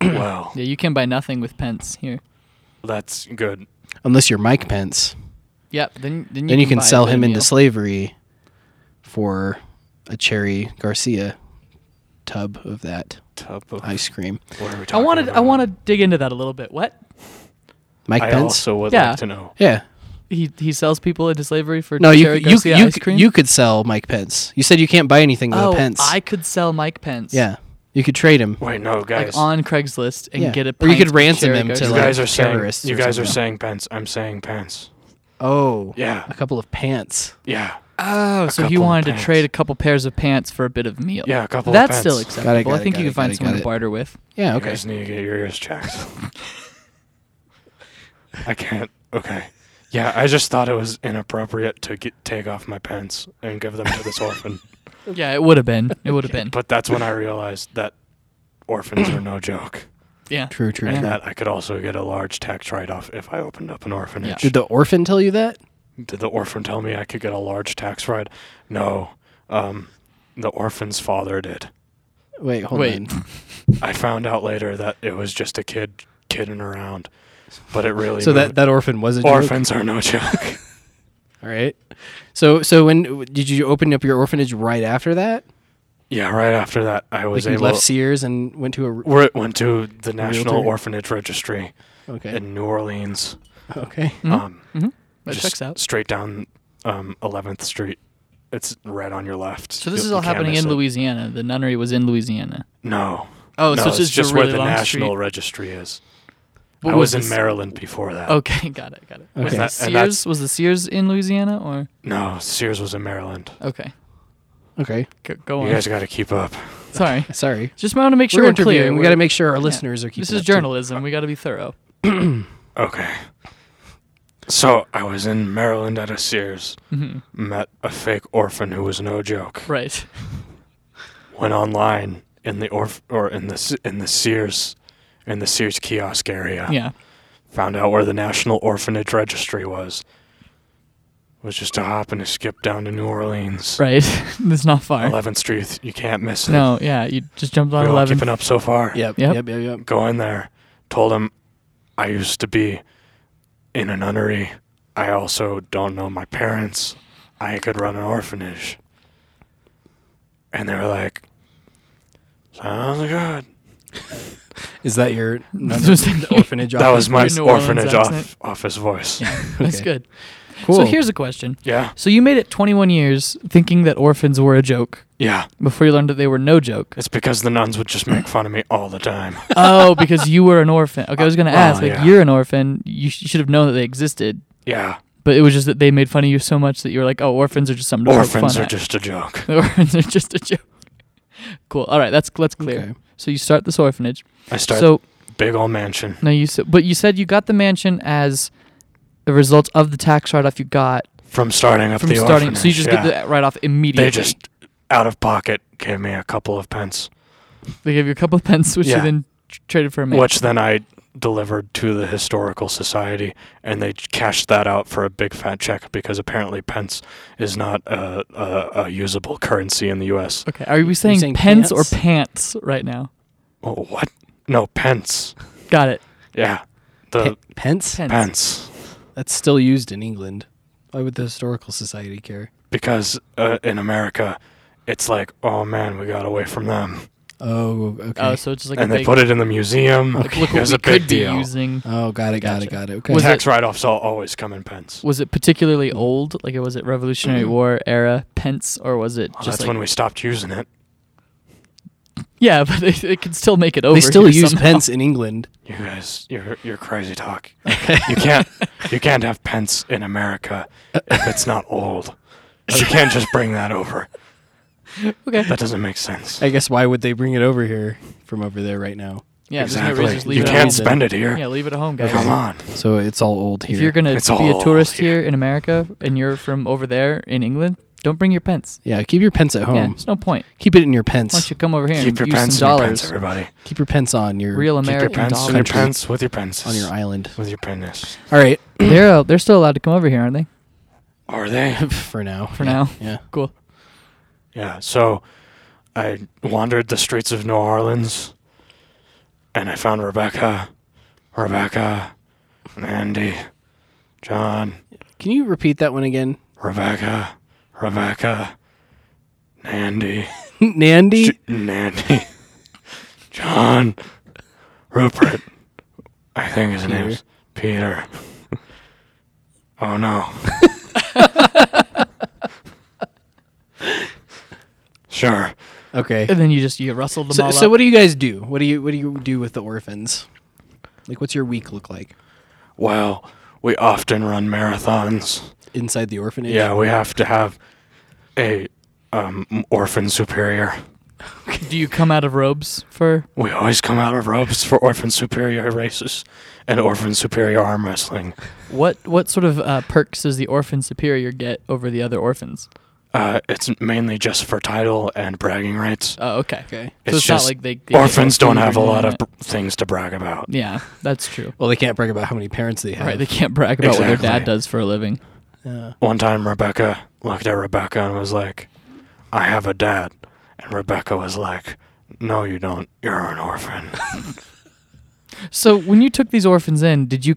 [SPEAKER 7] well,
[SPEAKER 3] Yeah, you can buy nothing with pence here.
[SPEAKER 7] that's good.
[SPEAKER 1] Unless you're Mike Pence,
[SPEAKER 3] Yep. Then then you
[SPEAKER 1] then you can
[SPEAKER 3] can, buy a
[SPEAKER 1] sell
[SPEAKER 3] bit of
[SPEAKER 1] him into
[SPEAKER 3] meal.
[SPEAKER 1] slavery for a Cherry Garcia tub of that
[SPEAKER 7] tub of
[SPEAKER 1] ice cream. Oh.
[SPEAKER 7] What are we
[SPEAKER 3] I wanted I want to dig into that a little bit. What?
[SPEAKER 1] Mike
[SPEAKER 7] I
[SPEAKER 1] Pence.
[SPEAKER 7] also would
[SPEAKER 3] Yeah.
[SPEAKER 7] like to know.
[SPEAKER 1] Yeah.
[SPEAKER 3] He he sells people into slavery for
[SPEAKER 1] No, you
[SPEAKER 3] Cherry
[SPEAKER 1] you,
[SPEAKER 3] Garcia
[SPEAKER 1] you,
[SPEAKER 3] ice cream.
[SPEAKER 1] you could sell Mike Pence. You said you can't buy anything with
[SPEAKER 3] oh,
[SPEAKER 1] a pence.
[SPEAKER 3] I could sell Mike Pence.
[SPEAKER 1] yeah, you could trade him.
[SPEAKER 7] Wait, no, guys.
[SPEAKER 3] Like on Craigslist and
[SPEAKER 1] Yeah.
[SPEAKER 3] get a.
[SPEAKER 1] Or you could
[SPEAKER 3] pint of
[SPEAKER 1] ransom
[SPEAKER 3] Cherry
[SPEAKER 1] him to,
[SPEAKER 3] Garcia.
[SPEAKER 7] you
[SPEAKER 1] like,
[SPEAKER 7] guys are saying
[SPEAKER 1] terrorists
[SPEAKER 7] you
[SPEAKER 1] or
[SPEAKER 7] guys are
[SPEAKER 1] something.
[SPEAKER 7] saying pence. I'm saying pence.
[SPEAKER 1] Oh,
[SPEAKER 7] Yeah.
[SPEAKER 1] a couple of pants.
[SPEAKER 7] Yeah.
[SPEAKER 3] Oh,
[SPEAKER 7] A
[SPEAKER 3] so he
[SPEAKER 7] couple of
[SPEAKER 3] wanted to
[SPEAKER 7] pants.
[SPEAKER 3] trade a couple pairs of pants for a bit of meal.
[SPEAKER 7] Yeah, a couple of
[SPEAKER 3] That's
[SPEAKER 7] pants.
[SPEAKER 3] still
[SPEAKER 7] Got it,
[SPEAKER 3] acceptable.
[SPEAKER 7] got
[SPEAKER 3] I
[SPEAKER 7] it,
[SPEAKER 3] think
[SPEAKER 7] got
[SPEAKER 3] you
[SPEAKER 7] it,
[SPEAKER 3] can find
[SPEAKER 7] got it,
[SPEAKER 3] someone
[SPEAKER 7] got
[SPEAKER 3] to
[SPEAKER 7] it.
[SPEAKER 3] barter with.
[SPEAKER 1] Yeah,
[SPEAKER 7] You guys need to get your ears checked. I can't. Okay. Yeah, I just thought it was inappropriate to get, take off my pants and give them to this orphan.
[SPEAKER 3] Yeah, it would have been. It would have been.
[SPEAKER 7] But that's when I realized that orphans are no joke.
[SPEAKER 3] Yeah.
[SPEAKER 1] True, true,
[SPEAKER 7] And
[SPEAKER 1] true.
[SPEAKER 7] that I could also get a large tax write off if I opened up an orphanage.
[SPEAKER 1] Did the orphan tell you that?
[SPEAKER 7] Did the orphan tell me I could get a large tax write? No. Um, the orphan's father did.
[SPEAKER 1] Wait, hold
[SPEAKER 7] Wait.
[SPEAKER 1] on.
[SPEAKER 7] I found out later that it was just a kid kidding around, but it really
[SPEAKER 1] So that
[SPEAKER 7] moved-
[SPEAKER 1] that orphan was a joke?
[SPEAKER 7] orphans are no joke.
[SPEAKER 1] All right. So so when did you open up your orphanage right after that?
[SPEAKER 7] yeah, right after that, I was
[SPEAKER 1] like you
[SPEAKER 7] able.
[SPEAKER 1] left Sears and went to a r-
[SPEAKER 7] Where it went to the National
[SPEAKER 1] Realtor?
[SPEAKER 7] Orphanage Registry
[SPEAKER 1] Okay.
[SPEAKER 7] in New Orleans.
[SPEAKER 1] Okay.
[SPEAKER 7] Um,
[SPEAKER 3] Mhm. That
[SPEAKER 7] just
[SPEAKER 3] checks out.
[SPEAKER 7] Straight down um, 11th Street. It's right on your left.
[SPEAKER 3] So this
[SPEAKER 7] You-
[SPEAKER 3] is
[SPEAKER 7] you
[SPEAKER 3] all
[SPEAKER 7] can't
[SPEAKER 3] happening
[SPEAKER 7] miss
[SPEAKER 3] in
[SPEAKER 7] it.
[SPEAKER 3] Louisiana. The nunnery was in Louisiana.
[SPEAKER 7] No.
[SPEAKER 3] Oh,
[SPEAKER 7] No,
[SPEAKER 3] so it's just, a
[SPEAKER 7] where
[SPEAKER 3] really
[SPEAKER 7] the
[SPEAKER 3] long
[SPEAKER 7] National
[SPEAKER 3] street.
[SPEAKER 7] Registry is.
[SPEAKER 3] What
[SPEAKER 7] I
[SPEAKER 3] was
[SPEAKER 7] was,
[SPEAKER 3] this-
[SPEAKER 7] in Maryland before that.
[SPEAKER 3] Okay, got it, got it. Was
[SPEAKER 7] Okay.
[SPEAKER 3] the
[SPEAKER 7] That- and that's-
[SPEAKER 3] Sears was the Sears in Louisiana or
[SPEAKER 7] No, Sears was in Maryland.
[SPEAKER 3] okay?
[SPEAKER 1] Okay.
[SPEAKER 3] Go, go on.
[SPEAKER 7] You guys got to keep up.
[SPEAKER 3] Sorry.
[SPEAKER 1] Sorry.
[SPEAKER 3] Just want to make sure
[SPEAKER 1] We're
[SPEAKER 3] we're, clear.
[SPEAKER 1] interviewing. We gotta make sure our listeners are keeping
[SPEAKER 3] This is
[SPEAKER 1] up, too.
[SPEAKER 3] journalism. We got to be thorough.
[SPEAKER 7] Okay. So I was in Maryland at a Sears,
[SPEAKER 3] Mhm.
[SPEAKER 7] met a fake orphan who was no joke.
[SPEAKER 3] Right.
[SPEAKER 7] Went online in the orf or in the S- in the Sears, in the Sears kiosk area.
[SPEAKER 3] Yeah.
[SPEAKER 7] Found out where the National Orphanage Registry was. Was just a hop and a skip down to New Orleans.
[SPEAKER 3] Right. it's not far.
[SPEAKER 7] 11th Street, you can't miss it.
[SPEAKER 3] No, yeah, you just jumped on
[SPEAKER 7] We're all
[SPEAKER 3] 11.
[SPEAKER 7] keeping up so far.
[SPEAKER 1] Yep,
[SPEAKER 3] Yep.
[SPEAKER 1] yep, yep, yep.
[SPEAKER 7] Go in there. Told him I used to be in a nunnery. I also don't know my parents. I could run an orphanage. And they were like, Sounds good.
[SPEAKER 16] Is that your
[SPEAKER 7] That's what I'm
[SPEAKER 16] the
[SPEAKER 7] saying.
[SPEAKER 16] orphanage?
[SPEAKER 7] That was
[SPEAKER 16] office-
[SPEAKER 7] my
[SPEAKER 16] your New Orleans
[SPEAKER 7] orphanage
[SPEAKER 16] accent?
[SPEAKER 7] off- office voice.
[SPEAKER 3] That's
[SPEAKER 16] Okay.
[SPEAKER 3] good. So
[SPEAKER 16] Cool.
[SPEAKER 3] here's a question.
[SPEAKER 7] Yeah.
[SPEAKER 3] So you made it 21 years thinking that orphans were a joke.
[SPEAKER 7] Yeah.
[SPEAKER 3] Before you learned that they were no joke.
[SPEAKER 7] It's because the nuns would just make fun of me all the time.
[SPEAKER 3] oh, because you were an orphan. Okay, I was gonna
[SPEAKER 7] Uh,
[SPEAKER 3] ask.
[SPEAKER 7] well,
[SPEAKER 3] like
[SPEAKER 7] yeah.
[SPEAKER 3] you're an orphan. You sh- should have known that they existed.
[SPEAKER 7] Yeah.
[SPEAKER 3] But it was just that they made fun of you so much that you were like, "Oh, orphans are just something to poke
[SPEAKER 7] Orphans
[SPEAKER 3] fun
[SPEAKER 7] are
[SPEAKER 3] at."
[SPEAKER 7] just a joke.
[SPEAKER 3] orphans are just a joke. Cool. All right, that's that's clear. So you start this orphanage.
[SPEAKER 7] I start
[SPEAKER 3] So
[SPEAKER 7] big old mansion.
[SPEAKER 3] no, you said, but you said you got the mansion as a result of the tax write-off you got
[SPEAKER 7] From starting up
[SPEAKER 3] from
[SPEAKER 7] the
[SPEAKER 3] starting.
[SPEAKER 7] orphanage.
[SPEAKER 3] so you just
[SPEAKER 7] yeah.
[SPEAKER 3] get the write-off immediately.
[SPEAKER 7] They just out of pocket gave me a couple of pence.
[SPEAKER 3] They gave you a couple of pence, which
[SPEAKER 7] Yeah.
[SPEAKER 3] you then tr- traded for a mansion.
[SPEAKER 7] Which then I delivered to the historical society, and they cashed that out for a big fat check because apparently pence is not a, a, a usable currency in the U.S.
[SPEAKER 3] Okay, are we saying,
[SPEAKER 7] saying
[SPEAKER 3] pence
[SPEAKER 7] pants?
[SPEAKER 3] or pants right now?
[SPEAKER 7] Oh, what? No, pence.
[SPEAKER 3] Got it.
[SPEAKER 7] Yeah.
[SPEAKER 16] Pe-
[SPEAKER 7] The
[SPEAKER 16] pence?
[SPEAKER 7] pence.
[SPEAKER 16] That's still used in England. Why would the historical society care?
[SPEAKER 7] Because uh, in America, it's like, oh man, we got away from them.
[SPEAKER 16] Oh, okay.
[SPEAKER 3] Oh, so it's just like a
[SPEAKER 7] and they
[SPEAKER 3] big-
[SPEAKER 7] put it in the museum.
[SPEAKER 3] Look- look
[SPEAKER 7] it
[SPEAKER 3] what
[SPEAKER 7] was
[SPEAKER 3] we
[SPEAKER 7] a big
[SPEAKER 3] could be
[SPEAKER 7] deal.
[SPEAKER 3] using.
[SPEAKER 16] Oh, got it, got it, got it. Okay.
[SPEAKER 3] Was
[SPEAKER 7] Tax
[SPEAKER 3] it-
[SPEAKER 7] write-offs all always come in pence.
[SPEAKER 3] Was it
[SPEAKER 7] Mm.
[SPEAKER 3] particularly old? Like, it was it Revolutionary War era pence, or was it
[SPEAKER 7] Well,
[SPEAKER 3] just
[SPEAKER 7] Mm. Oh, that's
[SPEAKER 3] like-
[SPEAKER 7] when we stopped using it.
[SPEAKER 3] Yeah, but they, they can still make it over.
[SPEAKER 16] They still
[SPEAKER 3] here
[SPEAKER 16] use
[SPEAKER 3] somehow.
[SPEAKER 16] pence in England.
[SPEAKER 7] You guys, your your crazy talk. you can't you can't have pence in America if it's not old. You can't just bring that over.
[SPEAKER 3] Okay.
[SPEAKER 7] That doesn't make sense.
[SPEAKER 16] I guess why would they bring it over here from over there right now?
[SPEAKER 3] Yeah, there's no
[SPEAKER 7] Exactly.
[SPEAKER 3] reason, just leave
[SPEAKER 7] You
[SPEAKER 3] it at
[SPEAKER 7] can't
[SPEAKER 3] home.
[SPEAKER 7] spend it here.
[SPEAKER 3] Yeah, leave it at home, guys.
[SPEAKER 7] Come on.
[SPEAKER 16] So it's all old here.
[SPEAKER 3] If you're gonna
[SPEAKER 16] It's
[SPEAKER 3] be a
[SPEAKER 16] all
[SPEAKER 3] tourist here in America and you're from over there in England, don't bring your pence.
[SPEAKER 16] Yeah, keep your pence at home.
[SPEAKER 3] Yeah, there's no point.
[SPEAKER 16] Keep it in your pence.
[SPEAKER 3] Why don't you come over here and
[SPEAKER 16] Keep your
[SPEAKER 3] use
[SPEAKER 16] pence
[SPEAKER 3] some
[SPEAKER 16] in your
[SPEAKER 3] dollars?
[SPEAKER 16] pence, everybody. Keep your pence on your
[SPEAKER 3] real American
[SPEAKER 7] Keep your pence
[SPEAKER 3] dollars.
[SPEAKER 7] in your pence with your pence
[SPEAKER 16] on your island
[SPEAKER 7] with your penis.
[SPEAKER 16] All right,
[SPEAKER 3] they're uh, they're still allowed to come over here, aren't they?
[SPEAKER 7] Are they?
[SPEAKER 16] for now.
[SPEAKER 3] For
[SPEAKER 16] Yeah,
[SPEAKER 3] now.
[SPEAKER 16] Yeah.
[SPEAKER 3] Cool.
[SPEAKER 7] Yeah, so I wandered the streets of New Orleans and I found Rebecca, Rebecca, Mandy, John,
[SPEAKER 16] Can you repeat that one again?
[SPEAKER 7] Rebecca, Rebecca, Nandy,
[SPEAKER 16] Nandy?
[SPEAKER 7] J- Nandy, John, Rupert. I think his
[SPEAKER 16] Peter.
[SPEAKER 7] name's Peter. Oh no. sure.
[SPEAKER 16] Okay.
[SPEAKER 3] And then you just you rustle them
[SPEAKER 16] So,
[SPEAKER 3] all
[SPEAKER 16] so
[SPEAKER 3] up.
[SPEAKER 16] what do you guys do? What do you what do you do with the orphans? Like, what's your week look like
[SPEAKER 7] Well, we often run marathons.
[SPEAKER 16] inside the orphanage?
[SPEAKER 7] Yeah, we have to have a um, orphan superior.
[SPEAKER 3] do you come out of robes for?
[SPEAKER 7] We always come out of robes for orphan superior races and orphan superior arm wrestling.
[SPEAKER 3] What what sort of uh, perks does the orphan superior get over the other orphans?
[SPEAKER 7] Uh, it's mainly just for title and bragging rights.
[SPEAKER 3] Oh, okay. Okay. So
[SPEAKER 7] It's,
[SPEAKER 3] it's not
[SPEAKER 7] just
[SPEAKER 3] like they- they get
[SPEAKER 7] orphans don't
[SPEAKER 3] food or
[SPEAKER 7] have a
[SPEAKER 3] anything
[SPEAKER 7] lot
[SPEAKER 3] like
[SPEAKER 7] of br- things to brag about.
[SPEAKER 3] Yeah, that's true.
[SPEAKER 16] Well, they can't brag about how many parents they have.
[SPEAKER 3] Right, they can't brag about what their dad
[SPEAKER 7] Exactly.
[SPEAKER 3] does for a living.
[SPEAKER 16] Yeah.
[SPEAKER 7] One time, Rebecca looked at Rebecca and was like, "I have a dad," and Rebecca was like, "No, you don't. You're an orphan."
[SPEAKER 3] So when you took these orphans in, did you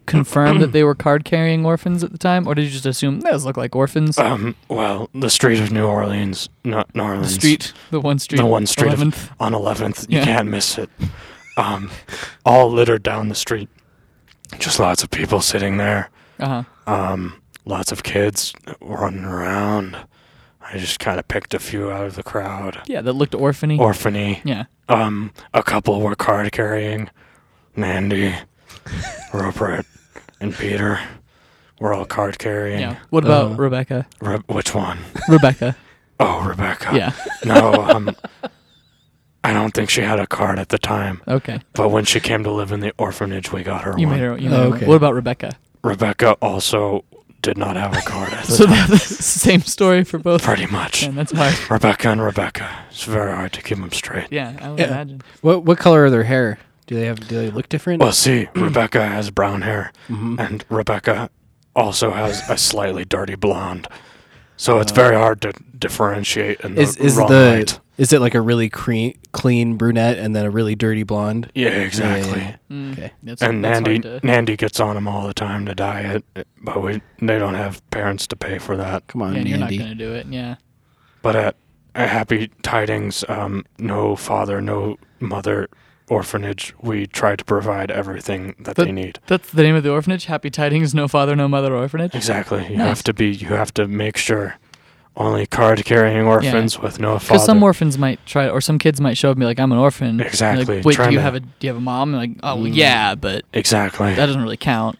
[SPEAKER 3] confirm that they were card carrying orphans at the time, or did you just assume those look like orphans?
[SPEAKER 7] Um, well, the street of New Orleans, not New Orleans.
[SPEAKER 3] street- the one street,
[SPEAKER 7] The one street of-
[SPEAKER 3] 11th.
[SPEAKER 7] on 11th. You
[SPEAKER 3] Yeah.
[SPEAKER 7] can't miss it. Um, all littered down the street. Just lots of people sitting there.
[SPEAKER 3] Uh-huh.
[SPEAKER 7] Um, lots of kids running around. I just kind of picked a few out of the crowd.
[SPEAKER 3] yeah, that looked orphany.
[SPEAKER 7] Orphany.
[SPEAKER 3] Yeah.
[SPEAKER 7] Um, a couple were card carrying. Mandy, Rupert, and Peter were all card carrying.
[SPEAKER 3] Yeah. What about Rebecca?
[SPEAKER 7] uh, Re- which one?
[SPEAKER 3] Rebecca.
[SPEAKER 7] Oh, Rebecca.
[SPEAKER 3] Yeah.
[SPEAKER 7] No, um, I don't think she had a card at the time.
[SPEAKER 3] Okay.
[SPEAKER 7] But when she came to live in the orphanage, we got her
[SPEAKER 3] You
[SPEAKER 7] one.
[SPEAKER 3] made her. You made her- What about Rebecca?
[SPEAKER 7] Rebecca also did not have a card at the
[SPEAKER 3] So
[SPEAKER 7] time.
[SPEAKER 3] that's the same story for both.
[SPEAKER 7] Pretty much.
[SPEAKER 3] Man, that's hard.
[SPEAKER 7] Rebecca and Rebecca. It's very hard to keep them straight.
[SPEAKER 3] Yeah, I would imagine.
[SPEAKER 16] What what color are their hair? Do they have do they look different?
[SPEAKER 7] Well, see, Rebecca has brown hair,
[SPEAKER 16] Mhm.
[SPEAKER 7] and Rebecca also has a slightly dirty blonde. So it's very hard to differentiate in the
[SPEAKER 16] Uh, is is
[SPEAKER 7] wrong
[SPEAKER 16] the
[SPEAKER 7] light.
[SPEAKER 16] is it like a really cre- clean brunette and then a really dirty blonde?
[SPEAKER 7] Yeah, exactly.
[SPEAKER 16] yeah, yeah. Okay.
[SPEAKER 7] and Nandy, Nandy gets on him all the time to diet, but we they don't have parents to pay for that.
[SPEAKER 16] Come on,
[SPEAKER 3] Yeah, you're not gonna do it. Yeah.
[SPEAKER 7] But at Uh, happy tidings. Um, no father, no mother, orphanage. We try to provide everything that
[SPEAKER 3] That-
[SPEAKER 7] they need.
[SPEAKER 3] That's the name of the orphanage. Happy Tidings, No Father, No Mother Orphanage.
[SPEAKER 7] Exactly. You
[SPEAKER 3] Nice.
[SPEAKER 7] have to be. You have to make sure only card-carrying orphans with no father.
[SPEAKER 3] Because some orphans might try, or some kids might show up and be like, "I'm an orphan." And they're like,
[SPEAKER 7] Exactly.
[SPEAKER 3] Wait, do
[SPEAKER 7] Trying
[SPEAKER 3] you
[SPEAKER 7] to-
[SPEAKER 3] have a do you have a mom? And like, oh well,
[SPEAKER 7] Mm.
[SPEAKER 3] yeah, but
[SPEAKER 7] Exactly.
[SPEAKER 3] that doesn't really count.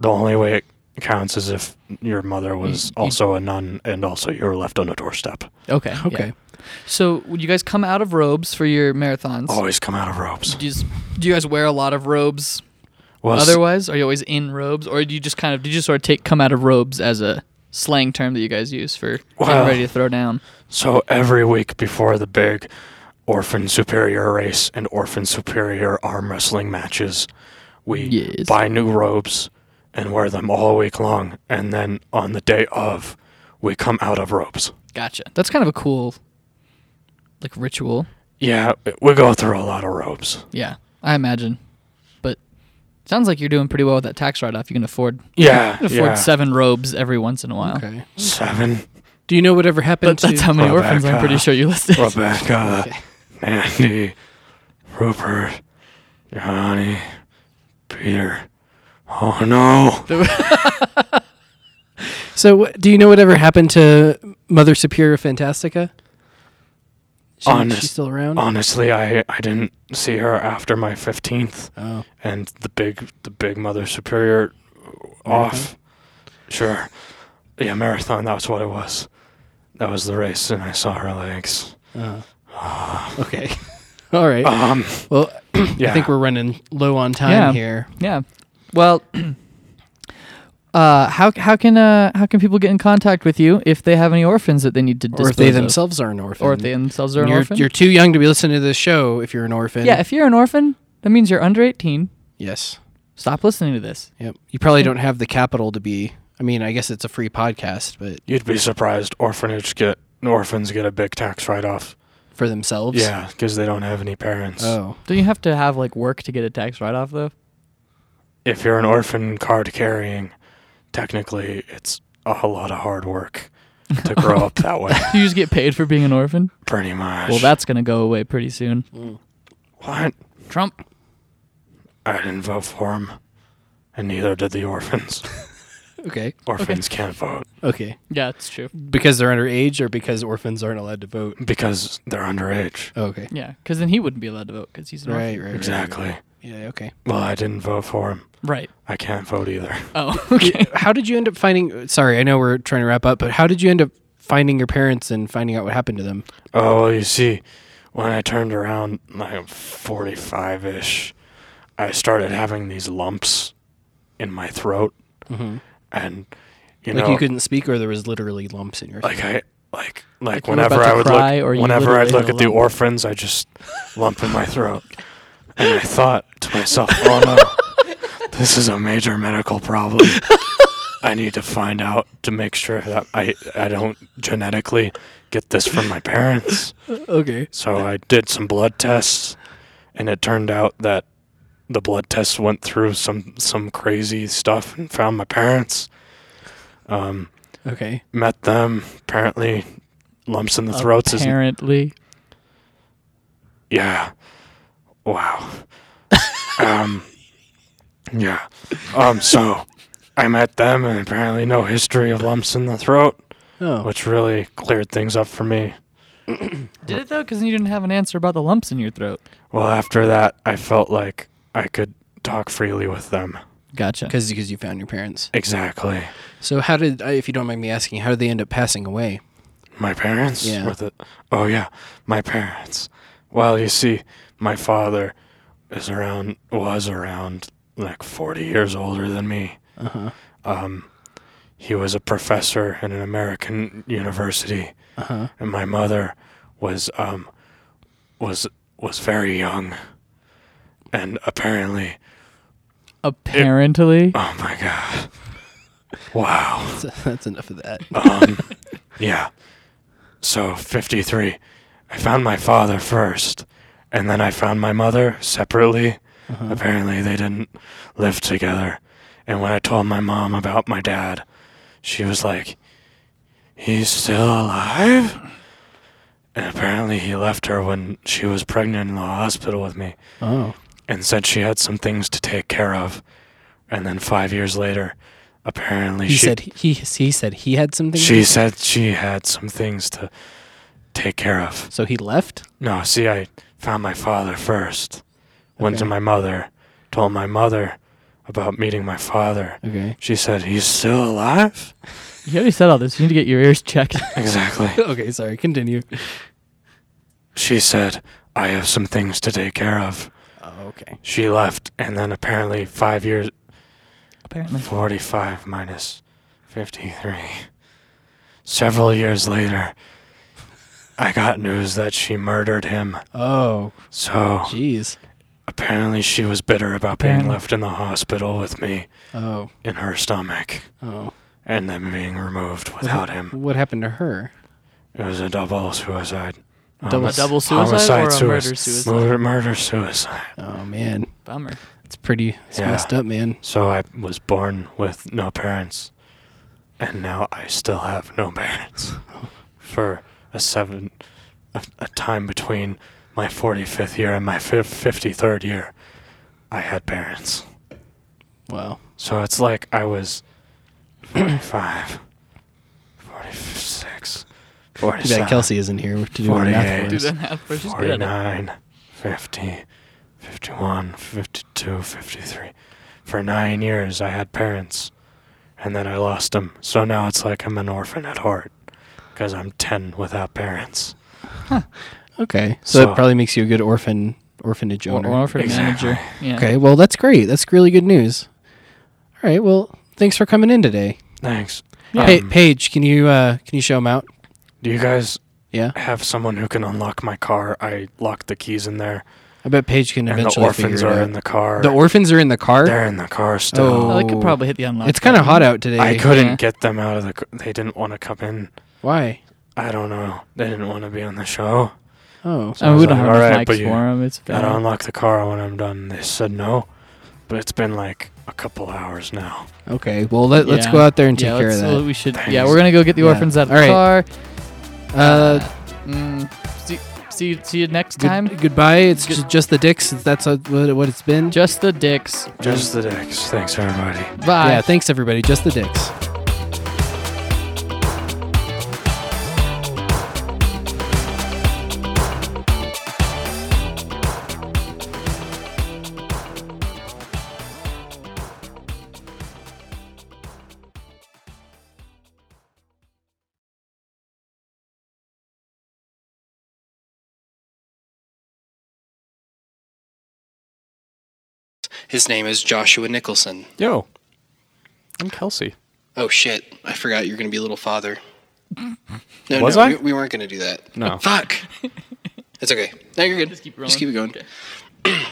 [SPEAKER 7] the only way it counts is if your mother was
[SPEAKER 3] you-
[SPEAKER 7] also a nun and also you were left on a doorstep.
[SPEAKER 3] Okay.
[SPEAKER 7] Okay.
[SPEAKER 3] yeah. So would you guys come out of robes for your marathons?
[SPEAKER 7] Always come out of robes.
[SPEAKER 3] Do you, s- do you guys wear a lot of robes?
[SPEAKER 7] Well, s-
[SPEAKER 3] Otherwise, are you always in robes, or do you just kind of did you sort of take come out of robes as a slang term that you guys use for getting
[SPEAKER 7] Well,
[SPEAKER 3] ready to throw down?
[SPEAKER 7] So every week before the big Orphan Superior race and Orphan Superior arm wrestling matches, we buy new robes and wear them all week long. And then on the day of, we come out of robes.
[SPEAKER 3] Gotcha. That's kind of a cool, like ritual.
[SPEAKER 7] Yeah, we go through a lot of robes.
[SPEAKER 3] Yeah, I imagine. But sounds like you're doing pretty well with that tax write-off. You can afford
[SPEAKER 7] Yeah,
[SPEAKER 3] you can afford
[SPEAKER 7] yeah.
[SPEAKER 3] seven robes every once in a while.
[SPEAKER 15] Okay,
[SPEAKER 7] seven.
[SPEAKER 15] Do you know whatever happened to?
[SPEAKER 3] that's how many orphans I'm pretty sure you listed.
[SPEAKER 7] Rebecca, Andy, Rupert, Johnny, Peter. Oh no.
[SPEAKER 15] So, wh- do you know whatever happened to Mother Superior Fantastica? She,
[SPEAKER 7] Honest-
[SPEAKER 15] she's still around.
[SPEAKER 7] Honestly, I I didn't see her after my fifteenth.
[SPEAKER 15] Oh.
[SPEAKER 7] And the big the big Mother Superior off. Sure. Yeah, marathon. That was what it was. That was the race, and I saw her legs.
[SPEAKER 15] Uh, okay. All right.
[SPEAKER 7] Um,
[SPEAKER 15] well, I
[SPEAKER 7] yeah.
[SPEAKER 15] think we're running low on time
[SPEAKER 3] yeah.
[SPEAKER 15] here.
[SPEAKER 3] Yeah. Well, uh, how how can uh how can people get in contact with you if they have any orphans that they need to dispose
[SPEAKER 15] Or if they
[SPEAKER 3] of?
[SPEAKER 15] themselves are an orphan.
[SPEAKER 3] or if they themselves are an
[SPEAKER 15] you're,
[SPEAKER 3] orphan?
[SPEAKER 15] You're too young to be listening to this show if you're an orphan.
[SPEAKER 3] yeah, if you're an orphan, that means you're under 18.
[SPEAKER 15] yes.
[SPEAKER 3] Stop listening to this.
[SPEAKER 15] Yep. You probably
[SPEAKER 3] Yeah.
[SPEAKER 15] don't have the capital to be. I mean, I guess it's a free podcast, but
[SPEAKER 7] You'd be surprised. Orphanage get orphans get a big tax write off.
[SPEAKER 15] for themselves.
[SPEAKER 7] Yeah, because they don't have any parents.
[SPEAKER 15] Oh.
[SPEAKER 3] Don't you have to have like work to get a tax write off though?
[SPEAKER 7] If you're an orphan card carrying, technically it's a lot of hard work to grow up that way.
[SPEAKER 3] you just get paid for being an orphan?
[SPEAKER 7] Pretty much.
[SPEAKER 3] Well, that's going to go away pretty soon.
[SPEAKER 7] What?
[SPEAKER 3] Trump.
[SPEAKER 7] I didn't vote for him, and neither did the orphans.
[SPEAKER 15] Okay.
[SPEAKER 7] Orphans can't vote
[SPEAKER 15] Okay.
[SPEAKER 3] Yeah, it's true.
[SPEAKER 15] Because they're underage or because orphans aren't allowed to vote?
[SPEAKER 7] because they're underage.
[SPEAKER 15] Okay.
[SPEAKER 3] Yeah, cuz then he wouldn't be allowed to vote cuz he's an
[SPEAKER 15] Right,
[SPEAKER 3] orphan.
[SPEAKER 15] right.
[SPEAKER 7] Exactly.
[SPEAKER 15] Yeah, okay.
[SPEAKER 7] Well, I didn't vote for him.
[SPEAKER 3] Right.
[SPEAKER 7] I can't vote either.
[SPEAKER 3] Oh, okay.
[SPEAKER 15] How did you end up finding Sorry, I know we're trying to wrap up, but how did you end up finding your parents and finding out what happened to them?
[SPEAKER 7] Oh, well, you see, when I turned around like 45 ish, I started having these lumps in my throat.
[SPEAKER 15] Mhm.
[SPEAKER 7] And, you
[SPEAKER 15] like
[SPEAKER 7] know,
[SPEAKER 15] you couldn't speak or there was literally lumps in your
[SPEAKER 7] like I. Like, like,
[SPEAKER 3] Like you were
[SPEAKER 7] whenever
[SPEAKER 3] about to
[SPEAKER 7] I would
[SPEAKER 3] cry or
[SPEAKER 7] look,
[SPEAKER 3] you
[SPEAKER 7] whenever
[SPEAKER 3] literally
[SPEAKER 7] I'd look
[SPEAKER 3] had a
[SPEAKER 7] at the
[SPEAKER 3] lump?
[SPEAKER 7] orphans, I just lump in my throat, and I thought to myself, "Oh no, this is a major medical problem. I need to find out to make sure that I I don't genetically get this from my parents."
[SPEAKER 15] Okay.
[SPEAKER 7] So I did some blood tests, and it turned out that the blood tests went through some some crazy stuff and found my parents. Um,
[SPEAKER 15] Okay.
[SPEAKER 7] met them. Apparently, lumps in the throats is
[SPEAKER 3] Apparently.
[SPEAKER 7] yeah. Wow. um. Yeah. Um. So, I met them, and apparently, no history of lumps in the throat,
[SPEAKER 15] Oh.
[SPEAKER 7] which really cleared things up for me.
[SPEAKER 3] Did it though cuz you didn't have an answer about the lumps in your throat.
[SPEAKER 7] Well, after that, I felt like I could talk freely with them.
[SPEAKER 3] Gotcha.
[SPEAKER 15] Cuz you found your parents.
[SPEAKER 7] Exactly.
[SPEAKER 15] So how did I- if you don't mind me asking, how did they end up passing away?
[SPEAKER 7] My parents?
[SPEAKER 15] Yeah.
[SPEAKER 7] With it? Oh yeah, my parents. Well, you see, my father is around was around like forty years older than me.
[SPEAKER 15] Uh-huh.
[SPEAKER 7] Um, he was a professor in an American university,
[SPEAKER 15] Uh-huh.
[SPEAKER 7] and my mother was um was was very young, and apparently,
[SPEAKER 3] Apparently.
[SPEAKER 7] oh my god, wow.
[SPEAKER 15] That's enough of that.
[SPEAKER 7] Um, yeah. So, 53. I found my father first, and then I found my mother separately.
[SPEAKER 1] Uh-huh.
[SPEAKER 7] Apparently, they didn't live together. And when I told my mom about my dad, she was like, He's still alive? And apparently he left her when she was pregnant in the hospital with me.
[SPEAKER 1] Oh.
[SPEAKER 7] And said she had some things to take care of. And then five years later, apparently
[SPEAKER 1] He
[SPEAKER 7] she
[SPEAKER 1] said he he said he had something.
[SPEAKER 7] she said she had some things to take care of.
[SPEAKER 1] So he left?
[SPEAKER 7] No, see, I found my father first. Went to
[SPEAKER 1] Okay.
[SPEAKER 7] my mother, told my mother about meeting my father.
[SPEAKER 1] Okay.
[SPEAKER 7] She said, He's still alive?
[SPEAKER 3] You already said all this. You need to get your ears checked.
[SPEAKER 7] Exactly.
[SPEAKER 1] okay, sorry. Continue.
[SPEAKER 7] She said, I have some things to take care of.
[SPEAKER 1] Oh, okay.
[SPEAKER 7] She left, and then apparently five years.
[SPEAKER 3] Apparently.
[SPEAKER 7] 45 minus 53. Several years later, I got news that she murdered him.
[SPEAKER 1] Oh.
[SPEAKER 7] So.
[SPEAKER 1] Jeez.
[SPEAKER 7] Apparently, she was bitter about being
[SPEAKER 1] Apparently.
[SPEAKER 7] left in the hospital with me.
[SPEAKER 1] Oh.
[SPEAKER 7] In her stomach.
[SPEAKER 1] Oh.
[SPEAKER 7] And then being removed without him.
[SPEAKER 1] What happened to her?
[SPEAKER 7] It was a double suicide.
[SPEAKER 1] Double-
[SPEAKER 7] Homic-
[SPEAKER 1] double suicide
[SPEAKER 7] homicide,
[SPEAKER 1] or a
[SPEAKER 7] suic-
[SPEAKER 1] murder suicide?
[SPEAKER 7] Murder, murder suicide.
[SPEAKER 1] Oh man.
[SPEAKER 3] Bummer.
[SPEAKER 1] It's pretty. It's
[SPEAKER 7] Yeah.
[SPEAKER 1] messed up, man.
[SPEAKER 7] So I was born with no parents, and now I still have no parents for a seven, a, a time between my 45th year and my fif- 53rd year. I had parents.
[SPEAKER 1] Wow.
[SPEAKER 7] So it's like I was 45, 46,
[SPEAKER 1] Too
[SPEAKER 7] 47.
[SPEAKER 1] bad Kelsey isn't here to do the math
[SPEAKER 7] 48,
[SPEAKER 1] for us. Do the
[SPEAKER 3] math for us. She's good at it.
[SPEAKER 7] 49, 50, 51, 52, 53. For nine years, I had parents, and then I lost them. So now it's like I'm an orphan at heart because I'm 10 without parents.
[SPEAKER 1] Okay, so,
[SPEAKER 7] So-
[SPEAKER 1] it probably makes you a good orphan orphanage
[SPEAKER 3] Or-
[SPEAKER 1] owner,
[SPEAKER 3] or orphan Exactly. manager, yeah.
[SPEAKER 1] Okay, well that's great. That's really good news. All right, well thanks for coming in today.
[SPEAKER 7] Thanks.
[SPEAKER 1] Hey,
[SPEAKER 7] Um,
[SPEAKER 1] Paige, can you uh, can you show them out?
[SPEAKER 7] do you guys
[SPEAKER 1] Yeah.
[SPEAKER 7] have someone who can unlock my car? I locked the keys in there.
[SPEAKER 1] I bet Paige can
[SPEAKER 7] And the
[SPEAKER 1] eventually figure
[SPEAKER 7] orphans
[SPEAKER 1] it
[SPEAKER 7] are
[SPEAKER 1] out.
[SPEAKER 7] in the car.
[SPEAKER 1] The orphans are in the car.
[SPEAKER 7] They're in the car still.
[SPEAKER 1] Oh,
[SPEAKER 3] they could probably hit the unlock
[SPEAKER 1] It's kind of hot
[SPEAKER 3] button.
[SPEAKER 1] out today.
[SPEAKER 7] I couldn't
[SPEAKER 3] Yeah.
[SPEAKER 7] get them out of the. c- They didn't want to come in.
[SPEAKER 1] Why?
[SPEAKER 7] I don't know. They didn't want to be on the show.
[SPEAKER 1] Oh.
[SPEAKER 3] Oh,
[SPEAKER 7] I
[SPEAKER 3] we
[SPEAKER 7] was
[SPEAKER 3] don't have enough mics
[SPEAKER 7] but you
[SPEAKER 3] for 'em, it's
[SPEAKER 7] gotta
[SPEAKER 3] fine."
[SPEAKER 7] unlock the car when I'm done. They said no, but it's been like a couple hours now.
[SPEAKER 1] Okay, well let, let's
[SPEAKER 3] Yeah.
[SPEAKER 1] go out there and
[SPEAKER 3] Yeah,
[SPEAKER 1] take care of
[SPEAKER 3] let's- uh,
[SPEAKER 1] that.
[SPEAKER 3] We should. Yeah, we're gonna go get the
[SPEAKER 1] Yeah.
[SPEAKER 3] orphans out of the
[SPEAKER 1] All right.
[SPEAKER 3] car.
[SPEAKER 1] Uh,
[SPEAKER 3] mm, see, see, you- see you next
[SPEAKER 1] Good-
[SPEAKER 3] time.
[SPEAKER 1] Goodbye. It's ju- just the dicks. That's uh what, what it's been.
[SPEAKER 3] Just the dicks.
[SPEAKER 7] Just the dicks. Thanks everybody.
[SPEAKER 3] Bye.
[SPEAKER 1] Yeah. Thanks everybody. Just the dicks.
[SPEAKER 2] His name is Joshua Nicholson.
[SPEAKER 5] Yo. I'm Kelsey.
[SPEAKER 2] Oh shit! I forgot you're gonna be a little father. No,
[SPEAKER 5] Was
[SPEAKER 2] no,
[SPEAKER 5] I?
[SPEAKER 2] We, we
[SPEAKER 7] Oh.
[SPEAKER 2] weren't gonna do that.
[SPEAKER 5] No.
[SPEAKER 2] Fuck. That's okay. Now you're good. Just keep,
[SPEAKER 5] rolling.
[SPEAKER 2] it going.